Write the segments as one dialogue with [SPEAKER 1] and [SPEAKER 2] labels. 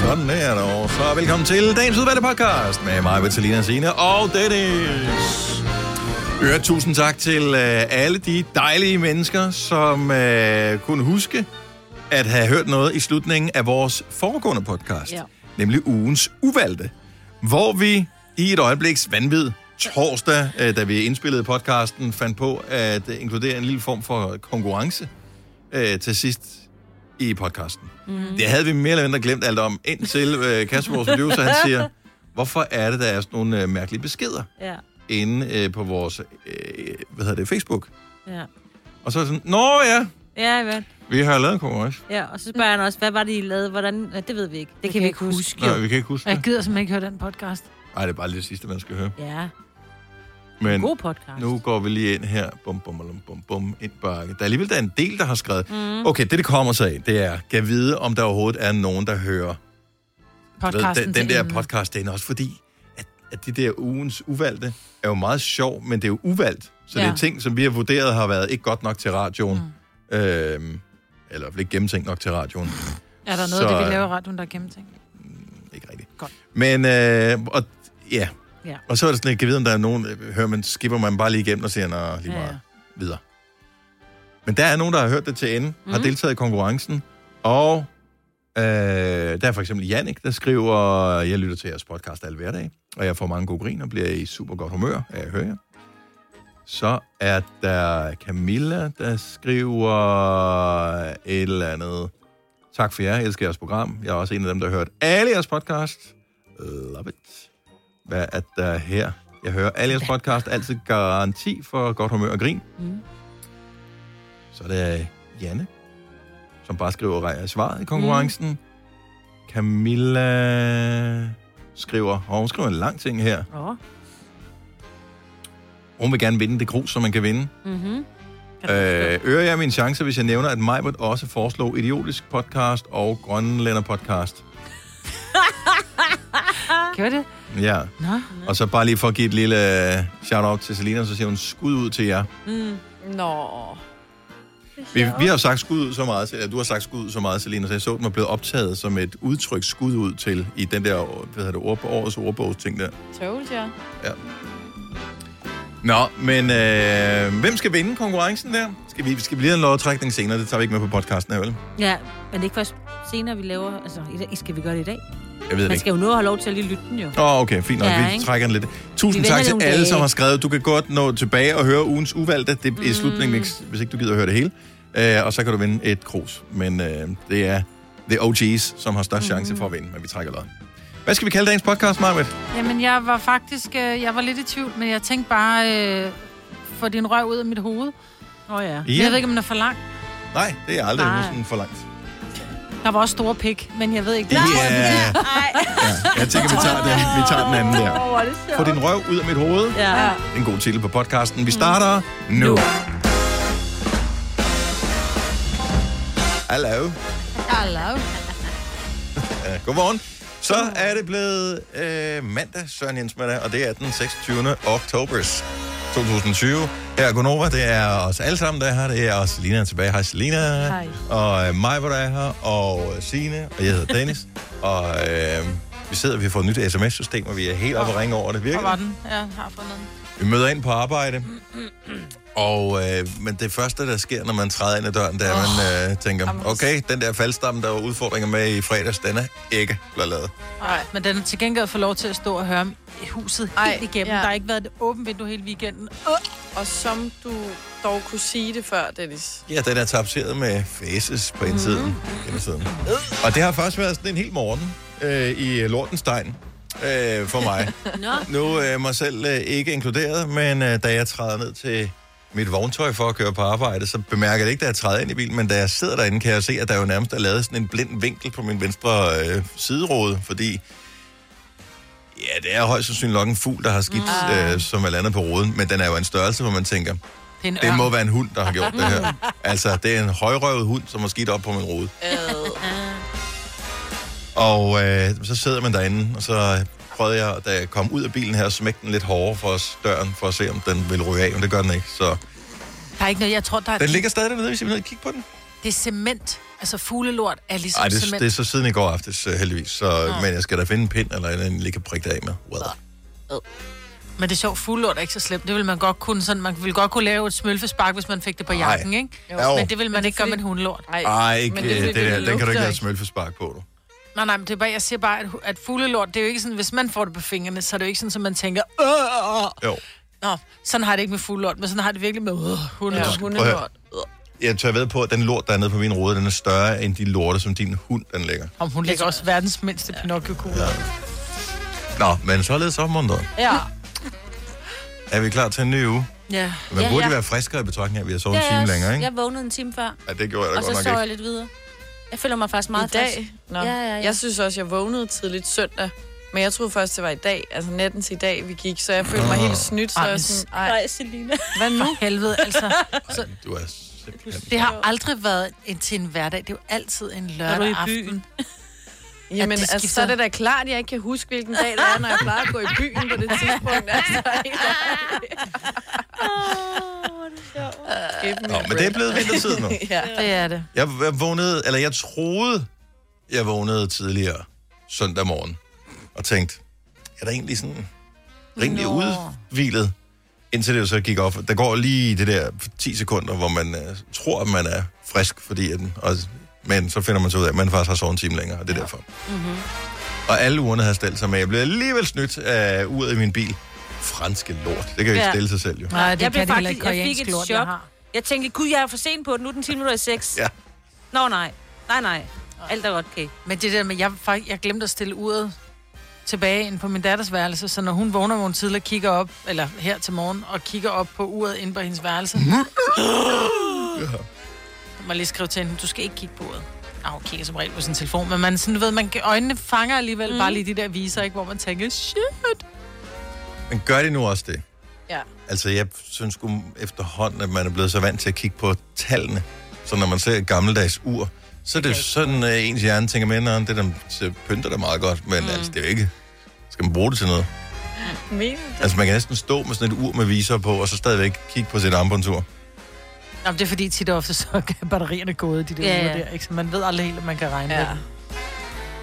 [SPEAKER 1] Sådan er det over. Så velkommen til dagens udvalgte podcast med mig, Vitalina Sine og Dennis. Øre, tusind tak til øh, alle de dejlige mennesker, som øh, kunne huske at have hørt noget i slutningen af vores foregående podcast.
[SPEAKER 2] Ja.
[SPEAKER 1] Nemlig ugens uvalgte, hvor vi i et øjebliks vanvid torsdag, øh, da vi indspillede podcasten, fandt på at øh, inkludere en lille form for konkurrence øh, til sidst i podcasten. Mm. Det havde vi mere eller mindre glemt alt om, indtil øh, Kasper, vores producer, han siger, hvorfor er det, der er sådan nogle øh, mærkelige beskeder
[SPEAKER 2] Ja,
[SPEAKER 1] inde øh, på vores, øh, hvad hedder det, Facebook?
[SPEAKER 2] ja.
[SPEAKER 1] Og så er det sådan, nå ja,
[SPEAKER 2] Ja, hvad?
[SPEAKER 1] vi har lavet en konkurrence.
[SPEAKER 2] ja, og så spørger han også, hvad var det, I lavede? Hvordan? Ja, det ved vi ikke. Det, det kan, vi ikke huske.
[SPEAKER 1] Nej, vi kan ikke huske
[SPEAKER 3] Og jeg
[SPEAKER 1] det.
[SPEAKER 3] gider simpelthen ikke høre den podcast.
[SPEAKER 1] Nej, det er bare lige det sidste, man skal høre.
[SPEAKER 2] Ja,
[SPEAKER 1] Men
[SPEAKER 2] god podcast.
[SPEAKER 1] nu går vi lige ind her. Bum, bum, bum, bum, bum, ind bakke. Der er alligevel der er en del, der har skrevet. Mm. Okay, det, det kommer sig af, det er, kan vide, om der overhovedet er nogen, der hører
[SPEAKER 3] Podcasten
[SPEAKER 1] den,
[SPEAKER 3] til
[SPEAKER 1] den der
[SPEAKER 3] enden.
[SPEAKER 1] podcast derinde, også fordi, at, at det der ugens uvalgte er jo meget sjov, men det er jo uvalgt. Så ja. det
[SPEAKER 2] Ja.
[SPEAKER 1] er ting, som vi har vurderet har været ikke godt nok til radioen. Mm. Øhm, eller i hvert fald ikke gennemtænkt nok til radioen.
[SPEAKER 3] Er der noget,
[SPEAKER 1] Så,
[SPEAKER 3] så, det vi
[SPEAKER 1] øh,
[SPEAKER 3] laver i radioen, der er gennemtænkt?
[SPEAKER 1] ikke rigtigt.
[SPEAKER 3] Godt.
[SPEAKER 1] Men, øh, og, ja.
[SPEAKER 2] Ja.
[SPEAKER 1] Og så er det sådan, at jeg kan vide, om der er nogen, øh, hører man, skipper man bare lige igennem og siger, nej, lige
[SPEAKER 3] Ja,
[SPEAKER 1] meget
[SPEAKER 3] ja.
[SPEAKER 1] ja, videre. Men der er nogen, der har hørt det til ende, mm. har deltaget i konkurrencen, og øh, der er for eksempel Jannik, der skriver, jeg lytter til jeres podcast alle hverdag, og jeg får mange gode griner, bliver i super godt humør, af at høre jer. Så er der Camilla, der skriver et eller andet. Tak for jer, jeg elsker jeres program. Jeg er også en af dem, der har hørt alle jeres podcast. Love it. Hvad er der her? Jeg hører alle jeres podcast, altid garanti for godt humør og grin. Mm. Så er der Janne, som bare skriver "Rej er svaret i konkurrencen. Mm. Camilla skriver, og hun skriver en lang ting her.
[SPEAKER 2] Åh,
[SPEAKER 1] Hun vil gerne vinde det grus, som man kan vinde.
[SPEAKER 2] mhm. Kan du
[SPEAKER 1] Øh, øger jeg min chance, hvis jeg nævner, at Majbert også foreslog idiotisk podcast og grønlænder podcast?
[SPEAKER 3] Gjorde det?
[SPEAKER 1] Ja.
[SPEAKER 3] Nå.
[SPEAKER 1] Og så bare lige for at give et lille øh, shout-out til Selina, så siger hun skud ud til jer.
[SPEAKER 4] Nå.
[SPEAKER 1] Vi, vi har jo sagt skud ud så meget, eller du har sagt skud ud så meget, Selina, så jeg så, at den var blevet optaget som et udtryk skud ud til i den der, hvad hedder det, ord, årets ordbogsting der.
[SPEAKER 4] Told jer.
[SPEAKER 1] Nå, men øh, hvem skal vinde konkurrencen der? Skal vi, skal vi lige have en lodtrækning senere? Det tager vi ikke med på podcasten her, vel?
[SPEAKER 2] Ja, men det er ikke først senere, vi laver... Altså, i dag, skal vi gøre det i dag?
[SPEAKER 1] Jeg ved det
[SPEAKER 2] Man
[SPEAKER 1] ikke.
[SPEAKER 2] skal jo nå at have lov til at lige lytte den, jo.
[SPEAKER 1] Åh, oh, okay, fint nok.
[SPEAKER 2] Ja,
[SPEAKER 1] Ja, vi
[SPEAKER 2] ikke?
[SPEAKER 1] trækker den lidt. Tusind
[SPEAKER 2] Vi
[SPEAKER 1] tak
[SPEAKER 2] venter
[SPEAKER 1] til
[SPEAKER 2] nogle
[SPEAKER 1] alle,
[SPEAKER 2] dage.
[SPEAKER 1] som har skrevet. Du kan godt nå tilbage og høre ugens uvalgte. Det er mm. slutningen, hvis hvis ikke du gider at høre det hele. Uh, og så kan du vinde et krus. Men uh, det er The OG's, som har størst chance for at vinde, men vi trækker lod. Hvad skal vi kalde dagens podcast, Marvitt?
[SPEAKER 3] Jamen, jeg var faktisk... øh, Jeg var lidt i tvivl, men jeg tænkte bare... Øh, få din røv ud af mit hoved.
[SPEAKER 2] Åh, oh, ja.
[SPEAKER 3] Yeah. Jeg ved ikke, om den er for lang.
[SPEAKER 1] Nej, det er aldrig
[SPEAKER 2] Nej.
[SPEAKER 1] Nej. sådan for langt.
[SPEAKER 3] Der var også store pik, men jeg ved ikke...
[SPEAKER 1] Ja,
[SPEAKER 3] Nej.
[SPEAKER 1] ja. Jeg tænker, vi tager den, vi tager den anden der.
[SPEAKER 4] Åh, hvor er det sjovt.
[SPEAKER 1] Få din røv ud af mit hoved. Det
[SPEAKER 2] Ja. ja.
[SPEAKER 1] er en god titel på podcasten. Vi starter nu. Hallo.
[SPEAKER 3] Hello.
[SPEAKER 1] Ja, godmorgen. Så er det blevet øh, mandag, Søren Jens med og det er den 26. oktober 2020. Her er Gunova, det er os alle sammen, der er her. Det er også Selina er tilbage. Hej Selina.
[SPEAKER 3] Hej.
[SPEAKER 1] Og øh, mig, hvor der er her, og øh, Signe, og jeg hedder Dennis. og øh, vi sidder, vi har fået et nyt sms-system, og vi er helt oppe og ringe over det.
[SPEAKER 3] Hvor
[SPEAKER 1] Virkelig.
[SPEAKER 3] var den? Ja, har fundet den.
[SPEAKER 1] Vi møder ind på arbejde, og øh, men det første, der sker, når man træder ind ad døren, det er, at man øh, tænker, okay, den der faldstamme, der var udfordringer med i fredags, den er ikke blevet lavet.
[SPEAKER 3] Nej, men den er til gengæld for lov til at stå og høre om huset helt
[SPEAKER 4] Ej,
[SPEAKER 3] igennem.
[SPEAKER 4] ja.
[SPEAKER 3] Der har ikke været et åbent vindue hele weekenden.
[SPEAKER 4] Og som du dog kunne sige det før, Dennis.
[SPEAKER 1] Ja, den er tapetseret med faces på indsiden. Mm. indersiden. Og det har faktisk været sådan en hel morgen øh, i lortenstein øh, for mig.
[SPEAKER 2] Nå,
[SPEAKER 1] nu øh, mig selv øh, ikke inkluderet, men øh, da jeg træder ned til mit vogntøj for at køre på arbejde, så bemærker jeg det ikke, da jeg træder ind i bilen, men da jeg sidder derinde, kan jeg se, at der jo nærmest er lavet sådan en blind vinkel på min venstre øh, sideråde, fordi ja, det er højst sandsynligt nok en fugl, der har skidt, øh, som er landet på roden, men den er jo af en størrelse, hvor man tænker,
[SPEAKER 3] Det er en
[SPEAKER 1] det
[SPEAKER 3] ørn.
[SPEAKER 1] må være en hund, der har gjort det her. Altså, det er en højrøvet hund, som har skidt op på min rode. Og øh, så sidder man derinde, og så prøvede jeg, da jeg kom ud af bilen her, at smække den lidt hårdere for os, døren, for at se, om den vil ryge af, men det gør den ikke. Så
[SPEAKER 3] Der er ikke noget, jeg tror, der er...
[SPEAKER 1] den ligger stadig dernede, hvis jeg vil ned og kigge på den.
[SPEAKER 3] Det er cement. Altså, fuglelort er ligesom
[SPEAKER 1] Ej, det,
[SPEAKER 3] cement.
[SPEAKER 1] det er så siden i går aftes, øh, heldigvis. Så, Men jeg skal da finde en pind eller en, jeg lige kan prikke det af med. Well.
[SPEAKER 3] Men det er sjovt, fuglelort er ikke så slemt. Det vil man godt kunne, sådan, man ville godt kunne lave et smølfespark, hvis man fik det på
[SPEAKER 1] Ej.
[SPEAKER 3] jakken, ikke?
[SPEAKER 1] Jo.
[SPEAKER 3] Men det vil man
[SPEAKER 4] Men det er
[SPEAKER 3] ikke gøre med
[SPEAKER 4] fordi-
[SPEAKER 3] en hundelort.
[SPEAKER 4] Nej,
[SPEAKER 1] Ej, ikke,
[SPEAKER 4] men
[SPEAKER 1] det,
[SPEAKER 4] er
[SPEAKER 1] det,
[SPEAKER 4] fordi,
[SPEAKER 1] der, den kan du ikke
[SPEAKER 4] lugter
[SPEAKER 1] lave smølfespark på, du.
[SPEAKER 3] Nej, nej, men det er bare, jeg siger bare, at, hu- at fuglelort, det er jo ikke sådan, hvis man får det på fingrene, så er det jo ikke sådan, at man tænker, Åh!
[SPEAKER 1] Jo.
[SPEAKER 3] Nå, sådan har jeg det ikke med fuglelort, men sådan har jeg det virkelig med øh, hundelort.
[SPEAKER 4] Ja,
[SPEAKER 3] Ja.
[SPEAKER 4] hundelort.
[SPEAKER 1] Jeg tør ved på, at den lort, der er nede på min rode, den er større end de lorte, som din hund, den lægger.
[SPEAKER 3] Om hun ligger også verdens mindste pinocchio-kugle. Ja.
[SPEAKER 1] Nå, men således opmuntret.
[SPEAKER 4] Ja,
[SPEAKER 1] Er vi klar til en ny uge?
[SPEAKER 3] ja.
[SPEAKER 1] Man
[SPEAKER 2] Ja,
[SPEAKER 1] burde
[SPEAKER 2] ja.
[SPEAKER 1] være friskere i betragtning af, at vi har sovet
[SPEAKER 2] Ja,
[SPEAKER 1] en time
[SPEAKER 2] jeg-
[SPEAKER 1] længere, ikke?
[SPEAKER 2] Jeg vågnede en time før,
[SPEAKER 1] Ja, det gjorde jeg da
[SPEAKER 2] og så
[SPEAKER 1] godt
[SPEAKER 2] sov
[SPEAKER 1] nok
[SPEAKER 2] jeg
[SPEAKER 1] ikke.
[SPEAKER 2] lidt videre. Jeg føler mig faktisk
[SPEAKER 4] i
[SPEAKER 2] meget frisk.
[SPEAKER 4] dag. Nå.
[SPEAKER 2] Ja, ja, ja.
[SPEAKER 4] Jeg synes også, jeg vågnede tidligt søndag. Men jeg troede først, det var i dag, altså natten til i dag, vi gik, så jeg følte mig
[SPEAKER 1] Nå.
[SPEAKER 4] helt snydt. Så
[SPEAKER 3] Ej,
[SPEAKER 4] jeg var
[SPEAKER 3] men
[SPEAKER 4] sådan,
[SPEAKER 2] Ej,
[SPEAKER 4] ej,
[SPEAKER 2] Selina.
[SPEAKER 3] Hvad nu? For helvede, altså.
[SPEAKER 1] Ej, du er simpelthen...
[SPEAKER 3] Det har aldrig været en, til en hverdag. Det er jo altid en
[SPEAKER 2] du i
[SPEAKER 3] lørdag aften.
[SPEAKER 2] byen?
[SPEAKER 4] jamen,
[SPEAKER 3] det
[SPEAKER 4] altså, så
[SPEAKER 3] skifter.
[SPEAKER 4] er det da klart, at jeg ikke kan huske, hvilken dag det er, når jeg plejer at gå i byen på det tidspunkt. Altså, helt ærligt. Give me
[SPEAKER 1] Nå,
[SPEAKER 4] a
[SPEAKER 1] men det er
[SPEAKER 4] break.
[SPEAKER 1] blevet vintertid nu.
[SPEAKER 4] Ja.
[SPEAKER 3] Det er det.
[SPEAKER 1] Jeg, jeg vågnede, eller jeg troede, jeg vågnede tidligere søndag morgen, og tænkte, jeg er da egentlig sådan rimelig
[SPEAKER 3] Nå.
[SPEAKER 1] udvilet, indtil det jo så gik op. Der går lige det der 10 sekunder, hvor man øh, tror, at man er frisk, fordi at, og, men så finder man så ud af, at man faktisk har sovet en time længere, og det er ja. derfor. Mm-hmm.
[SPEAKER 3] Mhm.
[SPEAKER 1] Og alle ugerne har stillet sig med. Jeg blev alligevel snydt af uret i min bil. Franske lort. Det kan jo ikke
[SPEAKER 2] Ja.
[SPEAKER 1] stille sig selv, jo.
[SPEAKER 3] Nej,
[SPEAKER 2] Jeg
[SPEAKER 3] det jeg
[SPEAKER 2] blev
[SPEAKER 3] kan det heller ikke
[SPEAKER 2] faktisk- jeg fik
[SPEAKER 3] koreansk
[SPEAKER 2] et
[SPEAKER 3] lort,
[SPEAKER 2] chok.
[SPEAKER 3] jeg har.
[SPEAKER 2] Jeg tænkte, gud, jeg er for sent på den. Nu er den 10 minutter i 6.
[SPEAKER 1] Ja.
[SPEAKER 2] Nå, nej. Nej, nej. Alt er godt, okay.
[SPEAKER 3] Men det der med, jeg, fak- jeg glemte at stille uret tilbage ind på min datters værelse, så når hun vågner morgen tidligt og kigger op, eller her til morgen, og kigger op på uret inde på hendes værelse. ja. Så må jeg lige skrive til hende, du skal ikke kigge på uret. Ah, hun kigger som regel på sin telefon, men man, sådan, du ved, man, kan- øjnene fanger alligevel mm. bare lige de der viser, ikke, hvor man tænker, shit.
[SPEAKER 1] Men gør de nu også det?
[SPEAKER 4] Ja.
[SPEAKER 1] Altså, jeg synes sgu efterhånden, at man er blevet så vant til at kigge på tallene. Så når man ser et gammeldags ur, så er det okay. sådan, at ens hjerne tænker med, at det der så pynter der meget godt, men mm. altså, det er jo ikke... Skal man bruge det til noget?
[SPEAKER 4] Mener du det?
[SPEAKER 1] Altså, man kan næsten stå med sådan et ur med viser på, og så stadigvæk kigge på sit armbåndsur.
[SPEAKER 3] Nå, men det er fordi tit og ofte, så er batterierne gået, de der
[SPEAKER 2] Ja,
[SPEAKER 3] ja,
[SPEAKER 2] ja.
[SPEAKER 3] ja. der, ikke? Så man ved aldrig helt, om man kan regne ja. med
[SPEAKER 4] Ja.
[SPEAKER 3] dem.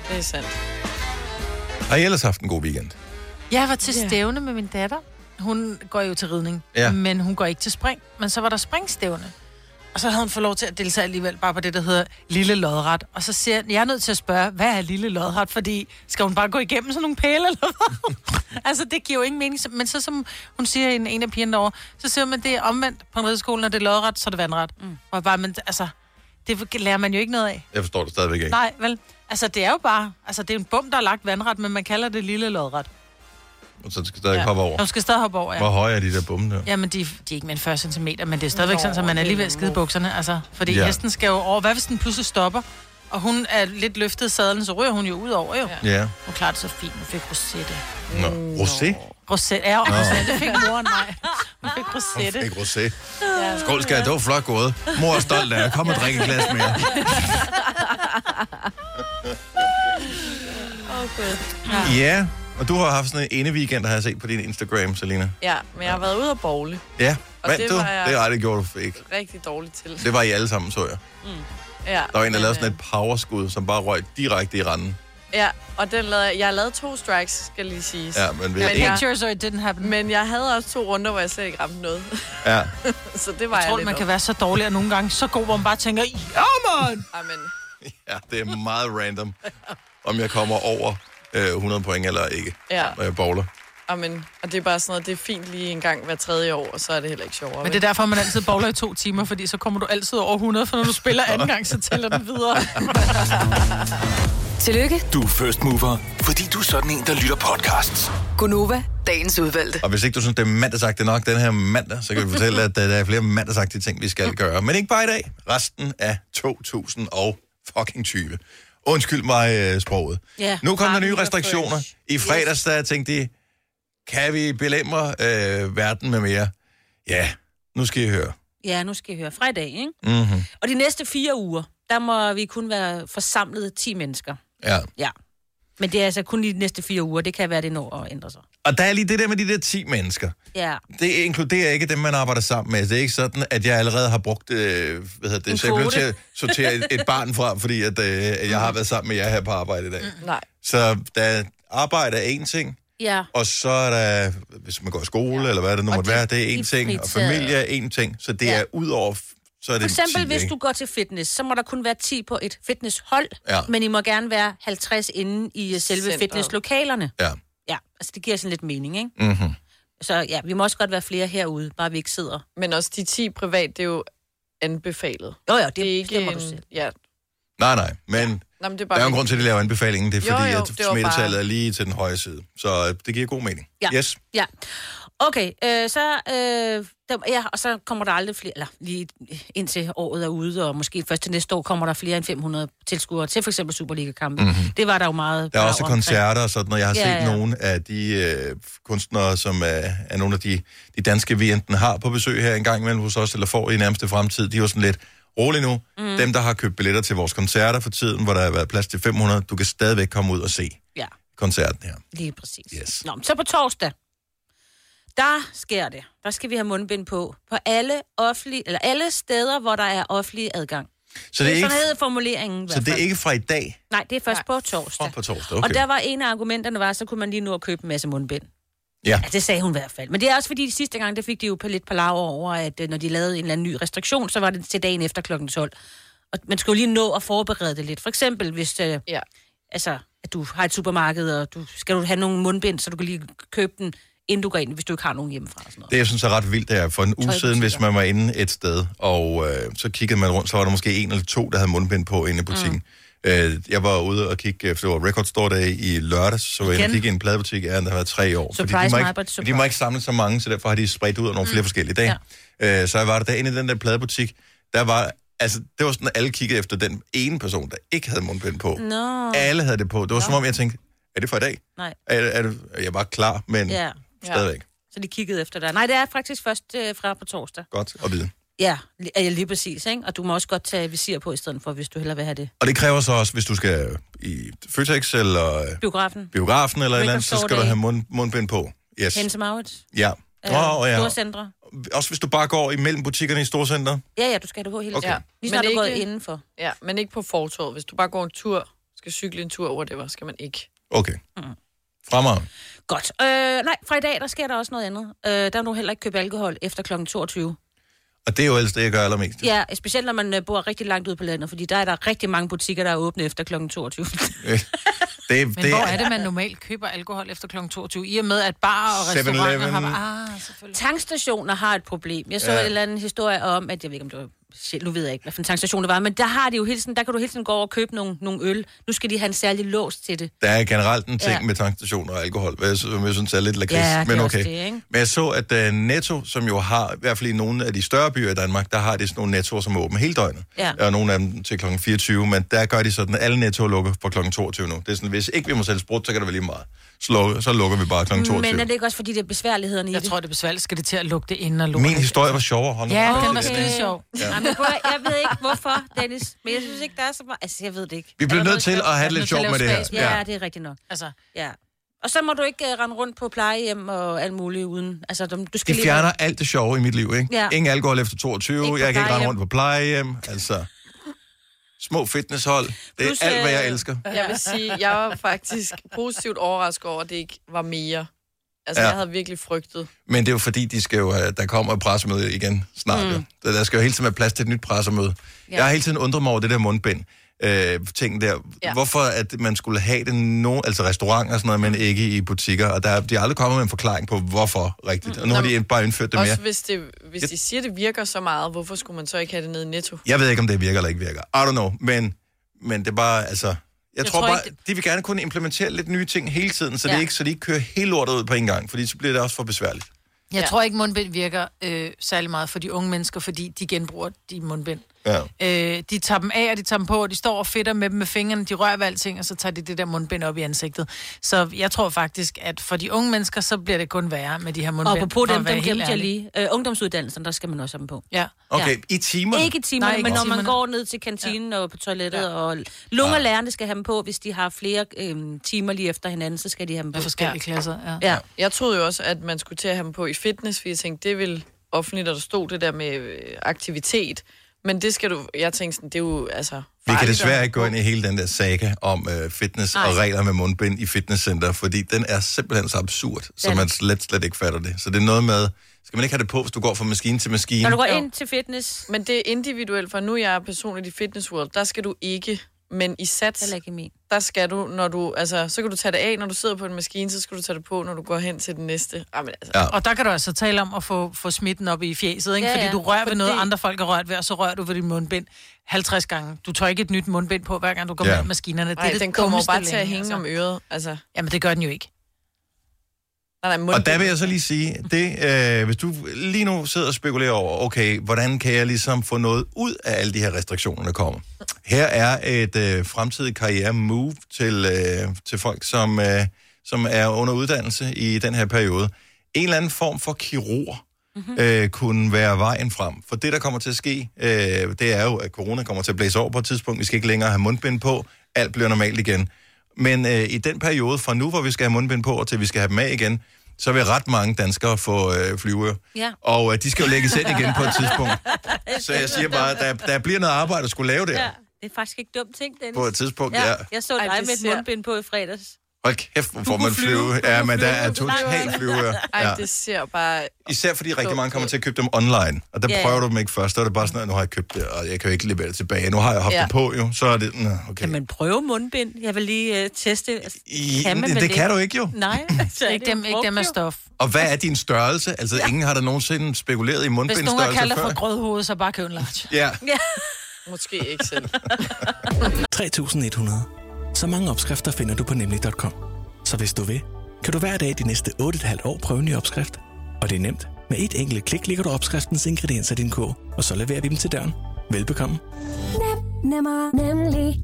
[SPEAKER 4] Det er sandt.
[SPEAKER 1] Har I ellers haft en god weekend?
[SPEAKER 3] Jeg var til
[SPEAKER 4] Ja.
[SPEAKER 3] stævne med min datter. Hun går jo til ridning,
[SPEAKER 1] Ja.
[SPEAKER 3] men hun går ikke til spring. Men så var der springstævne. Og så havde hun fået lov til at deltage alligevel bare på det, der hedder lille lodret. Og så siger jeg, jeg er nødt til at spørge, hvad er lille lodret? Fordi skal hun bare gå igennem sådan nogle pæle eller hvad? altså, det giver jo ingen mening. Så- Men så som hun siger en, en af pigerne derovre, så siger man, det er omvendt på en rideskole, når det er lodret, så er det vandret. Mm. Og bare, men altså, det lærer man jo ikke noget af.
[SPEAKER 1] Jeg forstår det stadigvæk ikke.
[SPEAKER 3] Nej, vel? Altså, det er jo bare... Altså, det er en bum, der er lagt vandret, men man kalder det lille lodret.
[SPEAKER 1] Så det skal stadig ja.
[SPEAKER 4] Ja.
[SPEAKER 1] hoppe over.
[SPEAKER 3] Nå, Du skal stadig hoppe over, ja.
[SPEAKER 1] Hvor høje er de der bumme der?
[SPEAKER 3] Jamen, de, de er ikke mere end 40 cm, men det er stadigvæk
[SPEAKER 4] Nå,
[SPEAKER 3] Nå, sådan, så man er lige ved at skide i bukserne. Altså, fordi
[SPEAKER 1] Ja.
[SPEAKER 3] ja. hesten skal jo over. Hvad hvis den pludselig stopper? Og hun er lidt løftet i sadlen, så ryger hun jo ud over, jo. Ja.
[SPEAKER 1] Ja.
[SPEAKER 3] Hun klarede det så fint. Hun fik rosette.
[SPEAKER 1] Nå. Rosé?
[SPEAKER 3] Rosette, ja, rosette fik moren, nej. Hun fik rosette.
[SPEAKER 1] Ikke rosé. Skål, skat. Det var flot gået. Mor er stolt af jer. Kom og drik et glas mere.
[SPEAKER 4] Okay.
[SPEAKER 1] Ja, og du har haft sådan en ene weekend, der har jeg set på din Instagram, Selina.
[SPEAKER 4] Ja, men jeg har været ude og bowle.
[SPEAKER 1] Ja,
[SPEAKER 4] Og
[SPEAKER 1] vandt
[SPEAKER 4] det
[SPEAKER 1] du?
[SPEAKER 4] var jeg-
[SPEAKER 1] Det er ret, det gjorde du ikke.
[SPEAKER 4] Rigtig dårligt til.
[SPEAKER 1] Det var I alle sammen, så jeg.
[SPEAKER 4] Ja,
[SPEAKER 1] Der var en, der
[SPEAKER 4] men,
[SPEAKER 1] lavede
[SPEAKER 4] øh,
[SPEAKER 1] sådan et powerskud, som bare røg direkte i randen.
[SPEAKER 4] Ja, og den lavede jeg. Jeg har lavet to strikes, skal lige siges.
[SPEAKER 1] Ja, men ved
[SPEAKER 4] Men
[SPEAKER 1] en,
[SPEAKER 4] jeg-
[SPEAKER 3] Picture, so it didn't happen. Men
[SPEAKER 4] Men jeg havde også to runder, hvor jeg slet ikke ramte noget.
[SPEAKER 1] ja.
[SPEAKER 4] så det var jeg,
[SPEAKER 3] jeg tror, man kan være så dårlig, og nogle gange så god, hvor man bare tænker, ja, man!
[SPEAKER 4] Amen.
[SPEAKER 1] ja, det er meget random, om jeg kommer over øh, 100 point eller ikke,
[SPEAKER 4] Ja,
[SPEAKER 1] når jeg bowler.
[SPEAKER 4] amen. Og det er bare sådan noget, det er fint lige en gang hver tredje år, og så er det heller ikke sjovere.
[SPEAKER 3] Men det er derfor, man altid bowler i to timer, fordi så kommer du altid over 100, for når du spiller anden gang, så tæller den videre.
[SPEAKER 5] Tillykke,
[SPEAKER 6] Du er first mover, fordi du er sådan en, der lytter podcasts.
[SPEAKER 5] Gunova, dagens udvalgte.
[SPEAKER 1] Og hvis ikke du synes, det er mandagsagtigt nok den her mandag, så kan vi fortælle, at øh, der er flere mandagsagtige ting, vi skal gøre. Men ikke bare i dag. Resten af 2020. Undskyld mig øh, sproget.
[SPEAKER 2] Ja.
[SPEAKER 1] Nu kom der
[SPEAKER 4] Army
[SPEAKER 1] nye
[SPEAKER 4] og
[SPEAKER 1] restriktioner.
[SPEAKER 4] Fresh.
[SPEAKER 1] I fredags der tænkte de, kan vi belemre øh, verden med mere? Ja, nu skal I høre.
[SPEAKER 2] Ja, nu skal I høre. Fra i dag, ikke?
[SPEAKER 1] Mm-hmm.
[SPEAKER 2] Og de næste fire uger, der må vi kun være forsamlet 10 mennesker.
[SPEAKER 1] Ja.
[SPEAKER 2] Ja. Men det er altså kun i de næste fire uger. Det kan være, det når at ændre sig.
[SPEAKER 1] Og der er lige det der med de der 10 mennesker.
[SPEAKER 2] Ja.
[SPEAKER 1] Det inkluderer ikke dem, man arbejder sammen med. Det er ikke sådan, at jeg allerede har brugt, øh, hvad hedder det, så jeg blev til
[SPEAKER 2] kvote.
[SPEAKER 1] at sortere et, et barn fra, fordi at, øh, jeg har været sammen med jer her på arbejde i dag.
[SPEAKER 4] Nej.
[SPEAKER 1] Så der arbejde er en ting,
[SPEAKER 2] Ja.
[SPEAKER 1] og så er der, hvis man går i skole, ja. eller hvad det nu
[SPEAKER 2] Og
[SPEAKER 1] måtte
[SPEAKER 2] de-
[SPEAKER 1] være, det er en
[SPEAKER 2] de
[SPEAKER 1] ting, og
[SPEAKER 2] fritager.
[SPEAKER 1] familie er en ting, så det
[SPEAKER 2] Ja.
[SPEAKER 1] er ud over, f- så er det
[SPEAKER 2] For eksempel,
[SPEAKER 1] 10,
[SPEAKER 2] hvis
[SPEAKER 1] ikke?
[SPEAKER 2] du går til fitness, så må der kun være 10 på et fitnesshold,
[SPEAKER 1] Ja.
[SPEAKER 2] men I må gerne være 50 inde i øh, selve
[SPEAKER 4] Centeret.
[SPEAKER 2] fitnesslokalerne.
[SPEAKER 1] Ja.
[SPEAKER 2] Ja, altså det giver sådan lidt mening, ikke?
[SPEAKER 1] Mm-hmm.
[SPEAKER 2] Så ja, vi må også godt være flere herude, bare vi ikke sidder.
[SPEAKER 4] Men også de 10 privat, det er jo anbefalet.
[SPEAKER 2] Jo, jo, det,
[SPEAKER 4] Det er ikke øh,
[SPEAKER 2] bestemmer
[SPEAKER 4] en...
[SPEAKER 2] du selv.
[SPEAKER 4] Ja.
[SPEAKER 1] Nej, nej, men
[SPEAKER 4] Nå, men det
[SPEAKER 1] der
[SPEAKER 4] er bare...
[SPEAKER 1] er jo en grund til, at de laver anbefalingen, det er
[SPEAKER 4] Jo,
[SPEAKER 1] fordi,
[SPEAKER 4] jo,
[SPEAKER 1] at
[SPEAKER 4] det var
[SPEAKER 1] smittetallet
[SPEAKER 4] bare-
[SPEAKER 1] er lige til den høje side, så øh, det giver god mening.
[SPEAKER 2] Ja.
[SPEAKER 1] Yes.
[SPEAKER 2] Ja. Okay, øh, så, øh, der, ja, og så kommer der aldrig flere, eller lige indtil året er ude, og måske først til næste år kommer der flere end 500 tilskuere til for eksempel Superliga-kampe. Mm-hmm. Det var der jo meget.
[SPEAKER 1] Mhm. Der er
[SPEAKER 2] bra
[SPEAKER 1] også
[SPEAKER 2] omkring.
[SPEAKER 1] koncerter og sådan noget. Jeg har
[SPEAKER 2] Ja,
[SPEAKER 1] set
[SPEAKER 2] ja.
[SPEAKER 1] nogle af de øh, kunstnere, som øh, er nogle af de, de danske, vi enten har på besøg her en gang imellem hos os, eller får i nærmeste fremtid. De er jo sådan lidt rolig nu.
[SPEAKER 2] Mhm.
[SPEAKER 1] Mm. Dem, der har købt billetter til vores koncerter for tiden, hvor der har været plads til 500, du kan stadigvæk komme ud og se
[SPEAKER 2] Ja,
[SPEAKER 1] koncerten her.
[SPEAKER 2] lige præcis.
[SPEAKER 1] Yes.
[SPEAKER 2] Nå, men så på torsdag, der sker det. Der skal vi have mundbind på. På alle, offentlige, eller alle steder, hvor der er offentlig adgang.
[SPEAKER 1] Så
[SPEAKER 2] Det
[SPEAKER 1] det
[SPEAKER 2] er
[SPEAKER 1] er ikke,
[SPEAKER 2] sådan hedder formuleringen i hvert
[SPEAKER 1] så det er
[SPEAKER 2] fald.
[SPEAKER 1] ikke fra i dag
[SPEAKER 2] Nej, det er først
[SPEAKER 4] Nej.
[SPEAKER 2] på torsdag.
[SPEAKER 1] og på torsdag.
[SPEAKER 2] Okay. Og der
[SPEAKER 1] Okay.
[SPEAKER 2] var en af argumenterne var, så kunne man lige nu at købe en masse mundbind.
[SPEAKER 1] Ja.
[SPEAKER 2] Ja, det sagde hun i hvert fald. Men det er også fordi, de sidste gang, der fik de jo lidt palaver over, at øh, når de lavede en eller anden ny restriktion, så var det til dagen efter klokken 12. Og man skulle jo lige nå at forberede det lidt. For eksempel, hvis øh,
[SPEAKER 4] Ja.
[SPEAKER 2] altså, at du har et supermarked, og du skal du have nogle mundbind, så du kan lige købe den, inden du går ind, hvis du ikke har nogen hjemmefra. og Sådan noget.
[SPEAKER 1] Det, jeg synes er ret vildt, det er for en uge siden, hvis man var inde et sted, og øh, så kiggede man rundt, så var der måske en eller to, der havde mundbind på inde i butikken. Mm. Øh, jeg var ude og kigge, øh, for det var Record Store Day i lørdags, så var jeg inde og
[SPEAKER 2] Igen?
[SPEAKER 1] kigge i en pladebutik, ja, der har været tre år. fordi de
[SPEAKER 2] Surprise,
[SPEAKER 1] må,
[SPEAKER 2] Maja, but
[SPEAKER 1] ikke,
[SPEAKER 2] surprise.
[SPEAKER 1] de må ikke samle så mange, så derfor har de spredt ud over nogle mm. flere forskellige dage. Ja. Øh, så jeg var der derinde i den der pladebutik, der var, altså, det var sådan, at alle kiggede efter den ene person, der ikke havde mundbind på. Mm.
[SPEAKER 2] Nå,
[SPEAKER 1] Alle havde det på. Det var som om, jeg tænkte, er det for i dag?
[SPEAKER 2] nej.
[SPEAKER 1] Er, er det, jeg var klar, men
[SPEAKER 2] Ja,
[SPEAKER 1] stadigvæk.
[SPEAKER 2] så de kiggede efter dig. Nej, det er faktisk først øh, fra på torsdag.
[SPEAKER 1] Godt at vide.
[SPEAKER 2] Ja, li- ja, lige præcis, ikke? Og du må også godt tage visir på i stedet for, hvis du hellere vil have det.
[SPEAKER 1] Og det kræver så også, hvis du skal i Føtex eller øh,
[SPEAKER 2] Biografen,
[SPEAKER 1] biografen eller et eller andet, så
[SPEAKER 2] Store
[SPEAKER 1] skal du
[SPEAKER 2] Dag.
[SPEAKER 1] have mund, mundbind på. Yes.
[SPEAKER 2] Hennes Maurits,
[SPEAKER 1] Ja.
[SPEAKER 2] øh,
[SPEAKER 1] Nå,
[SPEAKER 2] ja.
[SPEAKER 1] ja.
[SPEAKER 2] Storcentre.
[SPEAKER 1] Også hvis du bare går imellem butikkerne i storcenter.
[SPEAKER 2] Ja, ja, du skal have det på hele
[SPEAKER 1] Okay.
[SPEAKER 2] tiden. Lige snart
[SPEAKER 4] Men
[SPEAKER 2] du er gået
[SPEAKER 4] ikke-
[SPEAKER 2] indenfor.
[SPEAKER 4] ja, men ikke på fortorvet. Hvis du bare går en tur, skal cykle en tur, whatever, skal man ikke.
[SPEAKER 1] Okay.
[SPEAKER 3] Mm.
[SPEAKER 1] Fremad.
[SPEAKER 2] Godt. Øh, nej, fra i dag, der sker der også noget andet. Øh, der må du heller ikke købe alkohol efter kl. 22.
[SPEAKER 1] Og det er jo ellers det, jeg gør allermest.
[SPEAKER 2] Ja, specielt når man øh, bor rigtig langt ude på landet, fordi der er der rigtig mange butikker, der er åbne efter kl. 22.
[SPEAKER 1] Det,
[SPEAKER 3] Men det hvor er det, man normalt køber alkohol efter kl. 22? I og med, at barer og
[SPEAKER 1] 7-Eleven.
[SPEAKER 3] restauranter har... Ah, selvfølgelig.
[SPEAKER 2] Tankstationer har et problem. Jeg så
[SPEAKER 1] Ja.
[SPEAKER 2] ja. en eller anden historie om, at jeg ved ikke, om det var Shit, nu ved jeg ikke, hvad for en tankstation det var, men der, har de jo hele tiden, der kan du hele tiden gå over og købe nogle, nogle øl. Nu skal de have en særlig lås til det.
[SPEAKER 1] Der er generelt en ting ja.
[SPEAKER 2] Ja.
[SPEAKER 1] med tankstationer og alkohol, hvad jeg, sy- som jeg synes er lidt lakrids,
[SPEAKER 2] Ja, det er
[SPEAKER 1] men
[SPEAKER 2] også
[SPEAKER 1] okay.
[SPEAKER 2] det, ikke?
[SPEAKER 1] Men jeg så, at uh, Netto, som jo har, i hvert fald i nogle af de større byer i Danmark, der har de sådan nogle nettoer, som er åbne hele døgnet.
[SPEAKER 2] Ja.
[SPEAKER 1] Og nogle af dem til kl. 24, men der gør de sådan, at alle nettoer lukker på kl. 22 nu. Det er sådan, hvis ikke vi må sælge sprut, så kan det være lige meget. Så lukker, så lukker vi bare kl. 22.
[SPEAKER 2] Men er det ikke også, fordi det er besværlighederne i
[SPEAKER 3] Jeg
[SPEAKER 2] det?
[SPEAKER 3] tror, det er besværligt. Skal det til at lukke det ind og lukke
[SPEAKER 1] Min historie var sjovere. Hold nu
[SPEAKER 3] Ja,
[SPEAKER 1] op.
[SPEAKER 3] den var skide sjov.
[SPEAKER 2] Ja. Nej, men prøv, at- jeg ved ikke, hvorfor, Dennis. Men jeg synes ikke, der er så meget... Altså, jeg ved det ikke.
[SPEAKER 1] Vi bliver
[SPEAKER 2] Er der
[SPEAKER 1] nødt til
[SPEAKER 2] noget
[SPEAKER 1] at have
[SPEAKER 3] er
[SPEAKER 1] det lidt
[SPEAKER 3] nødt til at
[SPEAKER 1] sjovt med det
[SPEAKER 3] lave
[SPEAKER 1] her.
[SPEAKER 3] spas
[SPEAKER 2] sjovt? Ja, det er rigtigt nok.
[SPEAKER 3] Altså,
[SPEAKER 2] Ja. Og så må du ikke uh, rende rundt på plejehjem og alt muligt uden... Altså, du du skal
[SPEAKER 1] De fjerner alt det sjove i mit liv, ikke?
[SPEAKER 2] Ja.
[SPEAKER 1] Ingen alkohol efter 22,
[SPEAKER 2] Ikke på
[SPEAKER 1] jeg kan ikke rende
[SPEAKER 2] plejehjem.
[SPEAKER 1] rundt på plejehjem, altså... Små fitnesshold, det er
[SPEAKER 2] Plus,
[SPEAKER 1] alt, hvad jeg
[SPEAKER 2] øh,
[SPEAKER 1] elsker.
[SPEAKER 4] Jeg vil sige, jeg var faktisk positivt overrasket over, at det ikke var mere. Altså,
[SPEAKER 1] Ja.
[SPEAKER 4] ja. jeg havde virkelig frygtet.
[SPEAKER 1] Men det er jo fordi, de skal jo, have- der kommer et pressemøde igen snart. Mm. Der, der skal jo hele tiden være plads til et nyt pressemøde. Ja.
[SPEAKER 2] Ja.
[SPEAKER 1] Jeg har hele tiden undret mig over det der mundbind. Øh, ting der. Ja.
[SPEAKER 4] Ja.
[SPEAKER 1] Hvorfor at man skulle have det no, altså restauranter og sådan noget, men
[SPEAKER 2] Mm.
[SPEAKER 1] ikke i butikker. Og der, er- de er aldrig kommet med en forklaring på, hvorfor rigtigt. Og nu har de bare indført det
[SPEAKER 4] Også
[SPEAKER 1] mere.
[SPEAKER 4] hvis, det, hvis de siger, det virker så meget, hvorfor skulle man så ikke have det nede i netto?
[SPEAKER 1] Jeg ved ikke, om det virker eller ikke virker. I don't know. Men, men det er bare, altså... Jeg, jeg tror,
[SPEAKER 3] tror
[SPEAKER 1] bare,
[SPEAKER 3] ikke,
[SPEAKER 1] de vil gerne kunne implementere lidt nye ting hele tiden, så, ja. det
[SPEAKER 2] Ja.
[SPEAKER 1] ikke, så de ikke kører hele lortet ud på en gang, fordi så bliver det også for besværligt.
[SPEAKER 3] jeg
[SPEAKER 4] Ja.
[SPEAKER 3] tror ikke, mundbind virker øh, særlig meget for de unge mennesker, fordi de genbruger de mundbind.
[SPEAKER 1] Ja.
[SPEAKER 3] Øh, de tager dem af, og de tager dem på, og de står og fedter med dem med fingrene, de rører ved alting, og så tager de det der mundbind op i ansigtet. Så jeg tror faktisk, at for de unge mennesker, så bliver det kun værre med de her mundbind.
[SPEAKER 2] Og på
[SPEAKER 3] for at
[SPEAKER 2] dem,
[SPEAKER 3] være
[SPEAKER 2] dem
[SPEAKER 3] helt
[SPEAKER 2] glemte jeg
[SPEAKER 3] ærlig.
[SPEAKER 2] lige. Øh, ungdomsuddannelsen, der skal man også have dem på.
[SPEAKER 3] Ja.
[SPEAKER 1] Okay, i timerne.
[SPEAKER 2] Ikke i timerne,
[SPEAKER 3] Nej,
[SPEAKER 2] Nej,
[SPEAKER 3] ikke
[SPEAKER 2] men
[SPEAKER 3] i
[SPEAKER 2] når man
[SPEAKER 3] timerne.
[SPEAKER 2] går ned til kantinen ja. og på toilettet, ja. og lungerlærerne skal have dem på, hvis de har flere øhm, timer lige efter hinanden, så skal de have dem på.
[SPEAKER 3] Med forskellige klasser, ja.
[SPEAKER 2] Ja.
[SPEAKER 4] Jeg troede jo også, at man skulle til at have dem på i fitness, fordi jeg tænkte, det ville offentligt, og der stod det der med øh, aktivitet. Men det skal du... Jeg tænkte sådan, det er jo altså...
[SPEAKER 1] Vi kan
[SPEAKER 4] farligt at
[SPEAKER 1] desværre
[SPEAKER 4] have
[SPEAKER 1] ikke gå ind i hele den der saga om øh, fitness Ej. og regler med mundbind i fitnesscenter, fordi den er simpelthen så absurd, så
[SPEAKER 2] Den-
[SPEAKER 1] man slet, slet ikke fatter det. Så det er noget med, skal man ikke have det på, hvis du går fra maskine til maskine?
[SPEAKER 2] Når du går
[SPEAKER 4] Jo.
[SPEAKER 2] ind til fitness,
[SPEAKER 4] Men det er individuelt, for nu er jeg personligt i Fitness World, der skal du ikke, men i sats,
[SPEAKER 2] heller ikke i min.
[SPEAKER 4] der skal du, når du, altså, så kan du tage det af, når du sidder på en maskine, så skal du tage det på, når du går hen til den næste. Ah, men altså,
[SPEAKER 1] Ja.
[SPEAKER 4] ja.
[SPEAKER 3] Og der kan du altså tale om at få, få smitten op i fjeset, ikke?
[SPEAKER 2] Ja,
[SPEAKER 3] Ja, fordi
[SPEAKER 2] ja.
[SPEAKER 3] du rører ved noget,
[SPEAKER 2] Fordi-
[SPEAKER 3] andre folk har rørt ved, og så rører du ved din mundbind 50 gange. Du tør ikke et nyt mundbind på, hver gang du går
[SPEAKER 1] Ja.
[SPEAKER 3] ja. med maskinerne. Det
[SPEAKER 4] Nej,
[SPEAKER 3] er det
[SPEAKER 4] den kommer jo
[SPEAKER 3] dummeste
[SPEAKER 4] bare til at
[SPEAKER 3] længe,
[SPEAKER 4] hænge altså. om øret. Altså,
[SPEAKER 3] Jamen, det gør den jo ikke.
[SPEAKER 4] nej, nej,
[SPEAKER 1] Og der vil jeg så lige sige, det, øh, hvis du lige nu sidder og spekulerer over, okay, hvordan kan jeg ligesom få noget ud af alle de her restriktioner, der kommer? Her er et øh, fremtidigt karriere-move til, øh, til folk, som, øh, som er under uddannelse i den her periode. En eller anden form for kirurg mm-hmm. øh, kunne være vejen frem. For det, der kommer til at ske, øh, det er jo, at corona kommer til at blæse over på et tidspunkt. Vi skal ikke længere have mundbind på. Alt bliver normalt igen. Men øh, i den periode fra nu, hvor vi skal have mundbind på, og til vi skal have dem af igen, så vil ret mange danskere få øh, flyver.
[SPEAKER 2] Ja.
[SPEAKER 1] Og øh, de skal jo lægges ind igen på et tidspunkt. Så jeg siger bare, der, der bliver noget arbejde at skulle lave der ja.
[SPEAKER 2] Ja. Det er faktisk ikke dumt ting, Dennis.
[SPEAKER 1] på et tidspunkt. Ja. Ja.
[SPEAKER 2] Jeg så
[SPEAKER 4] Ej,
[SPEAKER 2] dig
[SPEAKER 4] det
[SPEAKER 2] med et
[SPEAKER 4] ser-
[SPEAKER 2] mundbind på i fredags.
[SPEAKER 1] Hold kæft, hvor får
[SPEAKER 2] kunne
[SPEAKER 1] man flyve.
[SPEAKER 2] flyve. Du
[SPEAKER 1] Ja,
[SPEAKER 2] kunne
[SPEAKER 1] men der
[SPEAKER 2] flyve.
[SPEAKER 1] er
[SPEAKER 2] Du kunne
[SPEAKER 1] totalt flyver.
[SPEAKER 4] Ej,
[SPEAKER 1] Ja.
[SPEAKER 4] det ser bare...
[SPEAKER 1] Især fordi rigtig mange kommer til at købe dem online. Og der
[SPEAKER 2] Ja,
[SPEAKER 1] yeah.
[SPEAKER 2] ja.
[SPEAKER 1] prøver du dem ikke først. Så er det bare sådan, at nu har jeg købt det, og jeg kan jo ikke levere det tilbage. Nu har jeg haft
[SPEAKER 4] Ja.
[SPEAKER 1] det på jo. Så er det, nå, okay.
[SPEAKER 2] Kan man prøve mundbind? Jeg vil lige øh, teste. Altså,
[SPEAKER 1] I,
[SPEAKER 2] kan man
[SPEAKER 1] det,
[SPEAKER 2] vel
[SPEAKER 1] det kan
[SPEAKER 2] ikke?
[SPEAKER 1] du ikke jo.
[SPEAKER 2] Nej, så er
[SPEAKER 3] Ikke
[SPEAKER 2] det jo
[SPEAKER 3] dem, ikke dem
[SPEAKER 2] brugt,
[SPEAKER 3] af
[SPEAKER 2] jo.
[SPEAKER 3] stof.
[SPEAKER 1] Og hvad er din størrelse? Altså, ingen har da nogensinde spekuleret i
[SPEAKER 3] Hvis nogen har
[SPEAKER 1] mundbindstørrelse
[SPEAKER 3] kaldt dig
[SPEAKER 1] før.
[SPEAKER 3] for grødhoved, så bare køb en large.
[SPEAKER 1] Ja.
[SPEAKER 4] Måske ikke selv.
[SPEAKER 7] 3100. Så mange opskrifter finder du på nemlig.com. Så hvis du vil, kan du hver dag de næste 8,5 år prøve en ny opskrift. Og det er nemt. Med et enkelt klik ligger du opskriftens ingredienser i din kog, og så leverer vi dem til døren. Velbekomme.
[SPEAKER 8] Nemmer, nemlig.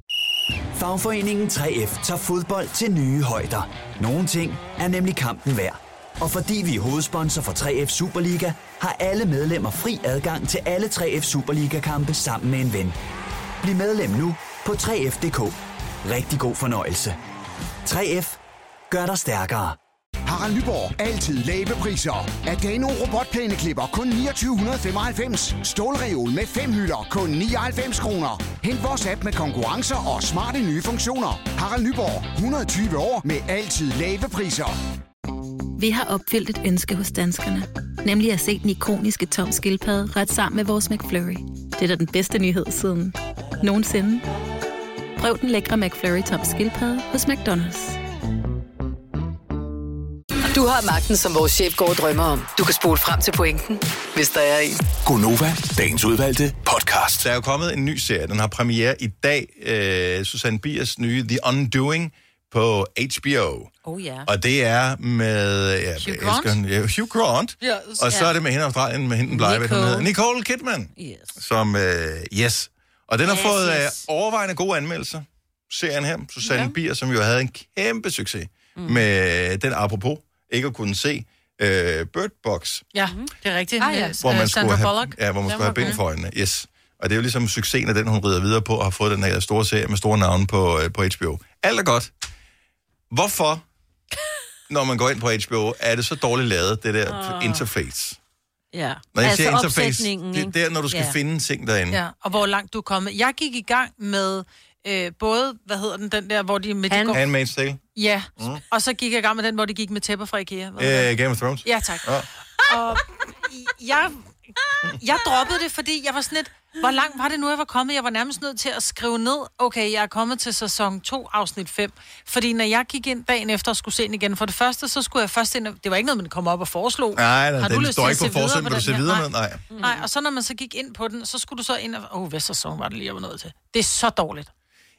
[SPEAKER 9] Fagforeningen 3F tager fodbold til nye højder. Nogle ting er nemlig kampen værd. Og fordi vi er hovedsponsor for 3F Superliga, har alle medlemmer fri adgang til alle 3F Superliga-kampe sammen med en ven. Bliv medlem nu på 3F.dk. Rigtig god fornøjelse. 3F gør dig stærkere.
[SPEAKER 10] Harald Nyborg. Altid lave priser. Adano robotplæneklipper kun 2995. Stålreol med fem hylder kun 99 kroner. Hent vores app med konkurrencer og smarte nye funktioner. Harald Nyborg. 120 år med altid lave priser.
[SPEAKER 11] Vi har opfyldt et ønske hos danskerne. Nemlig at se den ikoniske tom skildpadde ret sammen med vores McFlurry. Det er da den bedste nyhed siden nogensinde. Prøv den lækre McFlurry tom skildpadde hos McDonald's.
[SPEAKER 5] Du har magten, som vores chef går og drømmer om. Du kan spole frem til pointen, hvis der er en.
[SPEAKER 6] Gonova, dagens udvalgte podcast.
[SPEAKER 1] Der er jo kommet en ny serie. Den har premiere i dag. Øh, Susanne Biers nye The Undoing på HBO.
[SPEAKER 2] Oh ja.
[SPEAKER 1] Og det er med... Ja, jeg elsker
[SPEAKER 3] Grant?
[SPEAKER 1] hende. Ja, Hugh Grant.
[SPEAKER 3] Ja,
[SPEAKER 1] og så er det med hende Australien, med hende Blyved,
[SPEAKER 2] Nicole.
[SPEAKER 1] Nicole Kidman,
[SPEAKER 2] Yes.
[SPEAKER 1] som... Øh, yes. Og den har
[SPEAKER 2] Yes,
[SPEAKER 1] fået øh,
[SPEAKER 2] yes.
[SPEAKER 1] overvejende gode anmeldelser. Serien her, Susanne ja. Bier, som jo havde en kæmpe succes mm. med den apropos, ikke at kunne se øh, Bird Box,
[SPEAKER 3] Ja, det er rigtigt.
[SPEAKER 2] Ah, ja.
[SPEAKER 3] Øh,
[SPEAKER 1] hvor man skulle
[SPEAKER 3] Sandra
[SPEAKER 1] have,
[SPEAKER 3] Bullock.
[SPEAKER 1] ja, hvor man skulle
[SPEAKER 3] var
[SPEAKER 1] have bind
[SPEAKER 3] god.
[SPEAKER 1] for øjnene. Yes. Og det er jo ligesom succesen af den, hun rider videre på, og har fået den her store serie med store navne på, øh, på HBO. Alt er godt. Hvorfor, når man går ind på HBO, er det så dårligt lavet, det der
[SPEAKER 3] Ah.
[SPEAKER 1] oh. interface?
[SPEAKER 2] Ja.
[SPEAKER 1] Når jeg altså siger interface,
[SPEAKER 2] opsætningen,
[SPEAKER 1] det er
[SPEAKER 2] ikke?
[SPEAKER 1] der, når du skal
[SPEAKER 2] Ja.
[SPEAKER 1] yeah. finde ting derinde.
[SPEAKER 3] Ja, og hvor langt du er kommet. Jeg gik i gang med øh, både, hvad hedder den, den der, hvor de med de
[SPEAKER 2] Han-
[SPEAKER 3] går...
[SPEAKER 1] Handmaid's Tale,
[SPEAKER 3] Ja, og så gik jeg i gang med den, hvor de gik med tæpper fra IKEA. Hvad hedder
[SPEAKER 1] Mm. øh, Game of Thrones.
[SPEAKER 3] Ja, tak.
[SPEAKER 1] Ja.
[SPEAKER 3] Ja. Og jeg, jeg droppede det, fordi jeg var sådan lidt, hvor langt var det nu, jeg var kommet? Jeg var nærmest nødt til at skrive ned, okay, jeg er kommet til sæson 2, afsnit 5. Fordi når jeg gik ind dagen efter og skulle se den igen, for det første, så skulle jeg først ind, og- det var ikke noget, man kom op og foreslog.
[SPEAKER 1] Nej, nej,
[SPEAKER 3] Har du
[SPEAKER 1] den
[SPEAKER 3] lyst
[SPEAKER 1] står
[SPEAKER 3] til at
[SPEAKER 1] ikke
[SPEAKER 3] se
[SPEAKER 1] på
[SPEAKER 3] videre
[SPEAKER 1] forsiden, vil du
[SPEAKER 3] den
[SPEAKER 1] se
[SPEAKER 3] her?
[SPEAKER 1] videre med? Nej.
[SPEAKER 3] Mm. Nej, og så når man så gik ind på den, så skulle du så ind og... Åh, oh, hvad sæson var det lige, jeg var nødt til? Det er så dårligt.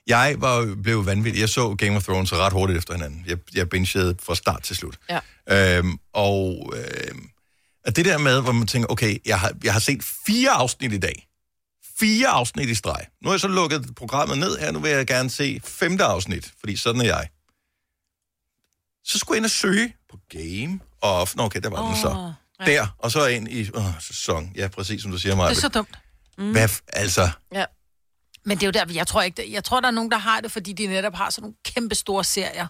[SPEAKER 1] Jeg var, blev vanvittig. Jeg så Game of Thrones ret hurtigt efter hinanden. Jeg, jeg bingede fra start til slut. Ja. Øhm, og øhm, at det der med, hvor man tænker, okay, jeg har, jeg har set fire afsnit i dag. fire afsnit i streg. Nu har jeg så lukket programmet ned her, nu vil jeg gerne se femte afsnit, fordi sådan er jeg. Så skulle jeg ind og søge på Game of... Nå, okay, der var oh, den så.
[SPEAKER 3] ja.
[SPEAKER 1] Der, og så ind i åh, sæson. Ja, præcis som du siger, Maja.
[SPEAKER 3] Det er så Mm. dumt. Mm.
[SPEAKER 1] Hvad, f- altså,
[SPEAKER 3] Ja. Men det er jo der, jeg tror ikke, det- jeg tror, der er nogen, der har det, fordi de netop har sådan nogle kæmpe store serier,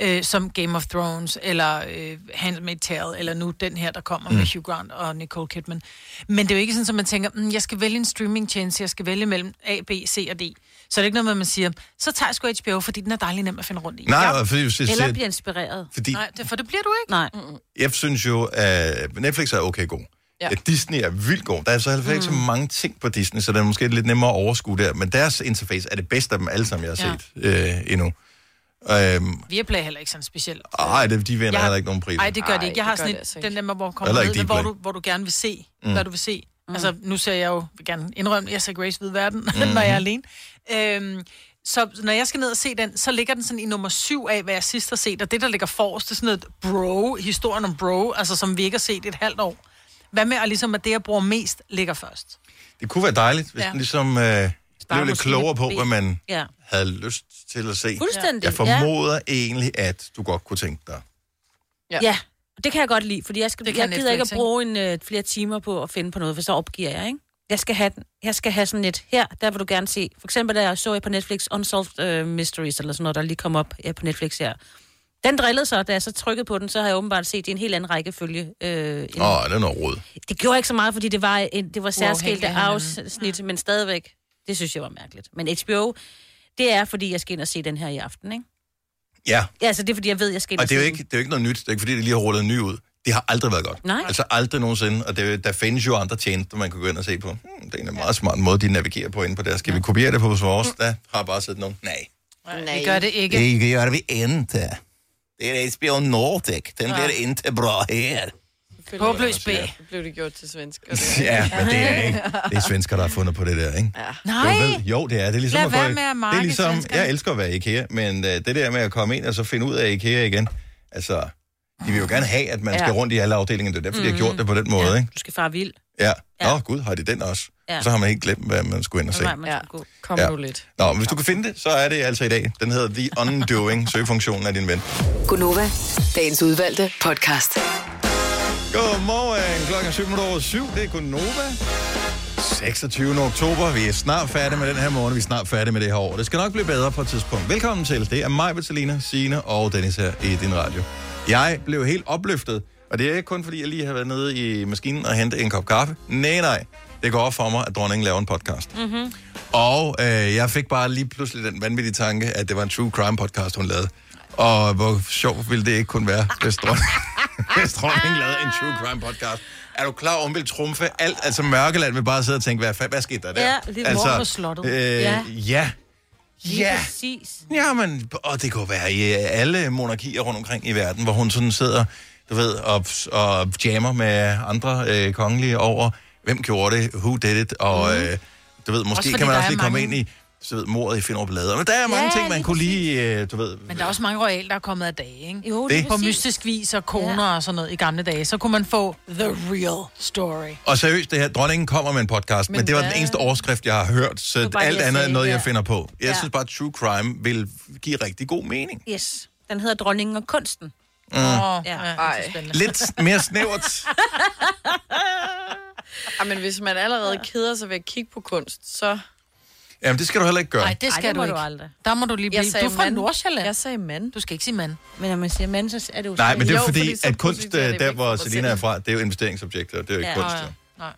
[SPEAKER 3] øh, som Game of Thrones, eller øh, Handmaid's Tale, eller nu den her, der kommer mm.
[SPEAKER 12] Mm.
[SPEAKER 3] med Hugh Grant og Nicole Kidman. Men det er jo ikke sådan, at man tænker, mm, jeg skal vælge en streamingtjeneste, jeg skal vælge mellem A, B, C og D. Så er det ikke noget med, at man siger, så tager jeg sgu HBO, fordi den er dejlig nem at finde rundt i.
[SPEAKER 1] Nej, og fordi hvis jeg
[SPEAKER 3] Eller
[SPEAKER 1] siger-
[SPEAKER 3] bliver inspireret.
[SPEAKER 1] Fordi-
[SPEAKER 3] Nej, det, for det bliver du ikke.
[SPEAKER 2] Nej.
[SPEAKER 1] jeg synes jo, at Netflix er okay god.
[SPEAKER 3] Ja.
[SPEAKER 1] Ja. Disney er vildt god. Der er så heller ikke så mange ting på Disney, så det er måske lidt nemmere at overskue der. Men deres interface er det bedste af dem alle sammen, jeg har
[SPEAKER 3] Ja.
[SPEAKER 1] set øh, endnu. Øhm,
[SPEAKER 3] Viaplay er heller ikke sådan specielt.
[SPEAKER 1] ej, det- de vinder heller ikke nogen priser.
[SPEAKER 3] Nej, det gør det ikke. Jeg
[SPEAKER 4] Ej,
[SPEAKER 3] har
[SPEAKER 4] det gør
[SPEAKER 3] sådan
[SPEAKER 4] det altså
[SPEAKER 3] et, den der, med, hvor man kommer
[SPEAKER 1] Heller
[SPEAKER 3] ned,
[SPEAKER 1] ikke
[SPEAKER 3] hvor
[SPEAKER 1] Dplay.
[SPEAKER 3] du, hvor du gerne vil se,
[SPEAKER 1] Mm.
[SPEAKER 3] mm. hvad du vil se. Mm. Altså, nu ser jeg jo, vil gerne indrømme, jeg ser Grace Hvide Verden, mm. når jeg er
[SPEAKER 1] Mm-hmm.
[SPEAKER 3] alene. Øhm, så når jeg skal ned og se den, så ligger den sådan i nummer syv af, hvad jeg sidst har set. Og det, der ligger forrest, det er sådan noget bro, historien om bro, altså som vi ikke har set i et halvt år. Hvad med, at ligesom, at det, jeg bruger mest, ligger først?
[SPEAKER 1] Det kunne være dejligt, hvis
[SPEAKER 3] Ja.
[SPEAKER 1] ja. man ligesom øh, blev lidt
[SPEAKER 3] måske
[SPEAKER 1] klogere
[SPEAKER 3] lidt
[SPEAKER 1] på,
[SPEAKER 3] ben.
[SPEAKER 1] hvad man
[SPEAKER 2] Ja.
[SPEAKER 1] havde lyst til at se.
[SPEAKER 2] Fuldstændig,
[SPEAKER 1] Jeg formoder ja. egentlig, at du godt kunne tænke dig.
[SPEAKER 2] Ja. ja. Og det kan jeg godt lide, fordi jeg, skal, jeg gider
[SPEAKER 3] Det kan
[SPEAKER 2] ikke at
[SPEAKER 3] Netflix, ikke?
[SPEAKER 2] bruge en, øh, flere timer på at finde på noget, for så opgiver jeg, ikke? Jeg skal have, den. jeg skal have sådan et her, der vil du gerne se. For eksempel, der så jeg på Netflix Unsolved uh, Mysteries, eller sådan noget, der lige kom op ja, på Netflix her. Den drillede så, da jeg så trykkede på den, så har jeg åbenbart set det i en helt anden rækkefølge. Øh, end-
[SPEAKER 1] Åh, oh, det er noget råd.
[SPEAKER 2] Det gjorde ikke så meget, fordi det var, en, det var særskilte
[SPEAKER 3] af hinanden.
[SPEAKER 2] afsnit, men stadigvæk, det synes jeg var mærkeligt. Men HBO, det er, fordi jeg skal ind og se den her i aften, ikke?
[SPEAKER 1] Ja,
[SPEAKER 2] Ja, altså det er, fordi jeg ved, jeg skal ind og,
[SPEAKER 1] og det er, jo
[SPEAKER 2] se
[SPEAKER 1] ikke, det er jo ikke noget nyt. Det er ikke, fordi det lige har rullet en ny ud. Det har aldrig været godt.
[SPEAKER 2] Nej.
[SPEAKER 1] Altså aldrig nogensinde. Og det, er jo- der findes jo andre tjenester, man kan gå ind og se på. Hmm, det er en meget smart måde, de navigerer på inde på der. Skal vi kopiere det på hos vores? Der har bare siddet nogen. Nej.
[SPEAKER 3] Nej. Vi gør det ikke.
[SPEAKER 1] gør vi ikke. Det er HBO Nordic. Den
[SPEAKER 4] bliver
[SPEAKER 1] ikke bra her.
[SPEAKER 3] Håbløs B.
[SPEAKER 4] Så blev det gjort til svensk. og det-
[SPEAKER 1] Ja, men det er ikke. Det er svensker, der har fundet på det der, ikke? Ja.
[SPEAKER 3] Nej.
[SPEAKER 1] Jo, vel, jo, det er. Det er ligesom
[SPEAKER 3] Lad
[SPEAKER 1] at gå
[SPEAKER 3] være
[SPEAKER 1] i-
[SPEAKER 3] med at
[SPEAKER 1] det
[SPEAKER 3] marke
[SPEAKER 1] er ligesom,
[SPEAKER 3] svenskerne.
[SPEAKER 1] jeg elsker at være i IKEA, men uh, det der med at komme ind og så finde ud af IKEA igen, altså, de vil jo gerne have, at man
[SPEAKER 2] Ja.
[SPEAKER 1] skal rundt i alle afdelingerne. Det er derfor, mm. de har gjort det på den måde, ja. ikke?
[SPEAKER 2] Du skal fare vild.
[SPEAKER 1] Ja. Nå, gud, har de den også?
[SPEAKER 2] Ja.
[SPEAKER 1] Ja. Så har man helt glemt, hvad man skulle ind og se.
[SPEAKER 2] Nej, man ja. gå.
[SPEAKER 4] Kom
[SPEAKER 1] Ja.
[SPEAKER 4] nu lidt.
[SPEAKER 1] Nå, men hvis du kan finde det, så er det altså i dag. Den hedder The Undoing, søgefunktionen af din ven.
[SPEAKER 5] Gunova, dagens udvalgte podcast.
[SPEAKER 1] Godmorgen, klokken er 7 minutter over 7. Det er Gunova. 26. oktober. Vi er snart færdige med den her morgen. Vi er snart færdige med det her år. Det skal nok blive bedre på et tidspunkt. Velkommen til. Det er mig, Vitalina, Signe og Dennis her i din radio. Jeg blev helt opløftet, og det er ikke kun fordi, jeg lige har været nede i maskinen og hentet en kop kaffe. Nej, nej. Det går op for mig, at dronningen laver en podcast.
[SPEAKER 13] Mm-hmm.
[SPEAKER 1] Og øh, jeg fik bare lige pludselig den vanvittige tanke, at det var en true crime podcast, hun lavede. Og hvor sjovt ville det ikke kunne være, hvis dronning, hvis dronning lavede en true crime podcast. Er du klar over, hun vil trumfe alt? Altså Mørkeland vil bare sidde og tænke, hvad, fa- hvad skete der der?
[SPEAKER 2] Ja, lidt mor på slottet.
[SPEAKER 1] Øh,
[SPEAKER 2] Ja.
[SPEAKER 1] ja. ja.
[SPEAKER 2] Lige
[SPEAKER 1] Ja.
[SPEAKER 2] præcis.
[SPEAKER 1] Jamen, og det kunne være i øh, alle monarkier rundt omkring i verden, hvor hun sådan sidder, du ved, og, og jammer med andre øh, kongelige over, hvem gjorde det, who did it, og øh, du ved, måske
[SPEAKER 3] Mhm. fordi
[SPEAKER 1] kan man
[SPEAKER 3] der
[SPEAKER 1] også
[SPEAKER 3] er
[SPEAKER 1] lige komme
[SPEAKER 3] mange-
[SPEAKER 1] ind i, så ved, mordet i Finderup Lader. Men der er mange
[SPEAKER 3] Ja,
[SPEAKER 1] ja, ting, man
[SPEAKER 3] lige
[SPEAKER 1] kunne lige, øh, du ved...
[SPEAKER 3] Men der er også mange royal, der er kommet af dage, ikke?
[SPEAKER 2] Jo,
[SPEAKER 1] lige Det.
[SPEAKER 3] På
[SPEAKER 1] præcis.
[SPEAKER 3] mystisk vis og koner ja. og sådan noget i gamle dage. Så kunne man få the real story.
[SPEAKER 1] Og seriøst, det her, dronningen kommer med en podcast, men,
[SPEAKER 3] Men
[SPEAKER 1] men det var
[SPEAKER 3] hvad-
[SPEAKER 1] den eneste overskrift, jeg har hørt, så
[SPEAKER 3] var bare
[SPEAKER 1] alt
[SPEAKER 3] det, jeg
[SPEAKER 1] andet er
[SPEAKER 3] sagde,
[SPEAKER 1] noget,
[SPEAKER 3] ja.
[SPEAKER 1] jeg finder på. Jeg
[SPEAKER 2] Ja.
[SPEAKER 1] ja. synes bare, at true crime vil give rigtig god mening.
[SPEAKER 2] Yes. Den hedder Dronningen og kunsten.
[SPEAKER 1] Mm.
[SPEAKER 2] ja.
[SPEAKER 1] Lidt mere snævert.
[SPEAKER 4] Ej, men hvis man allerede keder sig ved at kigge på kunst, så...
[SPEAKER 1] Jamen, det skal du heller ikke gøre.
[SPEAKER 4] Nej, det skal Ej, det du må ikke. du aldrig.
[SPEAKER 3] Der må du lige blive...
[SPEAKER 4] Jeg sagde
[SPEAKER 3] Du er fra
[SPEAKER 4] mand.
[SPEAKER 3] Nordsjælland. Jeg
[SPEAKER 4] sagde mand.
[SPEAKER 3] Du skal ikke sige mand.
[SPEAKER 2] Men når man siger mand, så er det jo...
[SPEAKER 1] Nej, men det er jo,
[SPEAKER 4] Jo,
[SPEAKER 1] fordi,
[SPEAKER 4] fordi så
[SPEAKER 1] at kunst,
[SPEAKER 4] pludselig er det
[SPEAKER 1] øh, der
[SPEAKER 4] væk fra
[SPEAKER 1] hvor
[SPEAKER 4] dig
[SPEAKER 1] Selina
[SPEAKER 4] selv.
[SPEAKER 1] er fra, det er jo investeringsobjekter, det er jo ikke kunst. jo.
[SPEAKER 3] Nej.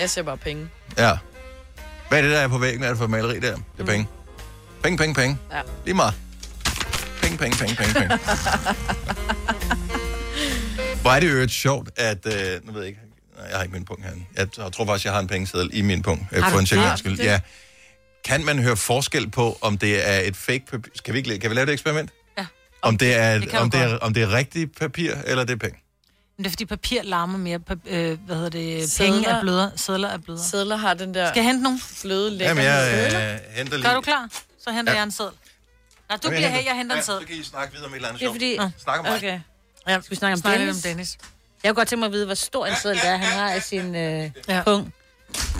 [SPEAKER 4] Jeg ser bare penge.
[SPEAKER 1] Ja. Hvad er det, der er på væggen? Hvad er det for et maleri der? Det er penge. Penge, penge, penge.
[SPEAKER 4] Ja.
[SPEAKER 1] Lige meget. Penge, penge, penge, penge, penge. Hvor er det jo sjovt, at... Øh, nu ved jeg ikke... Nej, jeg har ikke min punkt her. Jeg t- jeg tror faktisk, jeg har en pengeseddel i min punkt. Øh,
[SPEAKER 13] Har
[SPEAKER 1] for
[SPEAKER 13] du
[SPEAKER 1] en
[SPEAKER 13] det?
[SPEAKER 1] sikker skyld. Ja. Kan man høre forskel på, om det er et fake papir... Kan vi, ikke, la- kan vi lave det eksperiment?
[SPEAKER 3] Ja.
[SPEAKER 1] Om det er,
[SPEAKER 3] Det
[SPEAKER 1] det
[SPEAKER 3] kan
[SPEAKER 1] om,
[SPEAKER 3] du
[SPEAKER 1] det er, om det er rigtigt papir, eller det er penge?
[SPEAKER 3] Men det er fordi papir larmer mere. Pap- øh, hvad hedder det?
[SPEAKER 4] Sedler.
[SPEAKER 3] Penge er blødere. Sædler er blødere.
[SPEAKER 4] Sædler har den der...
[SPEAKER 3] Skal jeg hente nogen?
[SPEAKER 4] Fløde lækker.
[SPEAKER 1] Jamen, jeg øh, henter lige...
[SPEAKER 3] Gør du klar? Så henter
[SPEAKER 1] Ja.
[SPEAKER 3] ja. jeg en sædel. Nej, du
[SPEAKER 1] Jamen,
[SPEAKER 3] bliver her, jeg henter en sædel.
[SPEAKER 1] Ja, så kan I snakke videre om et eller andet
[SPEAKER 2] Det er fordi...
[SPEAKER 1] sjovt. Snak om mig.
[SPEAKER 2] Okay. Ja, skal vi snakke om
[SPEAKER 3] Snakke
[SPEAKER 2] Dennis?
[SPEAKER 3] om Dennis.
[SPEAKER 2] Jeg kunne godt tænke mig at vide, hvor stor en sædel det er, han har af sin øh, ja. pung.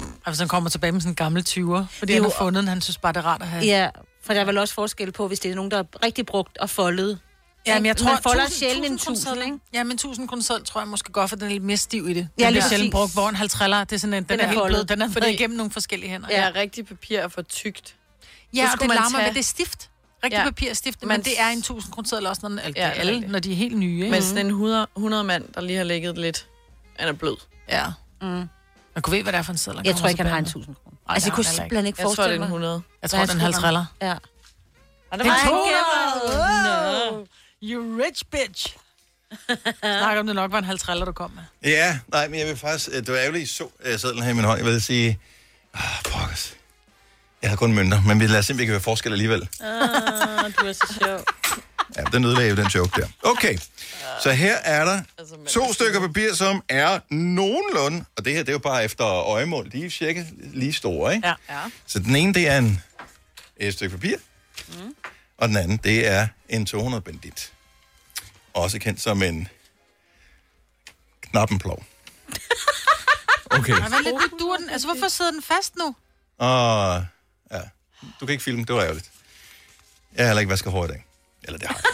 [SPEAKER 3] Og hvis han kommer tilbage med sådan en gammel 20'er, fordi
[SPEAKER 2] Det er
[SPEAKER 3] han har
[SPEAKER 2] jo-
[SPEAKER 3] fundet den, han synes bare, det er rart at have.
[SPEAKER 2] Ja, for der er vel også forskel på, hvis det er nogen, der er rigtig brugt og foldet.
[SPEAKER 3] Ja, men jeg tror,
[SPEAKER 2] man folder
[SPEAKER 3] tusind-
[SPEAKER 2] sjældent en
[SPEAKER 3] tusind
[SPEAKER 2] tusind,
[SPEAKER 3] kroner
[SPEAKER 2] ikke?
[SPEAKER 3] Ja, men 1000 kroner selv tror jeg måske godt, for den er lidt mere stiv i det.
[SPEAKER 2] Ja,
[SPEAKER 3] Ja, den
[SPEAKER 2] lige
[SPEAKER 3] er sjældent
[SPEAKER 2] præcis.
[SPEAKER 3] brugt, hvor en 50'er, det er sådan en, den,
[SPEAKER 2] Den
[SPEAKER 3] den
[SPEAKER 2] er
[SPEAKER 3] er, helt blød,
[SPEAKER 2] foldet.
[SPEAKER 3] den er
[SPEAKER 2] Fordi-
[SPEAKER 3] fordi... igennem nogle forskellige hænder.
[SPEAKER 4] Ja, rigtig papir er for tykt.
[SPEAKER 3] Ja, og det larmer, men det er
[SPEAKER 4] stift.
[SPEAKER 3] Rigtig papir er stift, men det er en 1000 kroner seddel også, når den er, ja, alle, når de er helt nye. Ikke?
[SPEAKER 4] Men sådan en 100, 100 mand, der lige har ligget lidt, han er blød.
[SPEAKER 3] Ja. Mm. Man kunne ved, hvad det er for en seddel.
[SPEAKER 2] Jeg tror ikke, han har en 1000 kroner. Altså, jeg kunne simpelthen ikke forestille mig.
[SPEAKER 4] Jeg tror, det er en 100.
[SPEAKER 3] Jeg tror, det er en halv triller.
[SPEAKER 2] Ja.
[SPEAKER 3] Og
[SPEAKER 2] der
[SPEAKER 3] det
[SPEAKER 2] var
[SPEAKER 3] var
[SPEAKER 2] en
[SPEAKER 3] en
[SPEAKER 2] kæmper.
[SPEAKER 3] No. You rich bitch. Snak om det nok var en halv triller, du kom med.
[SPEAKER 1] Ja, nej, men jeg vil faktisk... øh, Det var ærgerligt, I så øh, sædlen her i min hånd. Jeg vil sige... Ah, pokkers. Jeg havde kun mønter, men vi lader simpelthen ikke være forskel alligevel.
[SPEAKER 4] Ah, du er så sjov.
[SPEAKER 1] Ja, den ødelagde jo den joke der. Okay, så her er der to stykker papir, som er nogenlunde, og det her det er jo bare efter øjemål, de er cirka lige store, ikke?
[SPEAKER 3] Ja.
[SPEAKER 1] Så den ene, det er en, et stykke papir, mm. og den anden, det er en 200-bandit. Også kendt som en knappenplov. Okay,
[SPEAKER 3] Ej, hvad lidt du duer den? Altså, hvorfor sidder den fast nu?
[SPEAKER 1] og Ah, ja, du kan ikke filme, det var ærgerligt. Jeg har heller ikke vasket hår i dag. Eller det har jeg.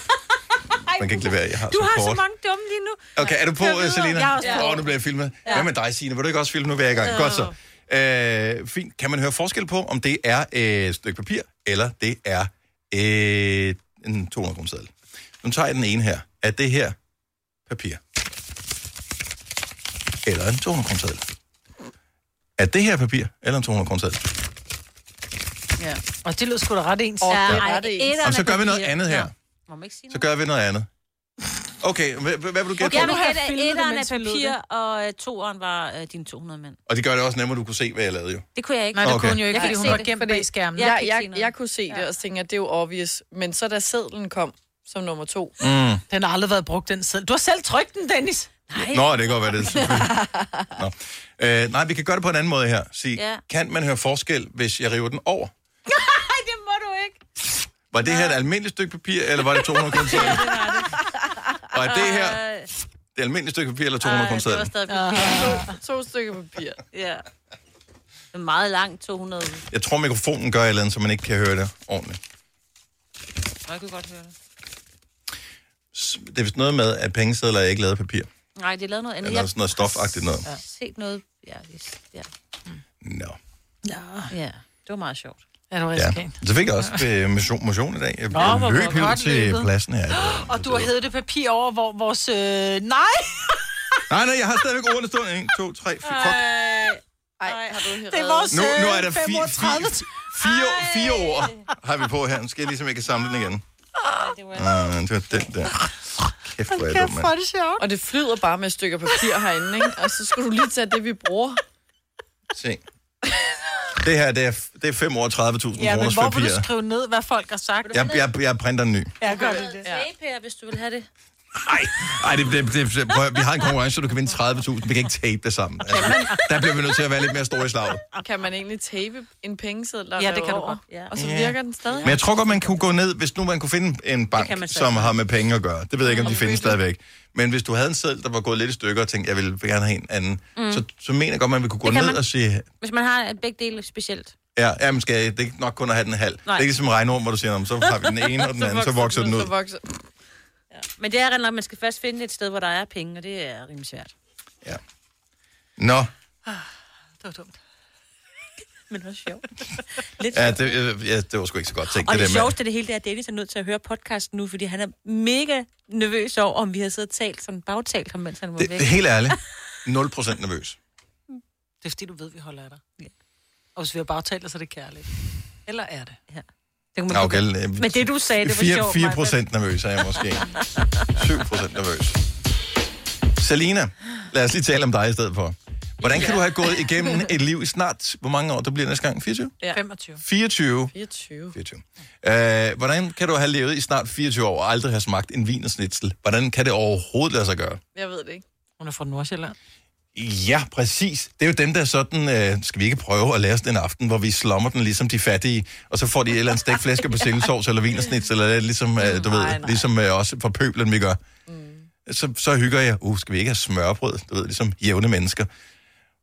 [SPEAKER 1] Man kan ikke levere, jeg har
[SPEAKER 2] Du
[SPEAKER 1] så
[SPEAKER 2] har
[SPEAKER 1] kort.
[SPEAKER 2] så mange dumme lige nu.
[SPEAKER 1] Okay, er du på,
[SPEAKER 2] Kør
[SPEAKER 1] uh,
[SPEAKER 2] videre.
[SPEAKER 1] Selina?
[SPEAKER 2] Jeg er også på.
[SPEAKER 1] Åh, nu bliver jeg filmet.
[SPEAKER 2] Ja.
[SPEAKER 1] Hvad med dig, Signe? Vil du ikke også filme nu hver gang?
[SPEAKER 2] Jo.
[SPEAKER 1] Godt så. Øh, fint. Kan man høre forskel på, om det er øh, et stykke papir, eller det er øh, en 200 kroner seddel? Nu tager jeg den ene her. Er det her papir? Eller en 200 kroner seddel? Er det her papir, eller en 200 kroner seddel?
[SPEAKER 3] Ja. Og det lød sgu da ret ens.
[SPEAKER 4] Ja,
[SPEAKER 1] det er
[SPEAKER 4] ej, etteren
[SPEAKER 1] Og så gør vi noget
[SPEAKER 2] papir.
[SPEAKER 1] andet her.
[SPEAKER 2] Må man ikke sige
[SPEAKER 1] Så gør vi noget andet. Okay, hvad, hvad vil du
[SPEAKER 2] noget?
[SPEAKER 1] gætte
[SPEAKER 2] Jeg
[SPEAKER 1] på?
[SPEAKER 2] vil gætte, at
[SPEAKER 3] filmet det,
[SPEAKER 2] etteren er
[SPEAKER 3] mens jeg lød
[SPEAKER 2] papir, og øh, toeren var øh, dine 200 mænd.
[SPEAKER 1] Og det gør det også nemmere, at du kunne se, hvad jeg lavede jo.
[SPEAKER 2] Det kunne jeg ikke.
[SPEAKER 1] Nej, det Okay. kunne hun jo
[SPEAKER 3] ikke,
[SPEAKER 2] Jeg
[SPEAKER 3] fordi
[SPEAKER 2] kan
[SPEAKER 3] hun
[SPEAKER 2] se
[SPEAKER 3] var
[SPEAKER 2] det.
[SPEAKER 3] gemt bag skærmen.
[SPEAKER 2] Jeg
[SPEAKER 4] Jeg,
[SPEAKER 2] kan ikke se
[SPEAKER 4] jeg,
[SPEAKER 2] noget.
[SPEAKER 4] jeg kunne se det, og så tænkte jeg, det er jo obvious. Men så da sedlen kom som nummer to,
[SPEAKER 1] Mm.
[SPEAKER 3] Den har aldrig været brugt, den seddel. Du har selv trykt den, Dennis. Nej.
[SPEAKER 1] Nå, det kan godt være det. er selvfølgelig. Nå. Øh, nej, vi kan gøre det på en anden måde her. Sig,
[SPEAKER 3] Ja.
[SPEAKER 1] ja. kan man høre forskel, hvis jeg river den over?
[SPEAKER 2] Nej, det må du ikke.
[SPEAKER 1] Var det her et almindeligt stykke papir, eller var det 200 kroner seddel? Og er det her det almindelige stykke papir, eller 200 kroner
[SPEAKER 2] Det var
[SPEAKER 1] seddel?
[SPEAKER 2] stadig papir.
[SPEAKER 4] to, to stykker papir.
[SPEAKER 2] Ja. Det er meget langt, 200.
[SPEAKER 1] Jeg tror, mikrofonen gør et eller andet, så man ikke kan høre det ordentligt.
[SPEAKER 2] Jeg kunne godt høre det.
[SPEAKER 1] S- Det er vist noget med, at pengesedler er ikke lavet af papir.
[SPEAKER 2] Nej, det er lavet noget andet.
[SPEAKER 1] Eller sådan noget stofagtigt noget.
[SPEAKER 2] Jeg har set noget. Ja, det- ja.
[SPEAKER 1] Nå.
[SPEAKER 2] ja. det var meget sjovt.
[SPEAKER 3] Ja, det var
[SPEAKER 1] Ja. Så fik jeg også øh, motion, motion i dag. Jeg
[SPEAKER 3] Nå, hvor- hvor
[SPEAKER 1] løb hele
[SPEAKER 3] godt
[SPEAKER 1] til
[SPEAKER 3] løbet.
[SPEAKER 1] pladsen her.
[SPEAKER 3] Og du har hævet det papir over, hvor vores... Øh... Nej!
[SPEAKER 1] Nej, nej, jeg har stadigvæk ordene stående. 1, 2, 3, 4. Fuck.
[SPEAKER 3] Øh,
[SPEAKER 4] Ej, har du
[SPEAKER 3] Det er vores
[SPEAKER 1] Nu, nu er der
[SPEAKER 3] øh,
[SPEAKER 1] fire,
[SPEAKER 3] 35.
[SPEAKER 1] fire, fire, fire ord, har vi på her. Nu skal jeg ligesom, jeg kan samle den igen. Nej, det var den der. Kæft, hvor er jeg dum, mand.
[SPEAKER 3] det sjovt.
[SPEAKER 4] Og det flyder bare med stykker papir herinde, ikke? Og så skulle du lige tage det, vi bruger.
[SPEAKER 1] Se. Det her, det er, det er 5 år 30.000
[SPEAKER 3] Ja, men
[SPEAKER 1] kroners
[SPEAKER 3] hvor vil
[SPEAKER 1] papir.
[SPEAKER 3] du skrive ned, hvad folk har sagt?
[SPEAKER 1] Jeg, jeg, jeg printer en ny.
[SPEAKER 3] Ja, gør det.
[SPEAKER 2] Ja. Tape her, hvis du vil have det.
[SPEAKER 1] Ej, det, det, det, prøv, at- vi har en konkurrence, så du kan vinde 30.000. Vi kan ikke tape det sammen. Altså, der bliver vi nødt til at være lidt mere store i slaget.
[SPEAKER 4] Kan man egentlig tape en pengeseddel
[SPEAKER 3] Ja, det kan du
[SPEAKER 4] godt.
[SPEAKER 2] Ja.
[SPEAKER 4] Og så
[SPEAKER 1] Ja.
[SPEAKER 4] virker den stadig.
[SPEAKER 1] Men jeg tror godt, man kunne gå ned, hvis nu man kunne finde en
[SPEAKER 4] kan man
[SPEAKER 1] bank,
[SPEAKER 4] så
[SPEAKER 1] som
[SPEAKER 4] ikke.
[SPEAKER 1] har med penge at gøre. Det ved jeg ikke, om de
[SPEAKER 4] Og
[SPEAKER 1] findes
[SPEAKER 4] bytte.
[SPEAKER 1] stadigvæk. Men hvis du havde en seddel, der var gået lidt i stykker, og tænkte, jeg vil gerne have en anden,
[SPEAKER 2] Mm.
[SPEAKER 1] mm. så, så mener jeg godt, man vil kunne gå
[SPEAKER 2] Det kan
[SPEAKER 1] ned
[SPEAKER 2] man.
[SPEAKER 1] man. og sige,
[SPEAKER 2] Hvis man har øh, begge dele specielt.
[SPEAKER 1] ja, jamen skal jeg, det er ikke nok kun at have den halv. Det er ikke ligesom regnorm, hvor du siger, "Nå, men så har vi den ene og den anden, så vokser den ud.
[SPEAKER 4] vokser.
[SPEAKER 2] Men det er rent nok, man skal først finde et sted, hvor der er penge, og det er rimelig svært.
[SPEAKER 1] Nå,
[SPEAKER 3] Det var dumt.
[SPEAKER 2] Men også sjovt. Lidt
[SPEAKER 1] ja,
[SPEAKER 2] sjovt.
[SPEAKER 1] det, øh, ja, det var sgu ikke så godt tænkt.
[SPEAKER 2] Og det,
[SPEAKER 1] der
[SPEAKER 2] det
[SPEAKER 1] med-
[SPEAKER 2] sjoveste af det hele, det er, at Dennis er nødt til at høre podcasten nu, fordi han er mega nervøs over, om vi har siddet og talt, sådan bagtalt ham, mens han var
[SPEAKER 1] det,
[SPEAKER 2] væk.
[SPEAKER 1] det er helt ærligt. 0% nervøs.
[SPEAKER 3] Det er fordi, du ved, vi holder af dig. Ja. Og hvis vi har bagtalt, så er det kærligt. Eller er det?
[SPEAKER 2] Ja.
[SPEAKER 1] man Nå, okay, godt- øh,
[SPEAKER 2] Men det, du sagde, det var
[SPEAKER 1] 4,
[SPEAKER 2] sjovt.
[SPEAKER 1] 4
[SPEAKER 2] Maja.
[SPEAKER 1] procent nervøs er jeg måske. 7 procent nervøs. Selina, lad os lige tale om dig i stedet for. Hvordan kan du have gået igennem et liv i snart, hvor mange år, der bliver næste gang? 24?
[SPEAKER 4] Ja.
[SPEAKER 3] 25.
[SPEAKER 1] 24.
[SPEAKER 4] 24.
[SPEAKER 1] 24. Øh, hvordan kan du have levet i snart 24 år og aldrig have smagt en vinersnitzel? Hvordan kan det overhovedet lade sig gøre?
[SPEAKER 4] Jeg ved det ikke.
[SPEAKER 3] Hun er fra Nordsjælland.
[SPEAKER 1] Ja, præcis. Det er jo dem, der er sådan, øh, skal vi ikke prøve at lære os den aften, hvor vi slummer den ligesom de fattige, og så får de et eller andet stegt flæsk og persillesovs eller vinersnits, eller lidt ligesom, øh, du ved,
[SPEAKER 4] nej. Mm.
[SPEAKER 1] ligesom øh, også for pøblen, vi gør. Så, så hygger jeg, uh, skal vi ikke have smørbrød, du ved, ligesom jævne mennesker.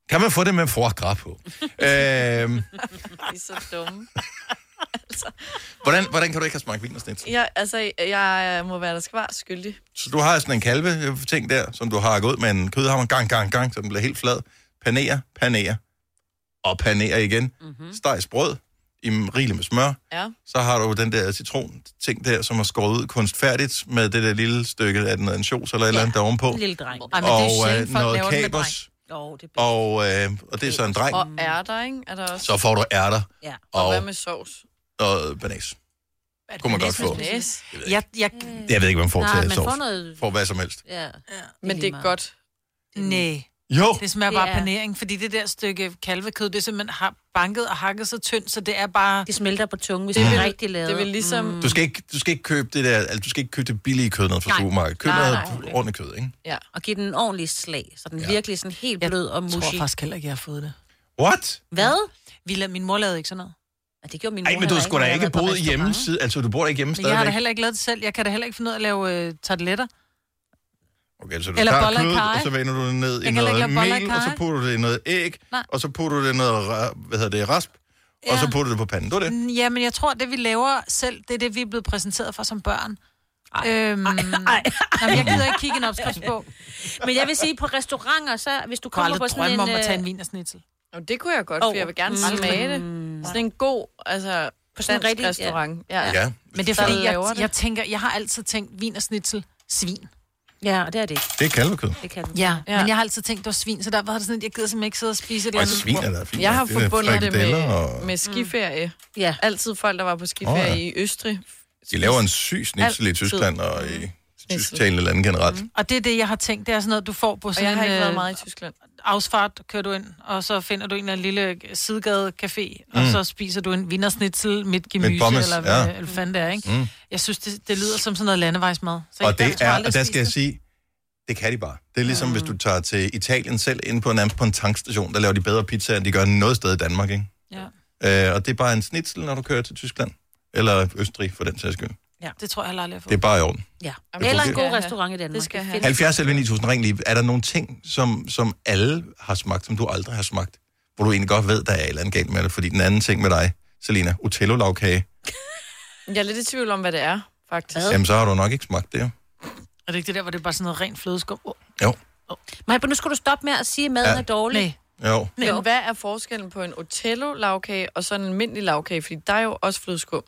[SPEAKER 1] Kan man få det med foie gras på? øhm,
[SPEAKER 4] De er så dumme. altså,
[SPEAKER 1] hvordan, hvordan kan du ikke have smagt vinersnit?
[SPEAKER 4] jeg, altså, jeg må være der skvar skyldig.
[SPEAKER 1] Så du har sådan en kalve-ting der, som du har gået med en kødhammer gang, gang, gang, så den bliver helt flad. Panerer, panerer, og panerer igen. Mm-hmm. Stegs brød i rigeligt med smør.
[SPEAKER 4] Ja.
[SPEAKER 1] Så har du den der citron-ting der, som er skåret ud kunstfærdigt med det der lille stykke af den ansjos eller et eller andet der ovenpå.
[SPEAKER 2] En lille dreng.
[SPEAKER 1] Ej, men det er Og, sjældent, øh, folk noget laver den med kapers.
[SPEAKER 2] Jo, det
[SPEAKER 1] Og, øh, og det er så en dreng.
[SPEAKER 4] Og ærter, ikke? Er der også...
[SPEAKER 1] Så får du ærter
[SPEAKER 2] Ja.
[SPEAKER 4] Og,
[SPEAKER 1] Og-
[SPEAKER 4] og hvad med sovs?
[SPEAKER 1] og banas. Kunne man godt få.
[SPEAKER 4] Næs.
[SPEAKER 3] Jeg, jeg,
[SPEAKER 1] Jeg ved ikke, hvem får
[SPEAKER 3] Nej,
[SPEAKER 1] til
[SPEAKER 3] man
[SPEAKER 1] sovs.
[SPEAKER 3] får noget-
[SPEAKER 1] Får hvad som helst.
[SPEAKER 2] ja.
[SPEAKER 4] Men det er godt.
[SPEAKER 3] Nej.
[SPEAKER 1] Jo.
[SPEAKER 3] Det smager
[SPEAKER 4] Det
[SPEAKER 3] bare
[SPEAKER 4] er-
[SPEAKER 3] panering, fordi det der stykke kalvekød, det er simpelthen har banket og hakket så tyndt, så det er bare...
[SPEAKER 2] Det smelter på tungen, hvis
[SPEAKER 3] det
[SPEAKER 2] man
[SPEAKER 3] vil-
[SPEAKER 2] rigtig lader.
[SPEAKER 3] Det vil ligesom... Mm.
[SPEAKER 1] Du skal ikke, du skal ikke købe det der, altså, du skal ikke købe det billige kød ned fra
[SPEAKER 2] Nej.
[SPEAKER 1] supermarkedet. Køb
[SPEAKER 2] Nej,
[SPEAKER 1] noget
[SPEAKER 2] nej.
[SPEAKER 1] ordentligt kød, ikke?
[SPEAKER 4] Ja.
[SPEAKER 2] Og give den en ordentlig slag, så den ja. virkelig sådan helt blød og mushy.
[SPEAKER 3] Jeg tror faktisk heller ikke, jeg har fået det.
[SPEAKER 1] What?
[SPEAKER 2] Hvad?
[SPEAKER 3] Vi lad, min mor lavede ikke sådan noget.
[SPEAKER 2] Ja, det gjorde min
[SPEAKER 1] Ej, men du skulle da ikke boet hjemme, side- altså du bor da ikke hjemme
[SPEAKER 3] Men jeg har da
[SPEAKER 1] stadigvæk.
[SPEAKER 3] heller ikke lavet det selv. Jeg kan da heller ikke finde ud af at lave øh, tarteletter.
[SPEAKER 1] Okay, så du
[SPEAKER 3] Eller
[SPEAKER 1] tager
[SPEAKER 3] boller i
[SPEAKER 1] kød,
[SPEAKER 3] karry.
[SPEAKER 1] og så vender du det ned i
[SPEAKER 3] kan heller
[SPEAKER 1] noget
[SPEAKER 3] ikke lave boller i
[SPEAKER 1] mel, og så
[SPEAKER 3] karry.
[SPEAKER 1] putter du det i noget æg,
[SPEAKER 3] Nej.
[SPEAKER 1] og så putter du det i noget, ra- hvad hedder det, rasp, og så putter du det på panden. Det var det.
[SPEAKER 3] Mm, Ja, men jeg tror, det vi laver selv, det er det, vi er blevet præsenteret for som børn. Ej, øhm, ej,
[SPEAKER 2] ej.
[SPEAKER 3] Jamen, jeg gider ikke kigge en opskrift på.
[SPEAKER 2] Men jeg vil sige, på restauranter, så hvis du
[SPEAKER 3] Du kan
[SPEAKER 2] kommer på
[SPEAKER 3] aldrig
[SPEAKER 2] sådan
[SPEAKER 3] drømme
[SPEAKER 2] en...
[SPEAKER 3] om at tage
[SPEAKER 2] øh,
[SPEAKER 3] en vinersnitzel.
[SPEAKER 4] Og det kunne jeg godt, for
[SPEAKER 2] Åh,
[SPEAKER 4] jeg vil gerne
[SPEAKER 2] mm.
[SPEAKER 4] smage det. Sådan en god, altså, på
[SPEAKER 2] sådan en
[SPEAKER 4] sådan dansk
[SPEAKER 2] rigtig-
[SPEAKER 4] rigtig, restaurant. Ja.
[SPEAKER 1] Ja.
[SPEAKER 3] Men det
[SPEAKER 4] Der
[SPEAKER 3] er fordi,
[SPEAKER 4] laver
[SPEAKER 3] jeg,
[SPEAKER 4] det.
[SPEAKER 3] jeg tænker, jeg har altid tænkt vinersnitzel, svin.
[SPEAKER 2] Ja, og det er det ikke.
[SPEAKER 1] Det er kalvekød.
[SPEAKER 2] Det kan
[SPEAKER 3] Ja, ja, men jeg har altid tænkt, det var svin, så der var det sådan, at jeg gider simpelthen ikke sidde og spise et
[SPEAKER 1] Og svin er da fint.
[SPEAKER 4] Jeg har
[SPEAKER 1] Det er
[SPEAKER 4] forbundet det med,
[SPEAKER 1] frikadeller og-
[SPEAKER 4] med skiferie.
[SPEAKER 2] Ja.
[SPEAKER 4] Altid folk, der var på skiferie
[SPEAKER 1] Åh,
[SPEAKER 4] oh,
[SPEAKER 1] ja.
[SPEAKER 4] ja. i Østrig.
[SPEAKER 1] De laver en syg snitsel i
[SPEAKER 4] Altid.
[SPEAKER 1] Tyskland og i tysktalende lande generelt.
[SPEAKER 3] Og det er det, jeg har tænkt, det er sådan noget, du får på
[SPEAKER 4] Og
[SPEAKER 3] sådan
[SPEAKER 4] jeg har ikke
[SPEAKER 3] en,
[SPEAKER 4] været
[SPEAKER 3] øh,
[SPEAKER 4] meget i Tyskland.
[SPEAKER 3] Ausfahrt kører du ind, og så finder du en eller anden lille øh, sidegade café, mm. og
[SPEAKER 1] Mm.
[SPEAKER 3] så spiser du en vinersnitzel mit
[SPEAKER 1] Med
[SPEAKER 3] gemyse,
[SPEAKER 1] pommes,
[SPEAKER 3] eller
[SPEAKER 1] ja.
[SPEAKER 3] hvad ja. fanden det er, ikke?
[SPEAKER 1] Mm.
[SPEAKER 3] Mm. Jeg synes, det, det lyder som sådan noget landevejsmad. Så
[SPEAKER 1] Og
[SPEAKER 3] jeg- jeg
[SPEAKER 1] det
[SPEAKER 3] tror
[SPEAKER 1] er,
[SPEAKER 3] aldrig,
[SPEAKER 1] og der
[SPEAKER 3] jeg
[SPEAKER 1] skal jeg
[SPEAKER 3] spiser
[SPEAKER 1] sige, det kan de bare. Det er ligesom, hvis du tager til Italien selv, ind på, nærmest på en tankstation, der laver de bedre pizza, end de gør noget sted i Danmark, ikke? Ja. Øh, og det er bare en snitsel, når du kører til Tyskland. Eller Østrig, for den sags skyld.
[SPEAKER 3] det. Ja. Det tror jeg heller aldrig, jeg
[SPEAKER 1] Det er bare i orden.
[SPEAKER 2] Ja.
[SPEAKER 1] Det
[SPEAKER 2] Eller en
[SPEAKER 1] fungerer.
[SPEAKER 2] god restaurant i Danmark. Det skal jeg
[SPEAKER 1] 70 eller 9000, ring lige. Er der nogle ting, som, som alle har smagt, som du aldrig har smagt? Hvor du egentlig godt ved, der er et eller andet galt med det. Fordi den anden ting med dig, Selina, Otello-lavkage,
[SPEAKER 4] Jeg er lidt i tvivl om, hvad det er, faktisk.
[SPEAKER 1] jamen så har du nok ikke smagt det, jo.
[SPEAKER 3] Er det ikke det der, hvor det er bare sådan noget rent flødeskum? Oh.
[SPEAKER 1] Jo.
[SPEAKER 2] Maja, nu skal du stoppe med at sige, at maden
[SPEAKER 1] Ja.
[SPEAKER 2] er dårlig. Nej.
[SPEAKER 1] Jo.
[SPEAKER 4] Men hvad er forskellen på en Otello-lavkage og sådan en almindelig lavkage? Fordi der er jo også flødeskum.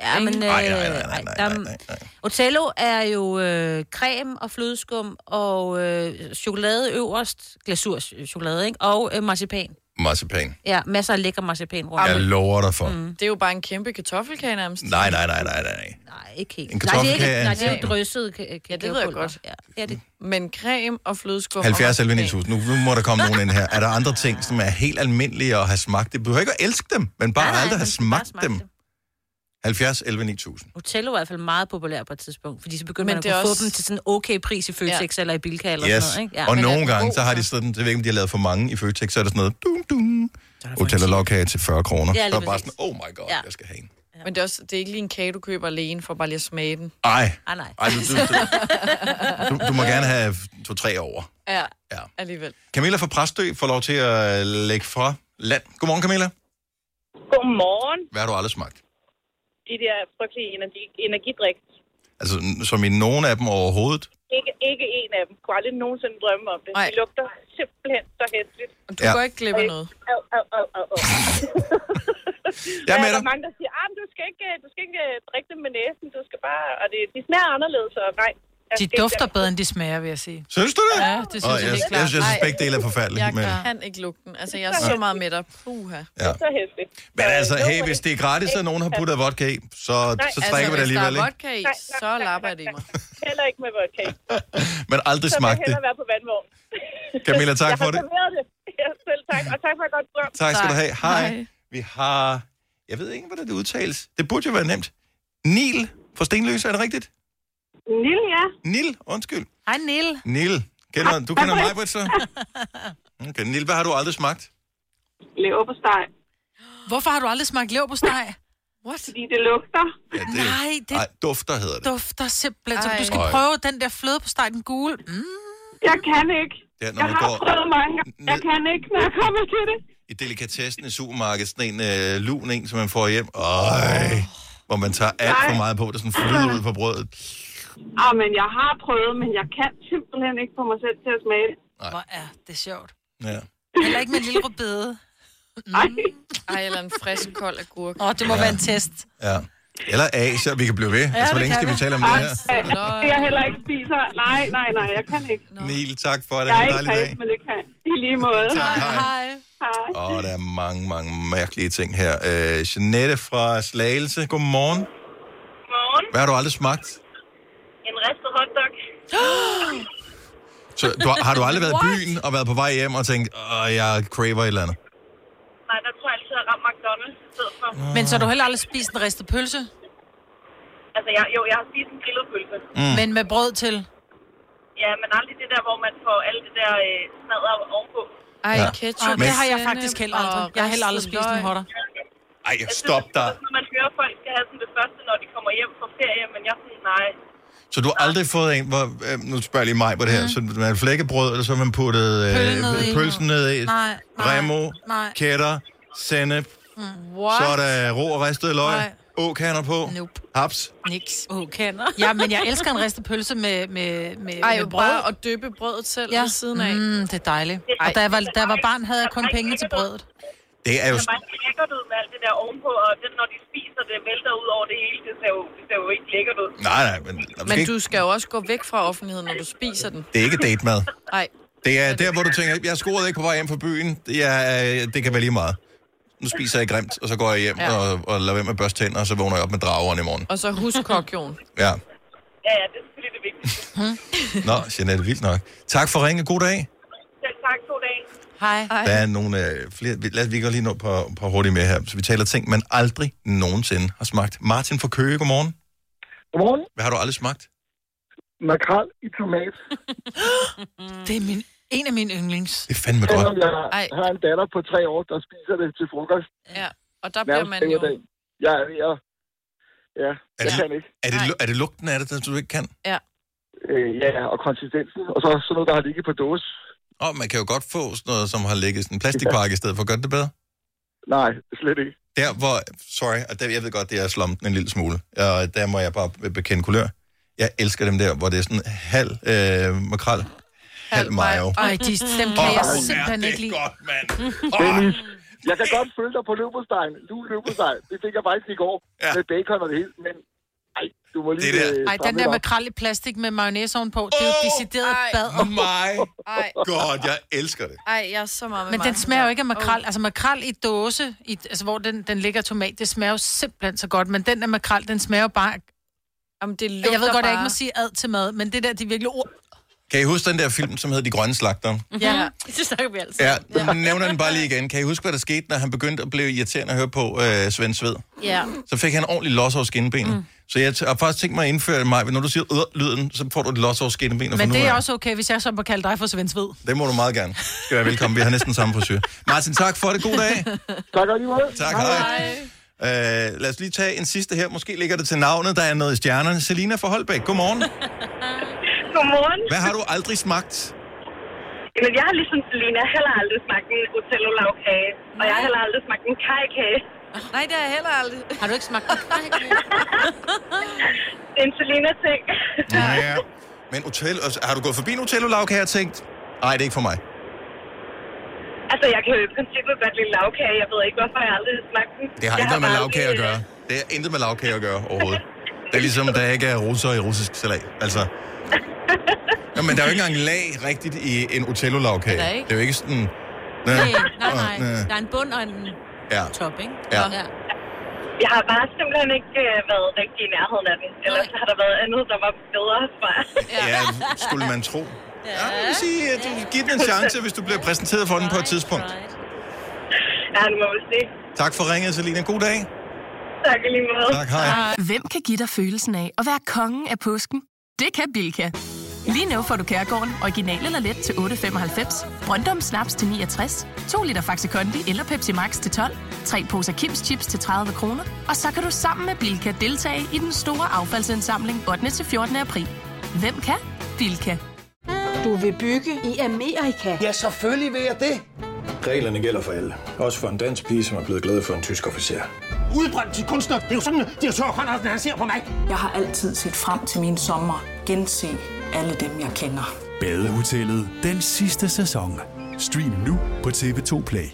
[SPEAKER 2] Ja, men... øh, der- Otello er jo øh, creme og flødeskum og øh, chokolade øverst, glasurchokolade, ikke? Og øh, marcipan.
[SPEAKER 1] Marcipan.
[SPEAKER 2] Ja, masser af lækker marcipan rundt.
[SPEAKER 1] Jeg lover dig for.
[SPEAKER 4] Det er jo bare en kæmpe kartoffelkage nærmest.
[SPEAKER 1] Nej, nej, nej, nej, nej.
[SPEAKER 2] Nej, ikke helt.
[SPEAKER 1] En
[SPEAKER 2] nej, det er
[SPEAKER 1] kartoffelkage er
[SPEAKER 2] ikke,
[SPEAKER 1] en
[SPEAKER 2] nej, det er jo
[SPEAKER 1] ting.
[SPEAKER 2] drysset ka-
[SPEAKER 4] Ja, det ved jeg godt.
[SPEAKER 2] Ja, det er det.
[SPEAKER 4] Men creme og flødeskum... og
[SPEAKER 1] 70 eller
[SPEAKER 4] marcipan.
[SPEAKER 1] 9000. Nu, nu må der komme nogen ind her. Er der andre ting, som er helt almindelige at have smagt? Det behøver ikke at elske dem, men bare
[SPEAKER 2] Nej, nej,
[SPEAKER 1] aldrig
[SPEAKER 2] man
[SPEAKER 1] have
[SPEAKER 2] skal bare
[SPEAKER 1] smagt
[SPEAKER 2] smage
[SPEAKER 1] dem. 70 11 9000.
[SPEAKER 2] Otello var i hvert fald meget populær på et tidspunkt, fordi så begyndte
[SPEAKER 4] Men
[SPEAKER 2] man at
[SPEAKER 4] det er
[SPEAKER 2] kunne også...
[SPEAKER 4] også-
[SPEAKER 2] få dem til sådan en okay pris i Føtex ja. eller i Bilka eller
[SPEAKER 1] Yes.
[SPEAKER 2] sådan noget. Ikke?
[SPEAKER 1] og
[SPEAKER 2] men er
[SPEAKER 1] nogle
[SPEAKER 2] den
[SPEAKER 1] gange,
[SPEAKER 2] god,
[SPEAKER 1] så har de sådan, det ved jeg ikke, om de har lavet for mange i Føtex, så er der sådan noget, dum, dum, hotel og lavkage til 40 kroner.
[SPEAKER 4] Ja, lige
[SPEAKER 1] så er det bare
[SPEAKER 4] præcis.
[SPEAKER 1] sådan, oh my god,
[SPEAKER 4] Ja.
[SPEAKER 1] jeg skal have en.
[SPEAKER 4] Men det er, også, det er ikke lige en kage, du køber alene for bare lige at smage den.
[SPEAKER 1] Ej,
[SPEAKER 2] Ah, nej.
[SPEAKER 1] Ej, du, du, du, du, må gerne have to-tre over.
[SPEAKER 4] Ja,
[SPEAKER 1] ja,
[SPEAKER 4] alligevel.
[SPEAKER 1] Camilla fra Præstø får lov til at lægge fra land. Godmorgen, Camilla.
[SPEAKER 12] Godmorgen.
[SPEAKER 1] Hvad har du aldrig smagt?
[SPEAKER 12] De der frygtelige energi, energidrik.
[SPEAKER 1] Altså, n- som i nogen af dem overhovedet.
[SPEAKER 12] Ikke, ikke en af dem. Kunne aldrig nogensinde drømme om det.
[SPEAKER 4] Nej.
[SPEAKER 12] De lugter simpelthen så hæsligt.
[SPEAKER 4] Du
[SPEAKER 1] Ja.
[SPEAKER 4] går ikke glip af noget.
[SPEAKER 12] Au, au, au, au, au.
[SPEAKER 1] Jeg er med
[SPEAKER 12] Der er
[SPEAKER 1] dig.
[SPEAKER 12] mange, der siger, at du skal ikke, du skal ikke øh, drikke dem med næsen. Du skal bare... Og det, de smager anderledes, og nej. jeg
[SPEAKER 3] De
[SPEAKER 12] skal ikke-
[SPEAKER 3] dufter bedre, end de smager, vil jeg sige.
[SPEAKER 1] Synes du det?
[SPEAKER 3] Ja, det synes
[SPEAKER 1] Åh,
[SPEAKER 3] jeg helt
[SPEAKER 1] jeg,
[SPEAKER 3] klart.
[SPEAKER 1] jeg, synes,
[SPEAKER 3] Nej.
[SPEAKER 1] begge dele er forfærdelige.
[SPEAKER 4] Jeg
[SPEAKER 1] Men,
[SPEAKER 4] kan ikke lugte den. Altså, jeg er så
[SPEAKER 1] Nej.
[SPEAKER 4] meget med dig. Puha.
[SPEAKER 1] ja.
[SPEAKER 12] Så øh, hæsligt.
[SPEAKER 1] men altså, hey, hvis det er gratis, og nogen har puttet vodka i, så,
[SPEAKER 12] altså,
[SPEAKER 1] så trækker vi det alligevel,
[SPEAKER 4] Altså, Hvis der
[SPEAKER 1] ikke?
[SPEAKER 4] er vodka i, så lapper jeg det i mig.
[SPEAKER 12] Heller ikke med vodka. i.
[SPEAKER 1] Men aldrig
[SPEAKER 12] Så vil jeg
[SPEAKER 1] smagt det.
[SPEAKER 12] hellere være på vandvogn.
[SPEAKER 1] Camilla, tak
[SPEAKER 12] jeg
[SPEAKER 1] for
[SPEAKER 12] har
[SPEAKER 1] det.
[SPEAKER 12] serveret det. Ja, selv tak. Og tak for et godt program.
[SPEAKER 1] Tak skal du have. Hej. Vi har... Jeg ved ikke, hvordan det udtales. Det burde jo være nemt. Nil fra Stenløse, er det rigtigt?
[SPEAKER 12] Nil, ja. Ah,
[SPEAKER 1] Nil, undskyld.
[SPEAKER 3] Hej, Niel.
[SPEAKER 1] Nil. Kender, du kender mig, Britt, så? Okay, Nil, hvad har du aldrig smagt?
[SPEAKER 12] Leverpostej.
[SPEAKER 3] Hvorfor har du aldrig smagt leverpostej?
[SPEAKER 4] What?
[SPEAKER 12] Fordi det lugter.
[SPEAKER 1] Ja, det,
[SPEAKER 3] Nej, det
[SPEAKER 1] Nej, dufter hedder det.
[SPEAKER 3] dufter simpelthen. Så
[SPEAKER 4] Ej.
[SPEAKER 3] du skal
[SPEAKER 1] Ej.
[SPEAKER 3] prøve den der flødepostej, den gule. Mm.
[SPEAKER 12] Jeg kan ikke.
[SPEAKER 1] Der, når
[SPEAKER 12] Jeg
[SPEAKER 1] man
[SPEAKER 12] har
[SPEAKER 1] går
[SPEAKER 12] prøvet mange gange. Jeg kan ikke, når jeg kommer til det.
[SPEAKER 1] i delikatessen i supermarkedet, sådan en øh, lun en, som man får hjem. Øj, hvor man tager alt for meget på, der sådan flyder ud på brødet.
[SPEAKER 12] Ah, men jeg har prøvet, men jeg kan simpelthen ikke få mig selv til at smage det.
[SPEAKER 3] Hvor er det sjovt.
[SPEAKER 1] Ja.
[SPEAKER 3] Heller ikke med en lille rødbede.
[SPEAKER 4] Nej. Ej, eller en frisk, kold agurk.
[SPEAKER 3] Åh, oh, det må ja. være en test.
[SPEAKER 1] Ja. Eller Asia, vi kan blive ved. Ja, altså, hvor
[SPEAKER 12] det
[SPEAKER 1] længe
[SPEAKER 12] kan
[SPEAKER 1] skal vi
[SPEAKER 12] vi.
[SPEAKER 1] tale om det her?
[SPEAKER 12] Ej, det jeg heller ikke spiser. Nej, nej, nej, jeg kan ikke.
[SPEAKER 1] Niel, tak for det.
[SPEAKER 12] Jeg er
[SPEAKER 1] Ha' en
[SPEAKER 12] ikke
[SPEAKER 1] dejlig dag.
[SPEAKER 12] kreds, men det kan. I lige måde.
[SPEAKER 1] Tak, hej.
[SPEAKER 12] Hej. Hej.
[SPEAKER 1] Åh, der er mange, mange mærkelige ting her. Øh, Jeanette fra Slagelse, godmorgen.
[SPEAKER 12] Godmorgen.
[SPEAKER 1] Hvad har du aldrig smagt?
[SPEAKER 12] En ristet hotdog.
[SPEAKER 1] Så, du, har- har du aldrig været i
[SPEAKER 12] What?
[SPEAKER 1] byen og været på vej hjem og tænkt, åh, jeg craver et eller andet?
[SPEAKER 12] Nej, der tror jeg altid, at jeg rammer McDonald's. i stedet for.
[SPEAKER 3] Ah. Men så har du heller aldrig spist en ristet pølse,
[SPEAKER 12] Altså, jeg, jo, jeg har spist en grillet pølse.
[SPEAKER 3] mm. men med brød til.
[SPEAKER 12] Ja, men aldrig det der, hvor man får alle det der øh, smadder ovenpå.
[SPEAKER 4] Ej, ketchup.
[SPEAKER 3] Og det har jeg faktisk heller aldrig. Jeg har heller aldrig spist en hotter.
[SPEAKER 1] Ej, stop dig.
[SPEAKER 12] Når man hører, at folk skal have sådan det første, når de kommer hjem fra ferie, men jeg er sådan, nej.
[SPEAKER 1] Så du har aldrig fået en, hvor, øh, nu spørger jeg lige mig på det her, mm. så man har flækkebrød, eller så har man puttet
[SPEAKER 3] Pølle ned
[SPEAKER 1] øh,
[SPEAKER 3] i.
[SPEAKER 1] pølsen ned i,
[SPEAKER 3] Nej, nej,
[SPEAKER 1] remo,
[SPEAKER 3] nej.
[SPEAKER 1] kætter, sennep,
[SPEAKER 4] What?
[SPEAKER 1] så er der rå og ristet løg,
[SPEAKER 3] Nej.
[SPEAKER 1] åkander på,
[SPEAKER 3] Nope.
[SPEAKER 1] haps.
[SPEAKER 3] Niks.
[SPEAKER 2] Oh, kender.
[SPEAKER 3] Ja, men jeg elsker en ristet pølse med, med, med,
[SPEAKER 4] Ej,
[SPEAKER 3] med
[SPEAKER 4] jo,
[SPEAKER 3] brød.
[SPEAKER 4] bare at døbe brødet selv ja. ved siden af. Mm.
[SPEAKER 3] Mm, det er dejligt. Og da jeg, var, da jeg var barn, havde jeg kun penge til brødet.
[SPEAKER 1] Det er jo
[SPEAKER 12] Det er bare lækkert ud med alt det der ovenpå, og det, når de spiser, det vælter ud over det hele. Det ser jo, det ser jo ikke lækkert ud.
[SPEAKER 1] Nej, nej, men, der er måske
[SPEAKER 4] Men
[SPEAKER 1] ikke,
[SPEAKER 4] du skal jo også gå væk fra offentligheden, når du spiser den.
[SPEAKER 1] det er ikke date-mad.
[SPEAKER 4] Nej.
[SPEAKER 1] Det er der, hvor du tænker, jeg scorede ikke på vej hjem fra byen, det, er, øh, det kan være lige meget. Nu spiser jeg grimt, og så går jeg hjem ja.
[SPEAKER 4] Ja.
[SPEAKER 1] og, og lader være med at børste tænder, og så vågner jeg op med drageren i morgen.
[SPEAKER 4] Og så husk kokjon.
[SPEAKER 1] Ja.
[SPEAKER 12] Ja, ja, det er selvfølgelig det vigtigste.
[SPEAKER 1] Nå, Jeanette, vildt nok. Tak for ringen. God dag.
[SPEAKER 12] Selv tak, to dage.
[SPEAKER 3] Hej.
[SPEAKER 1] Der er nogle øh, flere... vi- Lad os vi går lige nå på, på hurtigt med her. Så vi taler ting, man aldrig nogensinde har smagt. Martin fra Køge, godmorgen.
[SPEAKER 13] Godmorgen.
[SPEAKER 1] Hvad har du aldrig smagt?
[SPEAKER 13] Makrel i tomat.
[SPEAKER 3] Det er min, en af mine yndlings.
[SPEAKER 1] Det er fandme
[SPEAKER 13] Selvom jeg
[SPEAKER 4] Ej.
[SPEAKER 13] har en datter på tre år, der spiser det til frokost.
[SPEAKER 4] Ja, og der bliver
[SPEAKER 13] Nærmest
[SPEAKER 4] man
[SPEAKER 13] hver dag.
[SPEAKER 4] jo...
[SPEAKER 13] Ja, ja. Ja, jeg
[SPEAKER 1] det-
[SPEAKER 13] kan ikke.
[SPEAKER 1] Er det, lu- er det lugten af det, der du ikke kan?
[SPEAKER 4] Ja.
[SPEAKER 13] Øh, ja, og konsistensen. Og så sådan noget, der har ligget på dåse.
[SPEAKER 1] Og man kan jo godt få sådan noget, som har ligget i sådan en plastikpakke i stedet for. Gør det det bedre?
[SPEAKER 13] Nej, slet ikke.
[SPEAKER 1] Der hvor... Sorry, og der, jeg ved godt, det er slumt en lille smule. Og der må jeg bare be- bekende kulør. Jeg elsker dem der, hvor det er sådan halv øh, makrel, halv mayo.
[SPEAKER 3] Ej, de, dem kan
[SPEAKER 1] Åh,
[SPEAKER 3] jeg
[SPEAKER 1] hvor er
[SPEAKER 3] simpelthen
[SPEAKER 1] det
[SPEAKER 3] ikke lide.
[SPEAKER 1] godt, mand.
[SPEAKER 13] Dennis, jeg kan godt følge dig på løbostegen. Du løbosteg. Det fik jeg faktisk i går ja. med bacon og det hele. Men ej, du må lige...
[SPEAKER 1] Det der.
[SPEAKER 13] øh,
[SPEAKER 3] Ej, den
[SPEAKER 13] samle
[SPEAKER 3] der
[SPEAKER 13] dig.
[SPEAKER 3] makrel i plastik med mayonnaise ovenpå, det er jo decideret bad.
[SPEAKER 1] My
[SPEAKER 4] Ej,
[SPEAKER 1] God, jeg elsker det.
[SPEAKER 4] ej, jeg er så meget med
[SPEAKER 3] Men den
[SPEAKER 4] Martin
[SPEAKER 3] smager
[SPEAKER 4] der.
[SPEAKER 3] jo ikke af makrel.
[SPEAKER 4] Åh.
[SPEAKER 3] Altså makrel i dåse, i, altså hvor den, den ligger i tomat, det smager jo simpelthen så godt. Men den der makrel, den smager jo bare...
[SPEAKER 4] Jamen, det
[SPEAKER 3] Jeg ved
[SPEAKER 4] lugter
[SPEAKER 3] godt, at jeg ikke
[SPEAKER 4] bare.
[SPEAKER 3] må sige ad til mad, men det der, de virkelig... Oh,
[SPEAKER 1] Kan I huske den der film, som hedder De Grønne Slagter?
[SPEAKER 3] ja.
[SPEAKER 2] Det snakker vi
[SPEAKER 3] altså.
[SPEAKER 2] altid.
[SPEAKER 1] Mm. Ja, nu nævner den bare lige igen. Kan I huske, hvad der skete, når han begyndte at blive irriterende at høre på øh, Svend Sved?
[SPEAKER 2] ja.
[SPEAKER 1] Så fik han ordentlig los over skinnebenet. Mm. Så jeg t- har faktisk tænkt mig at indføre mig, når du siger øh, lyden, så får du et los over skinnebenet. fra
[SPEAKER 3] Men
[SPEAKER 1] nu
[SPEAKER 3] det er
[SPEAKER 1] af.
[SPEAKER 3] også okay, hvis jeg så må kalde dig for Svensved.
[SPEAKER 1] Det må du meget gerne. Skal være velkommen. Vi har næsten samme frisyr. Martin, tak for det. God dag.
[SPEAKER 13] Tak og lige måde.
[SPEAKER 1] Tak, hej. Øh, lad os lige tage en sidste her. Måske ligger det til navnet, der er noget i stjernerne. Selina fra Holbæk, godmorgen.
[SPEAKER 12] Godmorgen.
[SPEAKER 1] Hvad har du aldrig smagt?
[SPEAKER 12] Jamen, jeg har ligesom Selina heller aldrig smagt en Otello-lavkage, og jeg har heller aldrig smagt en kajkage.
[SPEAKER 4] Nej, det har jeg heller aldrig.
[SPEAKER 2] Har du ikke smagt det?
[SPEAKER 12] Det er en Selina-ting.
[SPEAKER 1] Ja. Men hotel, altså, har du gået forbi en hotellolavkage og tænkt, nej, det er ikke for mig.
[SPEAKER 12] altså, jeg kan jo i princippet godt lide lavkage. Jeg ved ikke, hvorfor jeg aldrig har smagt den.
[SPEAKER 1] Det har
[SPEAKER 12] jeg
[SPEAKER 1] intet med
[SPEAKER 12] bare
[SPEAKER 1] lavkage at
[SPEAKER 12] aldrig-
[SPEAKER 1] gøre. Det har intet med lavkage at gøre overhovedet. Det er ligesom, der ikke er russer i russisk salat. Altså. Nå, men der er jo ikke engang lag rigtigt i en Otello-lavkage.
[SPEAKER 2] Det
[SPEAKER 1] Det
[SPEAKER 2] er der ikke.
[SPEAKER 1] er jo ikke sådan... Næ,
[SPEAKER 2] Nej, nej,
[SPEAKER 1] og
[SPEAKER 2] nej.
[SPEAKER 1] næ.
[SPEAKER 2] Der er en bund og en
[SPEAKER 1] Ja.
[SPEAKER 2] top, ikke?
[SPEAKER 1] Ja.
[SPEAKER 12] Jeg har bare simpelthen ikke øh, været rigtig i nærheden af den. Ellers har der været andet, der var bedre, tror jeg.
[SPEAKER 1] ja, skulle man tro. Ja, jeg vil sige, at du giver den en chance, hvis du bliver præsenteret for den på et tidspunkt.
[SPEAKER 12] Ja, nu må vi se.
[SPEAKER 1] Tak for ringet, Selina. God dag.
[SPEAKER 12] Tak i lige måde.
[SPEAKER 1] Tak, hej.
[SPEAKER 14] Hvem kan give dig følelsen af at være kongen af påsken? Det kan Bilka. Lige nu får du Kærgården original eller let til 8.95, Brøndum Snaps til 69, 2 liter Faxi Kondi eller Pepsi Max til 12, 3 poser Kims Chips til 30 kroner, og så kan du sammen med Bilka deltage i den store affaldsindsamling 8. til 14. april. Hvem kan? Bilka.
[SPEAKER 15] Du vil bygge i Amerika? Ja, selvfølgelig vil jeg det.
[SPEAKER 16] Reglerne gælder for alle. Også for en dansk pige, som er blevet glad for en tysk officer.
[SPEAKER 17] Udbrændt til kunstner. Det er jo sådan, at de har Conradsen, han ser på mig.
[SPEAKER 18] Jeg har altid set frem til min sommer. Gense alle dem, jeg kender.
[SPEAKER 19] Badehotellet. Den sidste sæson. Stream nu på TV2 Play.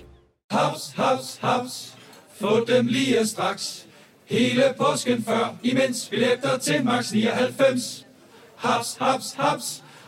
[SPEAKER 20] Haps, haps, haps. Få dem lige straks. Hele påsken før, imens billetter til max 99. Haps, haps, haps.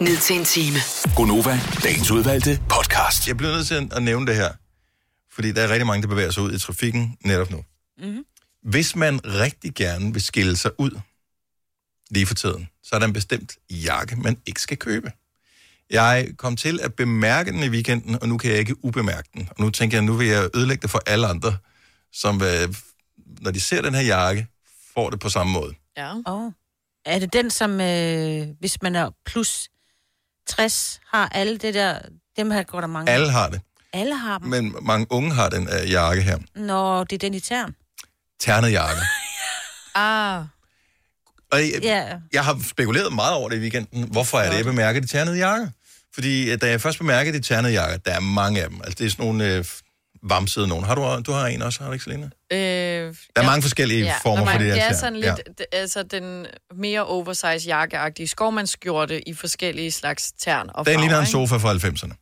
[SPEAKER 5] ned til en time.
[SPEAKER 1] Gonova, dagens udvalgte podcast. Jeg bliver nødt til at nævne det her, fordi der er rigtig mange, der bevæger sig ud i trafikken netop nu.
[SPEAKER 21] Mm-hmm.
[SPEAKER 1] Hvis man rigtig gerne vil skille sig ud lige for tiden, så er der en bestemt jakke, man ikke skal købe. Jeg kom til at bemærke den i weekenden, og nu kan jeg ikke ubemærke den. Og nu tænker jeg, nu vil jeg ødelægge det for alle andre, som øh, når de ser den her jakke, får det på samme måde.
[SPEAKER 2] Ja. Oh. Er det den, som, øh, hvis man er plus 60, har alle det der... Dem her går der mange. af.
[SPEAKER 1] Alle har det,
[SPEAKER 2] Alle har dem. Men...
[SPEAKER 1] men mange unge har den øh, jakke her.
[SPEAKER 2] Nå, det er den i tern.
[SPEAKER 1] Ternet jakke.
[SPEAKER 2] Ah.
[SPEAKER 1] Og jeg,
[SPEAKER 2] Ja.
[SPEAKER 1] jeg har spekuleret meget over det i weekenden. Hvorfor er det, jeg bemærker de ternede jakker? Fordi øh, da jeg først bemærkede de ternede jakker, der er mange af dem. Altså, det er sådan nogle øh, vamsede nogen. Har du, du har en også, har du ikke, Selina?
[SPEAKER 4] Øh,
[SPEAKER 1] Der er mange forskellige former
[SPEAKER 4] der er
[SPEAKER 1] for det der
[SPEAKER 4] mange. Det er
[SPEAKER 1] tern.
[SPEAKER 4] sådan lidt, ja. altså den mere oversize jakkeagtige skovmandsskjorte i forskellige slags tern og
[SPEAKER 1] Den ligner en
[SPEAKER 4] ikke?
[SPEAKER 1] sofa fra 90'erne.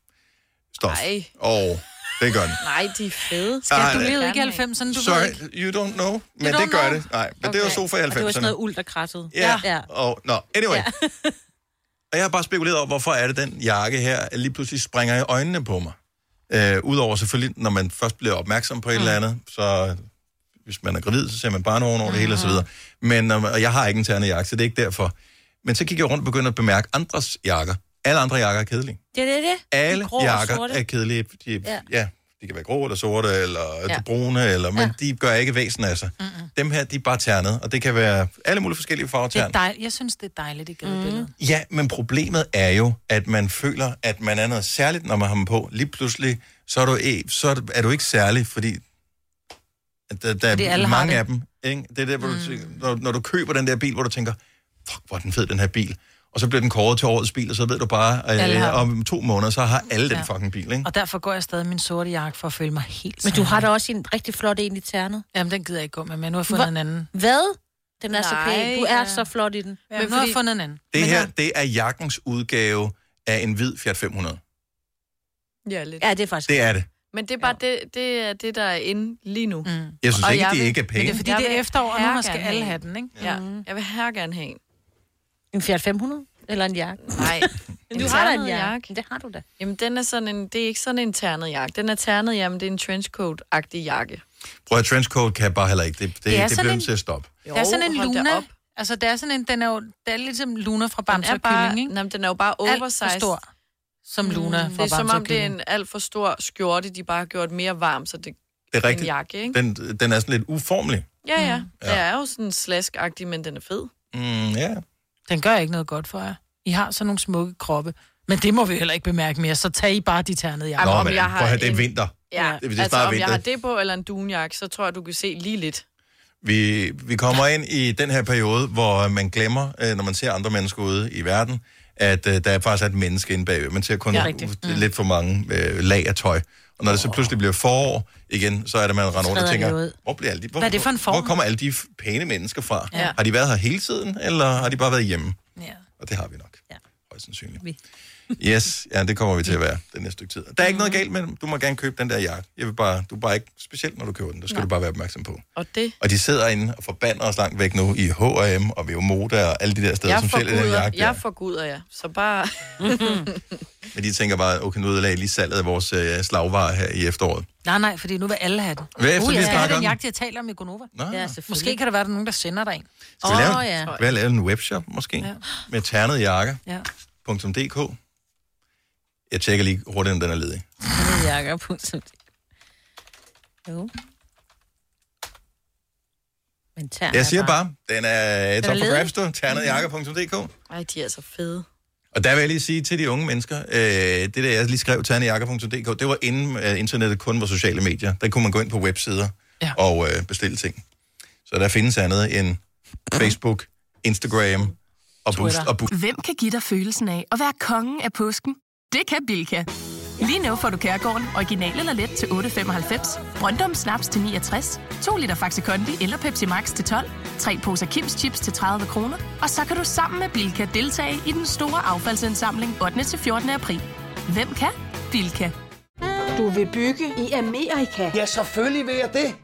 [SPEAKER 1] Stof.
[SPEAKER 4] Nej.
[SPEAKER 1] Og det gør den.
[SPEAKER 4] Nej, de er fede.
[SPEAKER 1] Skal Ej, du leve
[SPEAKER 3] ikke i 90'erne? Du
[SPEAKER 1] Sorry,
[SPEAKER 3] ved ikke.
[SPEAKER 1] you don't know, men det gør det. Nej, men okay. det var sofa i 90'erne.
[SPEAKER 2] Og det var sådan noget uld, der krattede.
[SPEAKER 1] Ja.
[SPEAKER 2] ja.
[SPEAKER 1] Og, no, anyway. Ja. og jeg har bare spekuleret over, hvorfor er det den jakke her, lige pludselig springer i øjnene på mig. Øh, Udover selvfølgelig, når man først bliver opmærksom på et eller
[SPEAKER 2] Mm.
[SPEAKER 1] andet, så hvis man er gravid, så ser man bare nogen over det hele osv.
[SPEAKER 2] Mm.
[SPEAKER 1] Men når man- og jeg har ikke en tærende jakke, så det er ikke derfor. Men så gik jeg rundt og begyndte at bemærke andres jakker. Alle andre jakker er kedelige.
[SPEAKER 2] Ja, det er det.
[SPEAKER 1] Alle
[SPEAKER 2] De grå og
[SPEAKER 1] jakker
[SPEAKER 2] sorte.
[SPEAKER 1] er kedelige. De, ja.
[SPEAKER 2] Ja.
[SPEAKER 1] ja. de kan være grå eller sorte, eller
[SPEAKER 2] Ja.
[SPEAKER 1] ja. brune, eller, men ja. de gør ikke væsen af sig. Mm-mm. Dem her, de er bare ternede, og det kan være alle mulige forskellige farver
[SPEAKER 3] Det er
[SPEAKER 1] tern.
[SPEAKER 3] dejligt. Jeg synes, det er dejligt, det gadebillede. Mm.
[SPEAKER 1] Ja, men problemet er jo, at man føler, at man er noget særligt, når man har dem på. Lige pludselig, så er du, e- så er du- er du ikke særlig, fordi at der, der
[SPEAKER 22] Fordi
[SPEAKER 1] er
[SPEAKER 22] alle har
[SPEAKER 1] mange
[SPEAKER 22] det.
[SPEAKER 1] af dem. Ikke? Det er der, hvor mm. du, tænker- når, når du køber den der bil, hvor du tænker, fuck, hvor er den fed, den her bil. Og så bliver den kåret til årets bil, og så ved du bare,
[SPEAKER 3] Alle
[SPEAKER 1] at
[SPEAKER 3] har
[SPEAKER 1] øh,
[SPEAKER 3] den.
[SPEAKER 1] om to måneder, så har alle den
[SPEAKER 3] Ja.
[SPEAKER 1] fucking bil. Ikke?
[SPEAKER 3] Og derfor går jeg stadig i min sorte jakke for at føle mig helt
[SPEAKER 2] Men du har da også en rigtig flot en i ternet.
[SPEAKER 3] Jamen, den gider jeg ikke gå med, men nu har jeg fundet
[SPEAKER 2] Hva-
[SPEAKER 3] en anden.
[SPEAKER 2] Hvad? Den er så
[SPEAKER 3] Nej,
[SPEAKER 2] pæn. Du er
[SPEAKER 3] ja.
[SPEAKER 2] så flot i den.
[SPEAKER 3] Ja, men nu har jeg fundet en anden.
[SPEAKER 1] Det her, det er jakkens udgave af en hvid Fiat 500.
[SPEAKER 4] Ja, lidt.
[SPEAKER 2] Ja, det er faktisk
[SPEAKER 1] Det er det.
[SPEAKER 4] Men det er bare det, det, er det, der er inde lige nu. Mm.
[SPEAKER 1] Jeg synes ikke, de ikke er pæne. Men det er fordi,
[SPEAKER 3] det er efterår, og nu skal alle have
[SPEAKER 4] den, ikke? Ja,
[SPEAKER 3] Mm.
[SPEAKER 4] jeg vil her gerne have en.
[SPEAKER 2] En Fiat 500? Eller en jakke?
[SPEAKER 4] Nej.
[SPEAKER 2] Men du har da en
[SPEAKER 4] ternet
[SPEAKER 2] jakke. Det har du da.
[SPEAKER 4] Jamen, den er sådan en, det er ikke sådan en ternet jakke. Den er ternet, jamen, det er en trenchcoat-agtig jakke.
[SPEAKER 1] Prøv at trenchcoat kan jeg bare heller ikke. Det, det,
[SPEAKER 3] Det er
[SPEAKER 1] det, det
[SPEAKER 3] sådan
[SPEAKER 1] bliver
[SPEAKER 3] en-
[SPEAKER 1] nødt til at stoppe.
[SPEAKER 4] Jo,
[SPEAKER 3] der er sådan en
[SPEAKER 4] hold da
[SPEAKER 3] Luna.
[SPEAKER 4] op.
[SPEAKER 3] Altså, der er sådan en, den er jo, der er ligesom Luna fra
[SPEAKER 4] Den
[SPEAKER 3] Bamse
[SPEAKER 4] er
[SPEAKER 3] og
[SPEAKER 4] bare,
[SPEAKER 3] Kylling, ikke?
[SPEAKER 4] Jamen, den er jo bare
[SPEAKER 3] Alt for
[SPEAKER 4] oversized.
[SPEAKER 3] stor, som Luna
[SPEAKER 4] Det
[SPEAKER 3] fra
[SPEAKER 4] er som
[SPEAKER 3] Bamse og
[SPEAKER 4] om, det er
[SPEAKER 3] Kylling.
[SPEAKER 4] en alt for stor skjorte, de bare har gjort mere varm, så det,
[SPEAKER 1] Det er
[SPEAKER 4] en
[SPEAKER 1] rigtigt.
[SPEAKER 4] jakke, ikke?
[SPEAKER 1] Den, den er sådan lidt uformelig.
[SPEAKER 4] Ja, ja. Mm. Den er jo sådan slaskagtig, men den er fed.
[SPEAKER 1] Mm, ja.
[SPEAKER 3] Den gør ikke noget godt for jer. I har sådan nogle smukke kroppe. Men det må vi heller ikke bemærke mere, så tag I bare de ternede jakker.
[SPEAKER 1] Nå, men, jeg har prøv at have, det er vinter.
[SPEAKER 4] Ja,
[SPEAKER 1] Det, det er
[SPEAKER 4] altså
[SPEAKER 1] snart
[SPEAKER 4] om jeg
[SPEAKER 1] vinter.
[SPEAKER 4] har det på eller en dunjakke, så tror jeg, du kan se lige lidt.
[SPEAKER 1] Vi, vi kommer ind i den her periode, hvor man glemmer, øh, når man ser andre mennesker ude i verden, at øh, der er faktisk er et menneske inde bagved. Man ser kun
[SPEAKER 4] Ja,
[SPEAKER 1] ja,
[SPEAKER 4] rigtigt.
[SPEAKER 1] mm. lidt for mange øh, lag af tøj. Og når det så pludselig bliver forår igen, så er det, man render rundt og
[SPEAKER 3] træder de
[SPEAKER 1] tænker,
[SPEAKER 3] ud.
[SPEAKER 1] hvor, bliver alle de, hvor,
[SPEAKER 3] Hvad er det for en form?
[SPEAKER 1] hvor kommer alle de f- pæne mennesker fra?
[SPEAKER 3] Ja.
[SPEAKER 1] Ja. Har de været her hele tiden, eller har de bare været hjemme?
[SPEAKER 3] Ja.
[SPEAKER 1] Og det har vi nok. Ja. Højst sandsynligt.
[SPEAKER 2] Vi.
[SPEAKER 1] Yes, ja, det kommer vi til at være den næste stykke tid. Der er ikke noget galt med dem. Du må gerne købe den der jakke. Jeg vil bare, du er bare ikke, specielt når du køber den, der skal Nej.
[SPEAKER 4] Nej.
[SPEAKER 1] du bare være opmærksom på.
[SPEAKER 4] Og det...
[SPEAKER 1] Og de sidder inde og forbander os langt væk nu i H&M og Veomoda og alle de der steder,
[SPEAKER 4] jeg
[SPEAKER 1] som sælger den
[SPEAKER 4] forguder,
[SPEAKER 1] jakke.
[SPEAKER 4] jeg
[SPEAKER 1] Ja.
[SPEAKER 4] forguder, ja. Så bare...
[SPEAKER 1] Men de tænker bare, okay, nu ødelag lige salget af vores øh, slagvarer her i efteråret.
[SPEAKER 3] Nej, nej, fordi nu vil alle have den.
[SPEAKER 1] Hvad efter vi
[SPEAKER 3] jeg skal
[SPEAKER 1] snakker
[SPEAKER 3] have
[SPEAKER 1] om
[SPEAKER 3] den
[SPEAKER 1] den?
[SPEAKER 3] jagt, jeg taler om i Gonova.
[SPEAKER 1] Nå. Ja,
[SPEAKER 3] Måske kan der være, der er nogen, der sender dig en.
[SPEAKER 1] Skal vi lave, Hvad lave en webshop måske? Ja. Med ternede jakker.
[SPEAKER 3] Ja.
[SPEAKER 1] .dk. Jeg tjekker lige hurtigt, om den er ledig.
[SPEAKER 2] Jakob. Jo. Men tern
[SPEAKER 1] Jeg
[SPEAKER 2] er
[SPEAKER 1] siger bare, den er top for grabs, du. Ternejakker.dk.
[SPEAKER 4] Ej, de er så fede.
[SPEAKER 1] Og der vil jeg lige sige til de unge mennesker, øh, det der, jeg lige skrev, ternejakker.dk, det var inden øh, internettet kun var sociale medier. Der kunne man gå ind på websider ja. og øh, bestille ting. Så der findes andet end Facebook, Instagram og Boost. Og boost.
[SPEAKER 14] Hvem kan give dig følelsen af at være kongen af påsken? Det kan Bilka. Lige nu får du Kærgården original eller let til 8.95, Brøndum Snaps til 69, 2 liter Faxi Kondi eller Pepsi Max til 12, 3 poser Kims Chips til 30 kroner, og så kan du sammen med Bilka deltage i den store affaldsindsamling 8. til 14. april. Hvem kan? Bilka.
[SPEAKER 15] Du vil bygge i Amerika? Ja, selvfølgelig vil jeg det.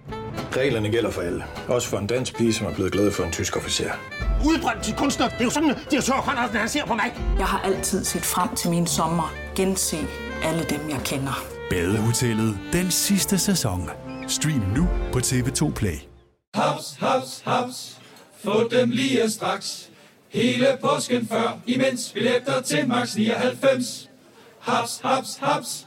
[SPEAKER 16] Reglerne gælder for alle. Også for en dansk pige, som er blevet glad for en tysk officer.
[SPEAKER 17] Udbrændt til kunstner. Det er jo sådan, at de har tørt, at han ser på mig.
[SPEAKER 18] Jeg har altid set frem til min sommer, gense alle dem, jeg kender.
[SPEAKER 19] Badehotellet den sidste sæson. Stream nu på TV2 Play.
[SPEAKER 20] Haps, haps, haps. Få dem lige straks. Hele påsken før, imens billetter til max 99. Haps, haps, haps.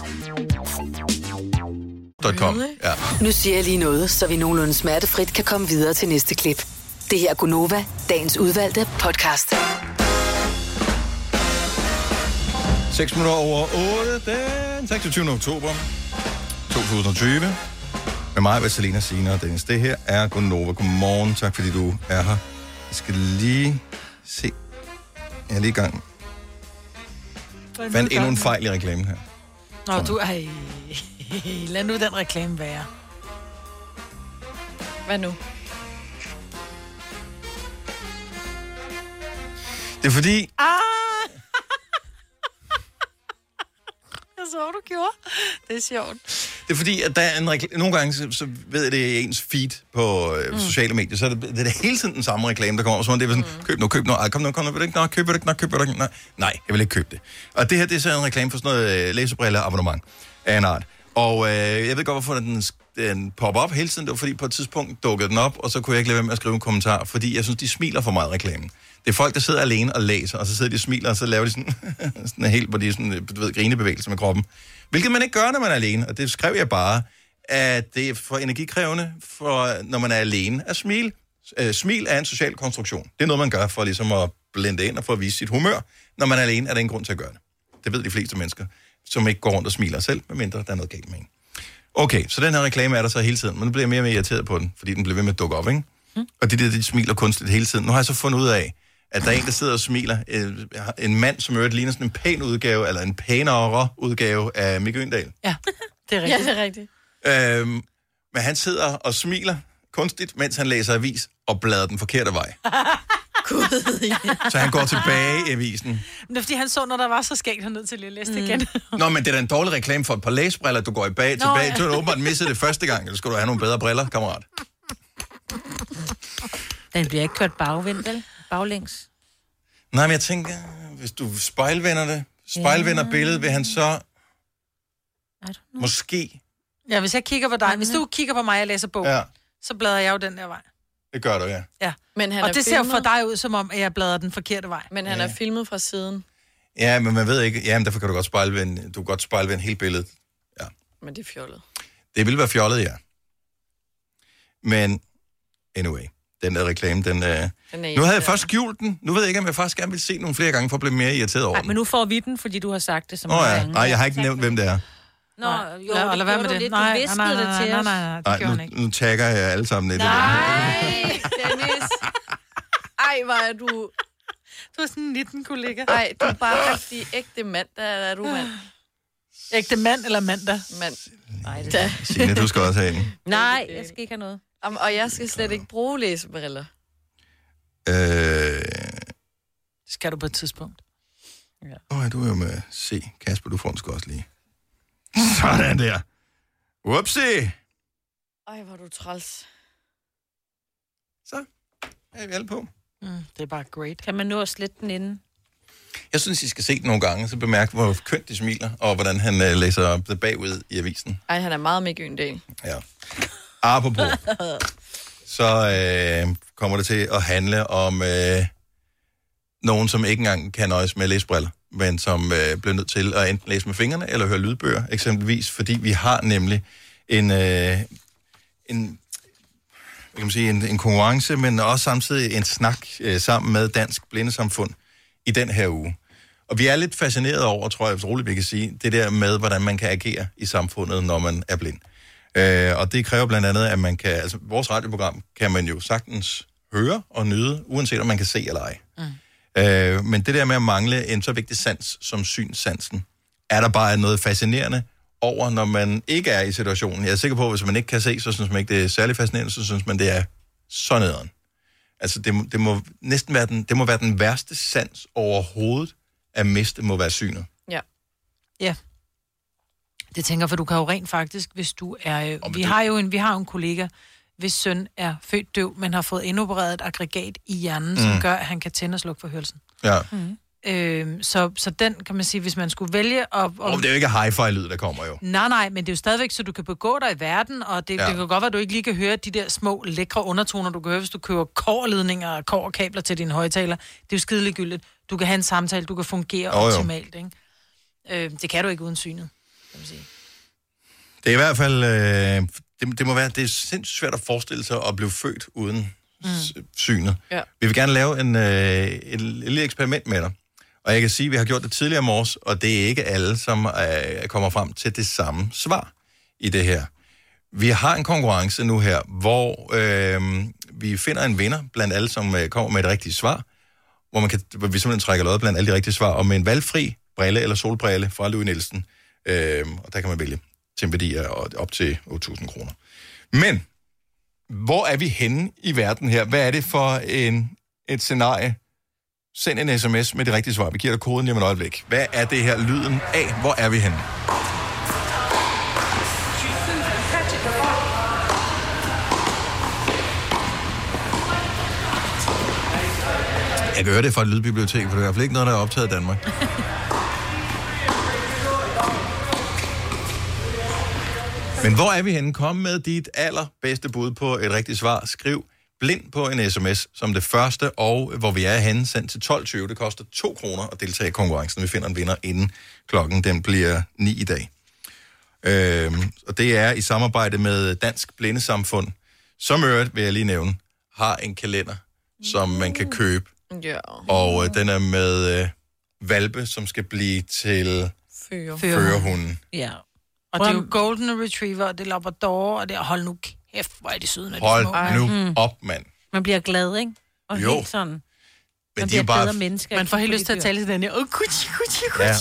[SPEAKER 1] .com. Ja.
[SPEAKER 5] Nu siger jeg lige noget, så vi nogenlunde smertefrit kan komme videre til næste klip. Det her er Gunova, dagens udvalgte podcast.
[SPEAKER 1] 6 minutter over 8, den 26. oktober 2020. Med mig, Vaselina Sina og Dennis. Det her er Gunnova. Godmorgen, tak fordi du er her. Jeg skal lige se. Jeg er lige i gang. Jeg fandt endnu en fejl i reklamen her.
[SPEAKER 3] Nå, du... Ej. Lad nu den reklame være.
[SPEAKER 4] Hvad nu?
[SPEAKER 1] Det er fordi,
[SPEAKER 3] Ah! Jeg så, hvad du gjorde. Det er sjovt.
[SPEAKER 1] Det er fordi, at der er en rekl- nogle gange, så, så ved jeg, det er ens feed på øh,
[SPEAKER 3] Mm.
[SPEAKER 1] mm. sociale medier, så er det, det er hele tiden den samme reklame, der kommer op, som om det er sådan, mm. køb nu, køb nu, ej, kom nu, kom nu, vil du ikke, nej, køber du ikke, nej, køber du ikke, nej, nej, jeg vil ikke købe det. Og det her, det er så en reklame for sådan noget øh, læsebriller abonnement af en art. Og øh, jeg ved godt, hvorfor den, den popper op hele tiden, det var fordi, på et tidspunkt dukkede den op, og så kunne jeg ikke lade være med at skrive en kommentar, fordi jeg synes, de smiler for meget i reklamen. Det er folk, der sidder alene og læser, og så sidder de og smiler, og så laver de sådan, sådan helt, hvor de er sådan, øh, du ved, grinebevægelser med kroppen. Hvilket man ikke gør, når man er alene, og det skrev jeg bare, at det er for energikrævende, for når man er alene, at smile. Øh, smil er en social konstruktion. Det er noget, man gør for ligesom at blende ind og for at vise sit humør. Når man er alene, er der ingen grund til at gøre det. Det ved de fleste mennesker, som ikke går rundt og smiler selv, medmindre der er noget galt med en. Okay, så den her reklame er der så hele tiden, men nu bliver jeg mere og mere irriteret på den, fordi den bliver ved med at dukke op, ikke? Mm. Og det der, de smiler kunstigt hele tiden. Nu har jeg så fundet ud af, at der er en, der sidder og smiler. Øh, En mand, som i øvrigt ligner sådan en pæn udgave, eller en pænere udgave af Mikke Øndal.
[SPEAKER 3] Ja, det er rigtigt.
[SPEAKER 4] Ja, det er rigtigt.
[SPEAKER 1] Øhm, men han sidder og smiler kunstigt, mens han læser avis og bladrer den forkerte vej.
[SPEAKER 3] Gud, ja.
[SPEAKER 1] Så han går tilbage i avisen.
[SPEAKER 3] Men det er, fordi han så, når der var så skægt, han nødt til lige at
[SPEAKER 2] Mm.
[SPEAKER 3] læse det igen.
[SPEAKER 1] Nå, men det er da en dårlig reklame for et par læsbriller, du går i bag
[SPEAKER 3] Nå,
[SPEAKER 1] tilbage.
[SPEAKER 3] ja.
[SPEAKER 1] Du har åbenbart misset det første gang, eller skulle du have nogle bedre briller, kammerat?
[SPEAKER 2] Den bliver ikke kørt bagvendt, vel? Baglængs.
[SPEAKER 1] Nej, men jeg tænker, hvis du spejlvender det, spejlvender billedet, vil han så... Måske.
[SPEAKER 3] Ja, hvis jeg kigger på dig, hvis du kigger på mig og læser bog, ja.
[SPEAKER 1] Ja.
[SPEAKER 3] så bladrer jeg jo den der vej.
[SPEAKER 1] Det gør du, ja.
[SPEAKER 3] Ja.
[SPEAKER 4] Men han
[SPEAKER 3] og
[SPEAKER 4] er
[SPEAKER 3] det ser jo for
[SPEAKER 4] filmet.
[SPEAKER 3] dig ud, som om at jeg bladrer den forkerte vej.
[SPEAKER 4] Men han ja. er filmet fra siden.
[SPEAKER 1] Ja, men man ved ikke... Ja, men derfor kan du godt spejlvende, du kan godt spejlvende hele billedet.
[SPEAKER 4] Men det er fjollet.
[SPEAKER 1] Det ville være fjollet, ja. Men anyway, den der reklame, den... Øh...
[SPEAKER 2] Den
[SPEAKER 1] Nu havde jeg først skjult den. Nu ved jeg ikke, om jeg faktisk gerne vil se den nogle flere gange, for at blive mere irriteret over
[SPEAKER 2] Nej,
[SPEAKER 1] den.
[SPEAKER 2] men nu får vi den, fordi du har sagt det som
[SPEAKER 1] Nå ja, nej, jeg har ikke nævnt, hvem det er.
[SPEAKER 2] Nå, jo,
[SPEAKER 3] Lad-
[SPEAKER 2] det
[SPEAKER 3] lad være med
[SPEAKER 2] gjorde du
[SPEAKER 3] det.
[SPEAKER 2] lidt.
[SPEAKER 3] Nej,
[SPEAKER 2] du
[SPEAKER 3] nej,
[SPEAKER 2] viskede
[SPEAKER 3] nej,
[SPEAKER 2] det
[SPEAKER 3] nej,
[SPEAKER 2] til
[SPEAKER 3] nej,
[SPEAKER 2] os.
[SPEAKER 3] nej, nej.
[SPEAKER 1] Nej, nu, nu tagger jeg alle sammen lidt. i
[SPEAKER 4] Nej, Dennis. Ej, hvor er du...
[SPEAKER 3] Du er sådan en liten kollega.
[SPEAKER 4] Nej, du er bare rigtig ægte mand. Der er du mand.
[SPEAKER 3] Ægte mand eller mandag?
[SPEAKER 4] Mand.
[SPEAKER 2] Nej,
[SPEAKER 4] det
[SPEAKER 1] det.
[SPEAKER 4] er...
[SPEAKER 1] Signe, du skal også have en.
[SPEAKER 2] Nej, jeg skal ikke have noget.
[SPEAKER 4] Om- Og jeg skal slet ikke bruge læsebriller.
[SPEAKER 1] Øh...
[SPEAKER 3] Det skal du på et tidspunkt.
[SPEAKER 1] Åh, ja, du er jo med C. Kasper, du får den sgu også lige. Sådan der. Whoopsie.
[SPEAKER 4] Ej, hvor er du træls.
[SPEAKER 1] Så er vi alle på.
[SPEAKER 2] Mm, det er bare great. Kan man nå at slette den inden?
[SPEAKER 1] Jeg synes, I skal se det nogle gange, så bemærk, hvor kønt de smiler, og hvordan han øh, læser op det bagud i avisen.
[SPEAKER 4] Ej, han er meget med Gyndal.
[SPEAKER 1] Ja. Apropos, så øh, kommer det til at handle om øh, nogen, som ikke engang kan nøjes med læsebriller, men som øh, bliver nødt til at enten læse med fingrene eller høre lydbøger, eksempelvis, fordi vi har nemlig en, øh, en hvad kan man sige, en, en konkurrence, men også samtidig en snak øh, sammen med Dansk Blindesamfund i den her uge. Og vi er lidt fascineret over, tror jeg roligt, vi kan sige, det der med, hvordan man kan agere i samfundet, når man er blind. Øh, og det kræver blandt andet, at man kan... Altså, vores radioprogram kan man jo sagtens høre og nyde, uanset om man kan se eller ej. Mm. Øh, men det der med at mangle en så vigtig sans som synssansen, er der bare noget fascinerende over, når man ikke er i situationen. Jeg er sikker på, at hvis man ikke kan se, så synes man ikke, det er særlig fascinerende, så synes man, det er så nederen. Altså, det, må- det må næsten være den, det må være den værste sans overhovedet at miste, må være synet.
[SPEAKER 4] Ja.
[SPEAKER 3] Ja. Det tænker jeg, for du kan jo rent faktisk, hvis du er... Øh, vi, har jo en, vi har jo en kollega, hvis søn er født døv, men har fået indopereret et aggregat i hjernen, mm. som
[SPEAKER 7] Mm.
[SPEAKER 3] gør, at han kan tænde og slukke for hørelsen.
[SPEAKER 1] Ja.
[SPEAKER 3] Mm. Øh, så, så den kan man sige, hvis man skulle vælge at...
[SPEAKER 1] Og det er jo ikke hi-fi-lyd, der kommer jo.
[SPEAKER 3] Nej, nej, men det er jo stadigvæk, så du kan begå dig i verden, og det,
[SPEAKER 1] Ja.
[SPEAKER 3] ja. det kan godt være, at du ikke lige kan høre de der små, lækre undertoner, du kan høre, hvis du køber kårledninger og kårkabler til dine højtaler. Det er jo skideligegyldigt. Du kan have en samtale, du kan fungere
[SPEAKER 1] Jo,
[SPEAKER 3] oh,
[SPEAKER 1] jo.
[SPEAKER 3] optimalt, ikke? Øh, det kan du ikke uden synet, kan man sige.
[SPEAKER 1] Det er i hvert fald... Øh, det, det må være... Det er sindssygt svært at forestille sig at blive født uden Mm. synet.
[SPEAKER 4] Ja.
[SPEAKER 1] Vi vil gerne lave en, øh, et lille eksperiment med dig. Og jeg kan sige, at vi har gjort det tidligere om års, og det er ikke alle, som øh, kommer frem til det samme svar i det her. Vi har en konkurrence nu her, hvor øh, vi finder en vinder blandt alle, som øh, kommer med et rigtigt svar, hvor, man kan, hvor vi simpelthen trækker lod blandt alle de rigtige svar, og med en valgfri brille eller solbrille fra Louis Nielsen. Øh, og der kan man vælge til en værdi af op til 8.000 kroner. Men hvor er vi henne i verden her? Hvad er det for en, et scenarie? Send en sms med det rigtige svar. Vi giver dig koden lige om et øjeblik. Hvad er det her lyden af? Hvor er vi henne? Jeg kan høre det fra et lydbibliotek, for det er i hvert fald ikke noget, der er optaget i Danmark. Men hvor er vi henne? Kom med dit allerbedste bud på et rigtigt svar. Skriv blind på en sms som det første, og hvor vi er henne, send til 12.20. Det koster 2 kroner at deltage i konkurrencen. Vi finder en vinder inden klokken den bliver 9 i dag. Øhm, og det er i samarbejde med Dansk Blindesamfund, som i øvrigt, vil jeg lige nævne, har en kalender, som man kan købe.
[SPEAKER 4] Ja.
[SPEAKER 1] Og øh, den er med øh, valpe, som skal blive til
[SPEAKER 4] Fører.
[SPEAKER 1] førerhunden.
[SPEAKER 2] Ja.
[SPEAKER 3] Og det er jo Golden Retriever, og det er Labrador, og det er... Hold nu kæft, hvor er de søde, når de er små.
[SPEAKER 1] Hold
[SPEAKER 2] Mm.
[SPEAKER 1] nu op, mand.
[SPEAKER 2] Man bliver glad, ikke? Og
[SPEAKER 1] Jo.
[SPEAKER 2] helt sådan.
[SPEAKER 1] Men
[SPEAKER 2] Man
[SPEAKER 1] de er
[SPEAKER 2] bliver
[SPEAKER 1] jo bare...
[SPEAKER 2] bedre menneske.
[SPEAKER 3] Man får helt lyst til at tale til den her. Oh, kuchi, kuchi, kuchi.
[SPEAKER 1] Ja.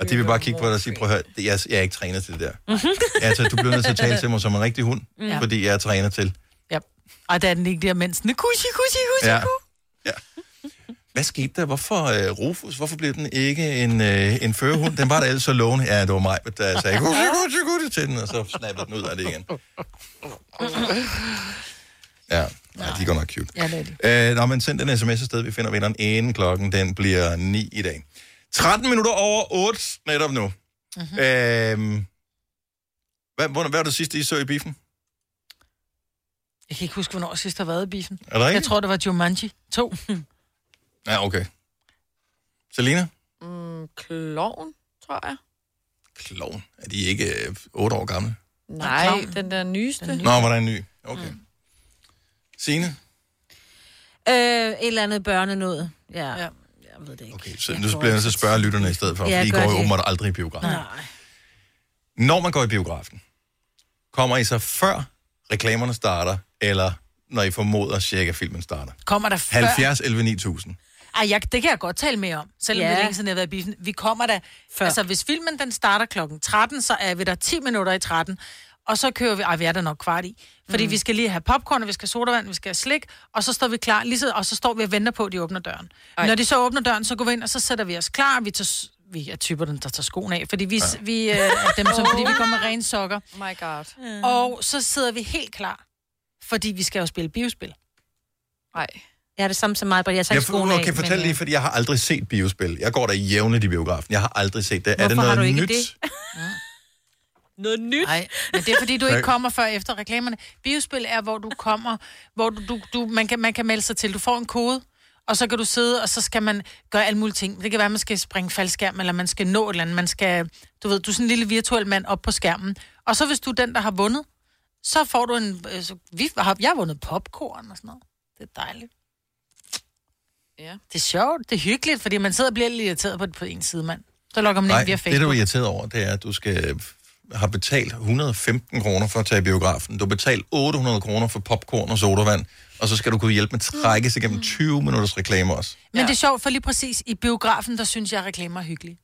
[SPEAKER 1] Og de vil bare kigge på dig og sige, prøv at høre, det- jeg, jeg er ikke trænet til det der. Altså, du bliver nødt til at tale til mig som en rigtig hund,
[SPEAKER 3] Ja.
[SPEAKER 1] ja. fordi jeg er træner til.
[SPEAKER 3] Ja. Og der er den ikke der mensen. Kuchi, kuchi, kuchi,
[SPEAKER 1] Ja. ja. Hvad skete der? Hvorfor, øh, Rufus, hvorfor blev den ikke en, øh, en førerhund? Den var da ellers så lovende. Ja, det var mig, der sagde, kuchi, kuchi, kuchi til den, og så snappede den ud af det igen. Ja, Nej, de er godt nok cute.
[SPEAKER 3] Ja, det er det.
[SPEAKER 1] Øh, nå, men send den sms afsted. Vi finder vinderen inden klokken. Den bliver 9 i dag. 13 minutter over 8 netop nu.
[SPEAKER 3] Mhm.
[SPEAKER 1] Mm-hmm. Øh, hvad, hvornår, hvad var det sidste, I så i biffen?
[SPEAKER 3] Jeg kan ikke huske, hvornår jeg sidst har været i biffen.
[SPEAKER 1] Er det rigtigt?
[SPEAKER 3] Jeg tror, det var Jumanji 2.
[SPEAKER 1] Ja, okay. Selina?
[SPEAKER 4] Mm, kloven, tror jeg.
[SPEAKER 1] Kloven. Er de ikke øh, 8 år gamle?
[SPEAKER 4] Nej, den der nyeste. Den
[SPEAKER 1] Nå, var der en ny? Okay. Mm. Signe?
[SPEAKER 2] Øh, et eller andet børnenød. Ja. ja.
[SPEAKER 1] Okay, så nu bliver jeg nødt til at spørge lytterne i stedet for,
[SPEAKER 2] Ja,
[SPEAKER 1] ja, for I
[SPEAKER 2] gør
[SPEAKER 1] går jo
[SPEAKER 2] det.
[SPEAKER 1] åbenbart aldrig i biografen. Når man går i biografen, kommer I så før reklamerne starter, eller når I formoder cirka filmen starter?
[SPEAKER 3] Kommer der før?
[SPEAKER 1] 70 11 9000.
[SPEAKER 3] Ej, jeg, det kan jeg godt tale med om, selvom
[SPEAKER 2] Ja.
[SPEAKER 3] ja. det er længe siden, jeg har været i biffen. Vi kommer da... Før. Altså, hvis filmen den starter klokken 13, så er vi der 10 minutter i 13, og så kører vi... Ej, vi er der nok kvart i. Fordi
[SPEAKER 2] Mm.
[SPEAKER 3] mm. vi skal lige have popcorn, og vi skal have sodavand, vi skal have slik, og så står vi klar, lige så, og så står vi og venter på, at de åbner døren. Ej. Når de så åbner døren, så går vi ind, og så sætter vi os klar, vi tager s- vi er typerne, der tager skoen af, fordi vi, ja. vi øh, er dem, som, fordi vi kommer med rene sokker.
[SPEAKER 4] My God.
[SPEAKER 3] Og så sidder vi helt klar, fordi vi skal jo spille biospil.
[SPEAKER 4] Nej.
[SPEAKER 2] Jeg er det samme som mig, men jeg tager
[SPEAKER 1] Jeg
[SPEAKER 2] ikke skoene
[SPEAKER 1] for,
[SPEAKER 2] af.
[SPEAKER 1] kan fortælle
[SPEAKER 2] men, øh,
[SPEAKER 1] lige, fordi jeg har aldrig set biospil. Jeg går der jævnligt i biografen. Jeg har aldrig set det. er det
[SPEAKER 2] Hvorfor
[SPEAKER 1] noget
[SPEAKER 2] har du ikke
[SPEAKER 1] nyt?
[SPEAKER 2] det?
[SPEAKER 3] Noget nyt. Nej, men det er fordi, du
[SPEAKER 1] Nej.
[SPEAKER 3] ikke kommer før efter reklamerne. Biospil er, hvor du kommer, hvor du, du, du man, kan, man kan melde sig til. Du får en kode, og så kan du sidde, og så skal man gøre alle mulige ting. Det kan være, at man skal springe faldskærm, eller man skal nå et eller andet. Man skal, du ved, du er sådan en lille virtuel mand op på skærmen. Og så hvis du er den, der har vundet, så får du en... øh, Så, vi har, jeg har vundet popcorn og sådan noget. Det er dejligt.
[SPEAKER 4] Ja.
[SPEAKER 3] Det er sjovt, det er hyggeligt, fordi man sidder og bliver lidt irriteret på, på en side, mand. Så logger man
[SPEAKER 1] Nej,
[SPEAKER 3] ind via
[SPEAKER 1] det
[SPEAKER 3] Facebook.
[SPEAKER 1] du er irriteret over, det er, at du skal øh, har betalt 115 kroner for at tage i biografen. Du har betalt 800 kroner for popcorn og sodavand, og så skal du kunne hjælpe med at trække
[SPEAKER 4] Mm.
[SPEAKER 1] sig gennem 20 minutters reklamer også.
[SPEAKER 3] Men ja. det er sjovt, for lige præcis i biografen, der synes jeg, at reklamer er hyggelige.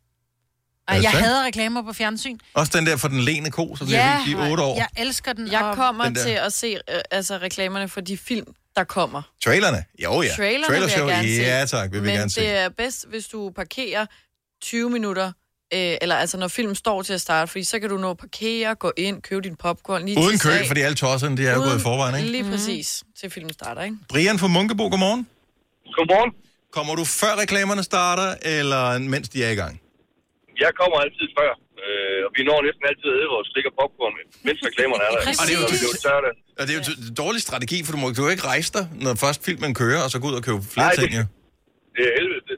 [SPEAKER 1] Er
[SPEAKER 3] Og
[SPEAKER 1] det
[SPEAKER 3] jeg
[SPEAKER 1] sandt?
[SPEAKER 3] hader reklamer på fjernsyn.
[SPEAKER 1] Også den der for den lene ko, så bliver ja, i 8 år.
[SPEAKER 3] jeg elsker den.
[SPEAKER 4] Jeg kommer
[SPEAKER 1] Den der.
[SPEAKER 4] til at se øh, altså, reklamerne for de film, der kommer.
[SPEAKER 1] Trailerne? Jo ja.
[SPEAKER 4] Trailerne
[SPEAKER 1] Trailershow?
[SPEAKER 4] vil jeg gerne se.
[SPEAKER 1] Ja tak, vil vi
[SPEAKER 4] Men
[SPEAKER 1] gerne se.
[SPEAKER 4] det er bedst, hvis du parkerer 20 minutter, øh, eller altså når filmen står til at starte, fordi så kan du nå at parkere, gå ind, købe din popcorn. Lige
[SPEAKER 1] Uden
[SPEAKER 4] til
[SPEAKER 1] kø,
[SPEAKER 4] sag.
[SPEAKER 1] fordi alle tosserne, de er jo gået i
[SPEAKER 4] Uden-
[SPEAKER 1] forvejen, ikke?
[SPEAKER 22] Mhm.
[SPEAKER 4] Lige præcis, til filmen starter, ikke?
[SPEAKER 1] Brian fra Munkebo, godmorgen. Godmorgen. Kommer du før reklamerne starter, eller mens de er i gang?
[SPEAKER 7] Jeg kommer altid før, øh, og vi når næsten altid at æde vores slik og popcorn, mens reklamerne er der.
[SPEAKER 1] Præcis. Og det er jo-
[SPEAKER 7] Så det er jo sørge.
[SPEAKER 1] Og det er jo en dårlig strategi, for du må du kan jo ikke rejse dig, når først filmen kører, og så gå ud og købe flere
[SPEAKER 7] Nej, det-
[SPEAKER 1] ting, jo.
[SPEAKER 7] Det er helvede.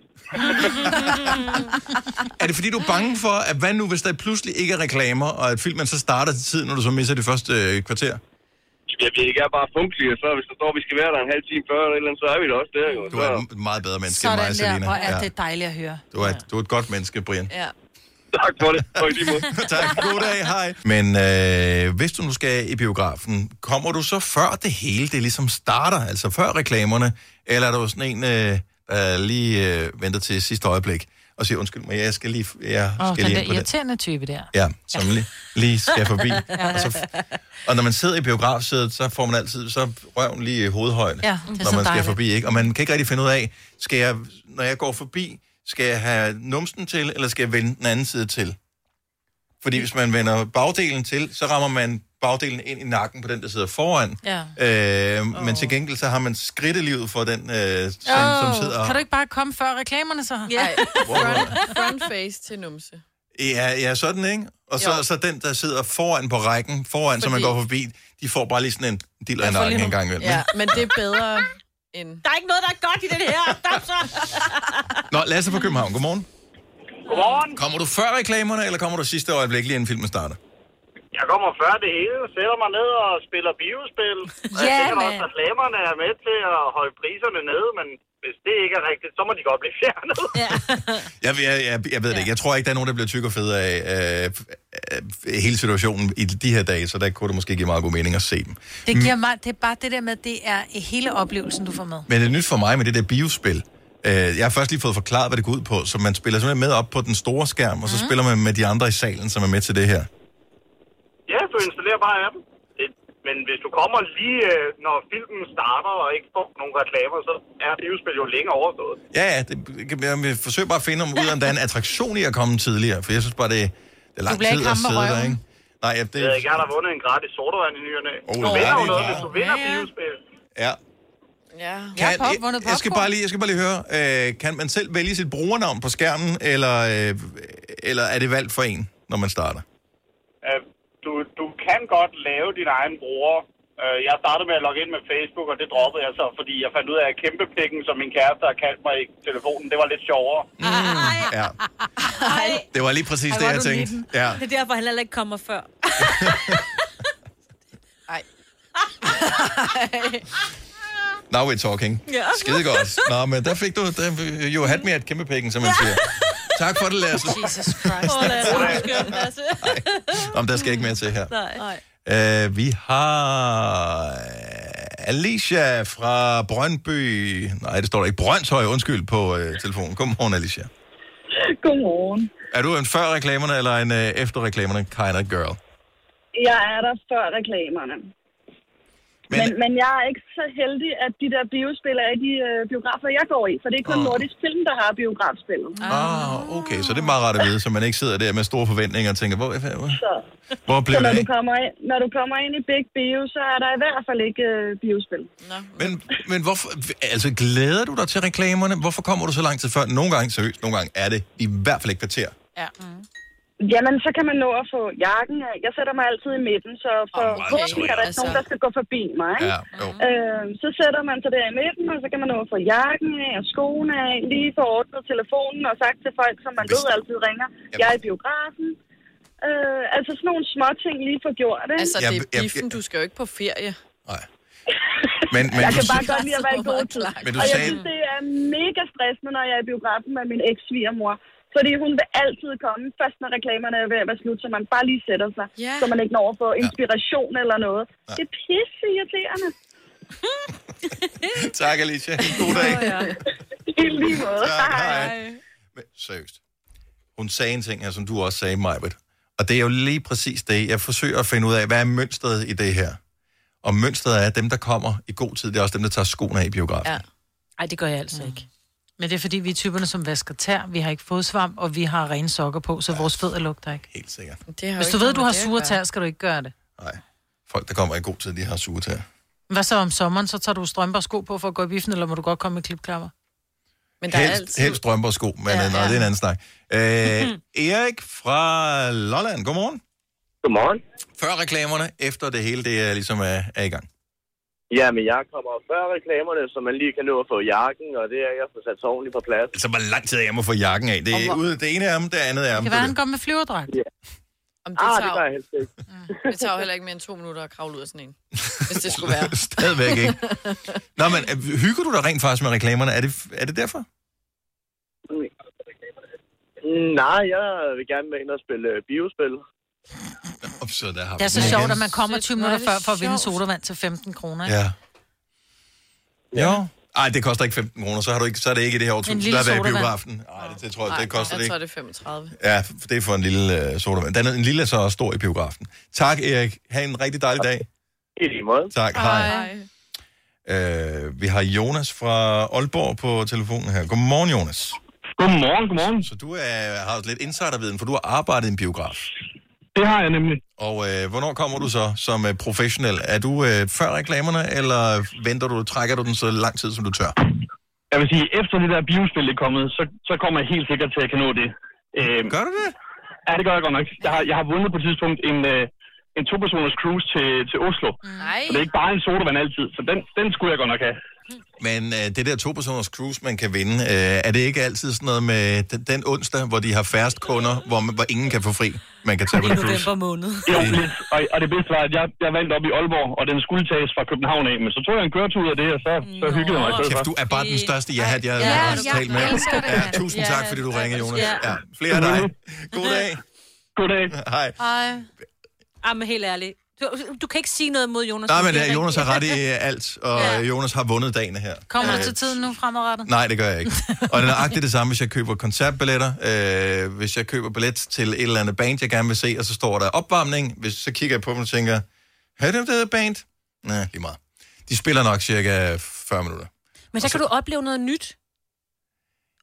[SPEAKER 1] Er det fordi, du er bange for, at hvad nu, hvis der pludselig ikke er reklamer, og at filmen så starter til tiden, når du så misser det første øh, kvarter?
[SPEAKER 7] Jeg ved ikke, jeg er bare funkelig, og så hvis der står, at vi skal være der en halv time før, eller et eller andet, så er vi der også der. Jo.
[SPEAKER 1] Du er et meget bedre menneske
[SPEAKER 3] Sådan
[SPEAKER 1] end mig,
[SPEAKER 3] der,
[SPEAKER 1] Selina.
[SPEAKER 3] hvor er
[SPEAKER 1] Ja.
[SPEAKER 3] det dejligt at høre.
[SPEAKER 1] Du, er, du er et godt menneske, Brian.
[SPEAKER 4] Ja.
[SPEAKER 7] Tak for det. Tak, lige måde.
[SPEAKER 1] tak. God dag, hej. Men øh, hvis du nu skal i biografen, kommer du så før det hele, det ligesom starter, altså før reklamerne, eller er du sådan en, øh, der lige øh, venter til sidste øjeblik og siger, undskyld mig, jeg skal lige, jeg
[SPEAKER 3] Åh, oh,
[SPEAKER 1] skal
[SPEAKER 3] den
[SPEAKER 1] lige
[SPEAKER 3] der
[SPEAKER 1] ind på det.
[SPEAKER 3] irriterende type der.
[SPEAKER 1] Ja, som ja. Lige, lige skal forbi. og, så, og når man sidder i biografsædet, så får man altid så røven lige i hovedhøjde,
[SPEAKER 3] Ja, det er
[SPEAKER 1] når
[SPEAKER 3] så
[SPEAKER 1] man skal
[SPEAKER 3] dejligt.
[SPEAKER 1] forbi. Ikke? Og man kan ikke rigtig finde ud af, skal jeg, når jeg går forbi, skal jeg have numsen til, eller skal jeg vende den anden side til? Fordi hvis man vender bagdelen til, så rammer man bagdelen ind i nakken på den, der sidder foran.
[SPEAKER 3] Ja.
[SPEAKER 1] Øh, Men til gengæld, så har man skridtelivet for den, øh, som, som sidder...
[SPEAKER 3] Oh, kan du ikke bare komme før reklamerne så?
[SPEAKER 4] Ja.
[SPEAKER 1] Wow, wow.
[SPEAKER 4] Front face til numse.
[SPEAKER 1] Ja, ja, sådan, ikke? Og så, så den, der sidder foran på rækken, foran, Fordi... som man
[SPEAKER 4] Fordi-
[SPEAKER 1] går forbi, de får bare lige sådan en del af
[SPEAKER 4] Jeg får lige
[SPEAKER 1] nakken en
[SPEAKER 4] nu-
[SPEAKER 1] gang imellem.
[SPEAKER 4] Ja,
[SPEAKER 1] Ja.
[SPEAKER 4] men det er bedre end...
[SPEAKER 2] Der er ikke noget, der er godt i den her. Stop så.
[SPEAKER 1] Nå, Lasse fra København, godmorgen.
[SPEAKER 8] Godmorgen.
[SPEAKER 1] Kommer du før reklamerne, eller kommer du sidste øjeblik, lige inden filmen starter?
[SPEAKER 8] Jeg kommer før det hele, sætter mig ned og spiller biospil. Og jeg
[SPEAKER 21] Ja,
[SPEAKER 8] tænker da
[SPEAKER 21] mand.
[SPEAKER 8] også, at reklamerne er med til at holde priserne nede, men hvis det ikke er rigtigt, så må de godt blive fjernet. Ja.
[SPEAKER 1] Jeg, jeg, jeg, jeg ved det ja. ikke. Jeg tror ikke, der er nogen, der bliver tyk og fed af øh, øh, hele situationen i de her dage, så der kunne det måske give meget god mening at se dem.
[SPEAKER 3] Det giver mig, det er bare det der med, det er hele oplevelsen, du får med.
[SPEAKER 1] Men det er nyt for mig med det der biospil. Øh, Jeg har først lige fået forklaret, hvad det går ud på. Så man spiller simpelthen med op på den store skærm, og så
[SPEAKER 4] Mhm.
[SPEAKER 1] spiller man med de andre i salen, som er med til det her.
[SPEAKER 8] ja, du installerer bare appen. Det, men hvis du kommer lige, øh, når filmen starter og ikke får nogen reklamer, så er biospil jo længere overstået.
[SPEAKER 1] Ja, ja, det, kan- jeg vil forsøge bare at finde om, ud af, om der er en attraktion i at komme tidligere, for jeg synes bare, det, det er lang
[SPEAKER 8] bliver
[SPEAKER 1] tid
[SPEAKER 8] ikke
[SPEAKER 1] at
[SPEAKER 8] ramt med
[SPEAKER 1] sidde der,
[SPEAKER 8] røven.
[SPEAKER 1] ikke? Nej, ja, det,
[SPEAKER 8] Jeg havde gerne have vundet en gratis sodavand i nyerne.
[SPEAKER 1] Åh,
[SPEAKER 8] Du
[SPEAKER 1] nej,
[SPEAKER 8] vinder jo
[SPEAKER 1] det er
[SPEAKER 8] noget,
[SPEAKER 1] klart.
[SPEAKER 8] hvis du vinder
[SPEAKER 3] Ja, ja.
[SPEAKER 8] biospil.
[SPEAKER 1] ja.
[SPEAKER 4] Ja.
[SPEAKER 3] Jeg har pop, vundet
[SPEAKER 1] jeg, jeg, skal bare lige, jeg skal bare lige høre, øh, kan man selv vælge sit brugernavn på skærmen, eller, øh, eller er det valgt for en, når man starter?
[SPEAKER 8] Øh, du, du kan godt lave din egen bruger. Øh, Jeg startede med at logge ind med Facebook, og det droppede jeg så, fordi jeg fandt ud af, at kæmpepikken, som min kæreste har kaldt mig i telefonen, det var lidt sjovere.
[SPEAKER 3] Hmm.
[SPEAKER 1] Ja,
[SPEAKER 2] Ej,
[SPEAKER 1] det var lige præcis
[SPEAKER 2] Ej,
[SPEAKER 1] det,
[SPEAKER 2] hvor
[SPEAKER 1] jeg
[SPEAKER 2] er du
[SPEAKER 1] tænkte.
[SPEAKER 2] nitten.
[SPEAKER 1] Ja.
[SPEAKER 2] Det er derfor, han heller ikke kommer før.
[SPEAKER 4] Ej.
[SPEAKER 1] Now we're talking.
[SPEAKER 2] Ja.
[SPEAKER 1] Skide godt. Nå, men der fik du, der, you had me at kæmpe pikken, som man siger. Tak for det, Lasse.
[SPEAKER 3] Jesus Christ.
[SPEAKER 2] Åh, Lasse, undskyld, Lasse.
[SPEAKER 1] Om der skal ikke mere til her.
[SPEAKER 2] Nej.
[SPEAKER 1] Uh, vi har øh, Alicia fra Brøndby. Nej, det står der ikke. Brøndshøj, undskyld, på uh, telefonen. Godmorgen, Alicia.
[SPEAKER 22] Godmorgen.
[SPEAKER 1] Er du en før reklamerne eller en uh, efter reklamerne kind of girl?
[SPEAKER 22] Jeg er der før reklamerne.
[SPEAKER 1] Men-
[SPEAKER 22] Men, men, men jeg er ikke så heldig, at de der biospil er i de øh, biografer, jeg går i. For det er kun
[SPEAKER 1] Åh.
[SPEAKER 22] oh. Nordisk Film, der har biografspillet.
[SPEAKER 1] Ah, okay, så det er meget rart at vide, så man ikke sidder der med store forventninger og tænker, hvor, hvor,
[SPEAKER 22] Så,
[SPEAKER 1] hvor
[SPEAKER 22] så
[SPEAKER 1] blev det
[SPEAKER 22] når, du
[SPEAKER 1] af?
[SPEAKER 22] kommer ind, når du kommer ind i Big Bio, så er der i hvert fald ikke øh, biospil.
[SPEAKER 4] Nå.
[SPEAKER 1] Men, men hvorfor, altså glæder du dig til reklamerne? Hvorfor kommer du så lang tid før? Nogle gange, seriøst, nogle gange er det i hvert fald et kvarter.
[SPEAKER 22] Ja. Mm. Jamen, så kan man nå at få jakken af. Jeg sætter mig altid i midten, så for oh,
[SPEAKER 4] Altså,
[SPEAKER 22] okay, er der ikke nogen, der skal gå forbi mig. ikke?
[SPEAKER 1] Ja, jo.
[SPEAKER 22] Øh, så sætter man sig der i midten, og så kan man nå at få jakken af og skoene af, lige få ordnet telefonen og sagt til folk, som man ved altid ringer, jeg er i biografen. Øh, altså sådan nogle små ting lige få gjort, ikke?
[SPEAKER 4] Altså,
[SPEAKER 22] jeg,
[SPEAKER 4] det er biffen, du skal jo ikke på ferie.
[SPEAKER 1] Men, men,
[SPEAKER 22] jeg
[SPEAKER 1] du,
[SPEAKER 22] kan bare godt lide at være i god tid.
[SPEAKER 1] Men du
[SPEAKER 22] og jeg
[SPEAKER 1] sagde-
[SPEAKER 22] synes, det er mega stressende, når jeg er i biografen med min eks-svigermor. Fordi hun vil altid komme, først når reklamerne er ved at være slut, så man bare lige sætter sig,
[SPEAKER 4] Ja.
[SPEAKER 22] så man ikke når at få inspiration eller noget. Det er pisse irriterende.
[SPEAKER 1] tak, Alicia. God dag.
[SPEAKER 22] I lige måde.
[SPEAKER 1] Tak, hej. Men, seriøst. Hun sagde en ting her, som du også sagde, Majbet. Og det er jo lige præcis det, jeg forsøger at finde ud af, hvad er mønstret i det her? Og mønstret er, at dem, der kommer i god tid, det er også dem, der tager skoene af i biografen.
[SPEAKER 2] Ja. Ej, det gør jeg altså ikke.
[SPEAKER 3] Men det er fordi, vi er typerne, som vasker tær, vi har ikke fodsvamp, og vi har rene sokker på, så vores fødder lugter ikke.
[SPEAKER 1] Helt sikkert.
[SPEAKER 4] Det har
[SPEAKER 3] Hvis
[SPEAKER 4] jo
[SPEAKER 3] du
[SPEAKER 4] ikke
[SPEAKER 3] ved,
[SPEAKER 4] noget
[SPEAKER 3] du
[SPEAKER 4] med
[SPEAKER 3] har
[SPEAKER 4] det at
[SPEAKER 3] sure
[SPEAKER 4] gøre.
[SPEAKER 3] tær, skal du ikke gøre det.
[SPEAKER 1] Folk, der kommer i god tid, de har suget her.
[SPEAKER 3] Hvad så om sommeren, så tager du strømper og sko på for at gå i biffen, eller må du godt komme med klipklapper?
[SPEAKER 4] Men
[SPEAKER 1] Helst, helst strømper og sko, men ja, ja. Noget, det er en anden snak. Øh, Erik fra Lolland, godmorgen.
[SPEAKER 9] Godmorgen.
[SPEAKER 1] Før reklamerne, efter det hele, det er ligesom er, er i gang.
[SPEAKER 9] Ja, men jeg kommer før reklamerne, så man lige kan nå at få jakken, og det er jeg får sat sig ordentligt på plads.
[SPEAKER 1] Altså, hvor lang tid er jeg må få jakken af? Det er ude, det ene er om, det andet er om.
[SPEAKER 3] Det kan være, han går med flyverdragt.
[SPEAKER 4] Om det,
[SPEAKER 9] Ah,
[SPEAKER 4] tager,
[SPEAKER 9] det gør jeg helst ikke.
[SPEAKER 4] jo- det tager jo heller ikke mere end to minutter at kravle ud af sådan en. Hvis det skulle være.
[SPEAKER 1] Stadigvæk ikke. Nå, men øh, hygger du dig rent faktisk med reklamerne? Er det, er det derfor?
[SPEAKER 9] Mm, Nej, jeg vil gerne med ind og spille øh, biospil.
[SPEAKER 1] Op, så der har
[SPEAKER 3] Det er så Altså, sjovt, at man kommer 20 minutter før for at vinde sodavand til 15 kroner. ikke?
[SPEAKER 1] Ja. Jo. Ej, det koster ikke 15 kroner, så, har du ikke, så er det ikke i det her
[SPEAKER 3] En
[SPEAKER 1] årtusind.
[SPEAKER 3] lille
[SPEAKER 1] Der er været i
[SPEAKER 3] sodavand.
[SPEAKER 1] biografen. Ej, det, det tror jeg, det koster det
[SPEAKER 4] Jeg
[SPEAKER 1] ikke.
[SPEAKER 4] tror, det er 35.
[SPEAKER 1] Ja, for det er for en lille øh, sodavand. Den er en lille er så også stor i biografen. Tak, Erik. Ha' en rigtig dejlig dag.
[SPEAKER 9] I lige måde.
[SPEAKER 1] Tak, hej. Øh, vi har Jonas fra Aalborg på telefonen her. Godmorgen, Jonas.
[SPEAKER 10] Godmorgen, godmorgen.
[SPEAKER 1] Så du er, har lidt insiderviden, for du har arbejdet i en biograf.
[SPEAKER 10] Det har jeg nemlig.
[SPEAKER 1] Og øh, hvornår kommer du så som øh, professionel? Er du øh, før reklamerne, eller venter du, trækker du den så lang tid, som du tør?
[SPEAKER 10] Jeg vil sige, efter det der biospil er kommet, så, så kommer jeg helt sikkert til at kan nå det. Øhm,
[SPEAKER 1] gør du det?
[SPEAKER 10] Ja, det gør jeg godt nok. Jeg har, jeg har vundet på et tidspunkt en, øh, en to-personers cruise til, til Oslo.
[SPEAKER 4] Nej.
[SPEAKER 10] Så det er ikke bare en sodavand altid, så den, den skulle jeg godt nok have.
[SPEAKER 1] Men øh, det der to-personers cruise, man kan vinde, øh, er det ikke altid sådan noget med den, den onsdag, hvor de har færrest kunder, hvor, man, hvor ingen kan få fri, man kan tage på en cruise?
[SPEAKER 2] måned.
[SPEAKER 10] Jo, lidt. Og, og det bedste var, at jeg, jeg vandt op i Aalborg, og den skulle tages fra København af. Men så tog jeg en køretur ud af det, og så, så hyggede jeg mig i stedet
[SPEAKER 1] Kæft,
[SPEAKER 10] for.
[SPEAKER 1] du er bare den største jahat, jeg
[SPEAKER 10] Ja,
[SPEAKER 1] har ja,
[SPEAKER 10] jeg
[SPEAKER 1] talt med.
[SPEAKER 10] elsker det.
[SPEAKER 1] Ja, tusind
[SPEAKER 10] Ja.
[SPEAKER 1] tak, fordi du ringede, Jonas.
[SPEAKER 2] Ja.
[SPEAKER 1] Ja. Flere af dig. God dag.
[SPEAKER 10] God dag.
[SPEAKER 1] Hej.
[SPEAKER 2] Ej. Ej, men helt ærligt. Du, du kan ikke sige noget mod Jonas.
[SPEAKER 1] Nej,
[SPEAKER 2] hvis
[SPEAKER 1] men
[SPEAKER 2] det er
[SPEAKER 1] ja, Jonas har
[SPEAKER 2] rigtigt.
[SPEAKER 1] ret i øh, alt, og ja. Jonas har vundet dagen her.
[SPEAKER 3] Kommer
[SPEAKER 1] Øh,
[SPEAKER 3] du til tiden nu fremadrettet?
[SPEAKER 1] Nej, det gør jeg ikke. Og det er nøjagtigt det samme, hvis jeg køber koncertbilletter. Øh, hvis jeg køber billet til et eller andet band, jeg gerne vil se, og så står der opvarmning. Hvis, så kigger jeg på dem og tænker, har du det band? Nej, lige meget. De spiller nok cirka 40 minutter.
[SPEAKER 2] Men
[SPEAKER 1] Altså-
[SPEAKER 2] så kan du opleve noget nyt.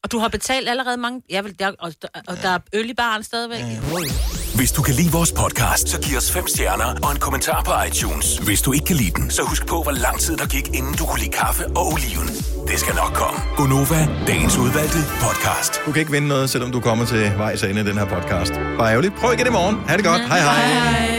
[SPEAKER 2] Og du har betalt allerede mange... Jeg vil, der, og, og der er øl i baren stadigvæk.
[SPEAKER 1] Mm.
[SPEAKER 6] Hvis du kan lide vores podcast, så giv os fem stjerner og en kommentar på iTunes. Hvis du ikke kan lide den, så husk på, hvor lang tid der gik, inden du kunne lide kaffe og oliven. Det skal nok komme.
[SPEAKER 1] Gonova, dagens udvalgte podcast. Du kan ikke vinde noget, selvom du kommer til vejs ende i den her podcast. Bare ærgerligt. Prøv igen i morgen. Ha' det godt. hej. hej.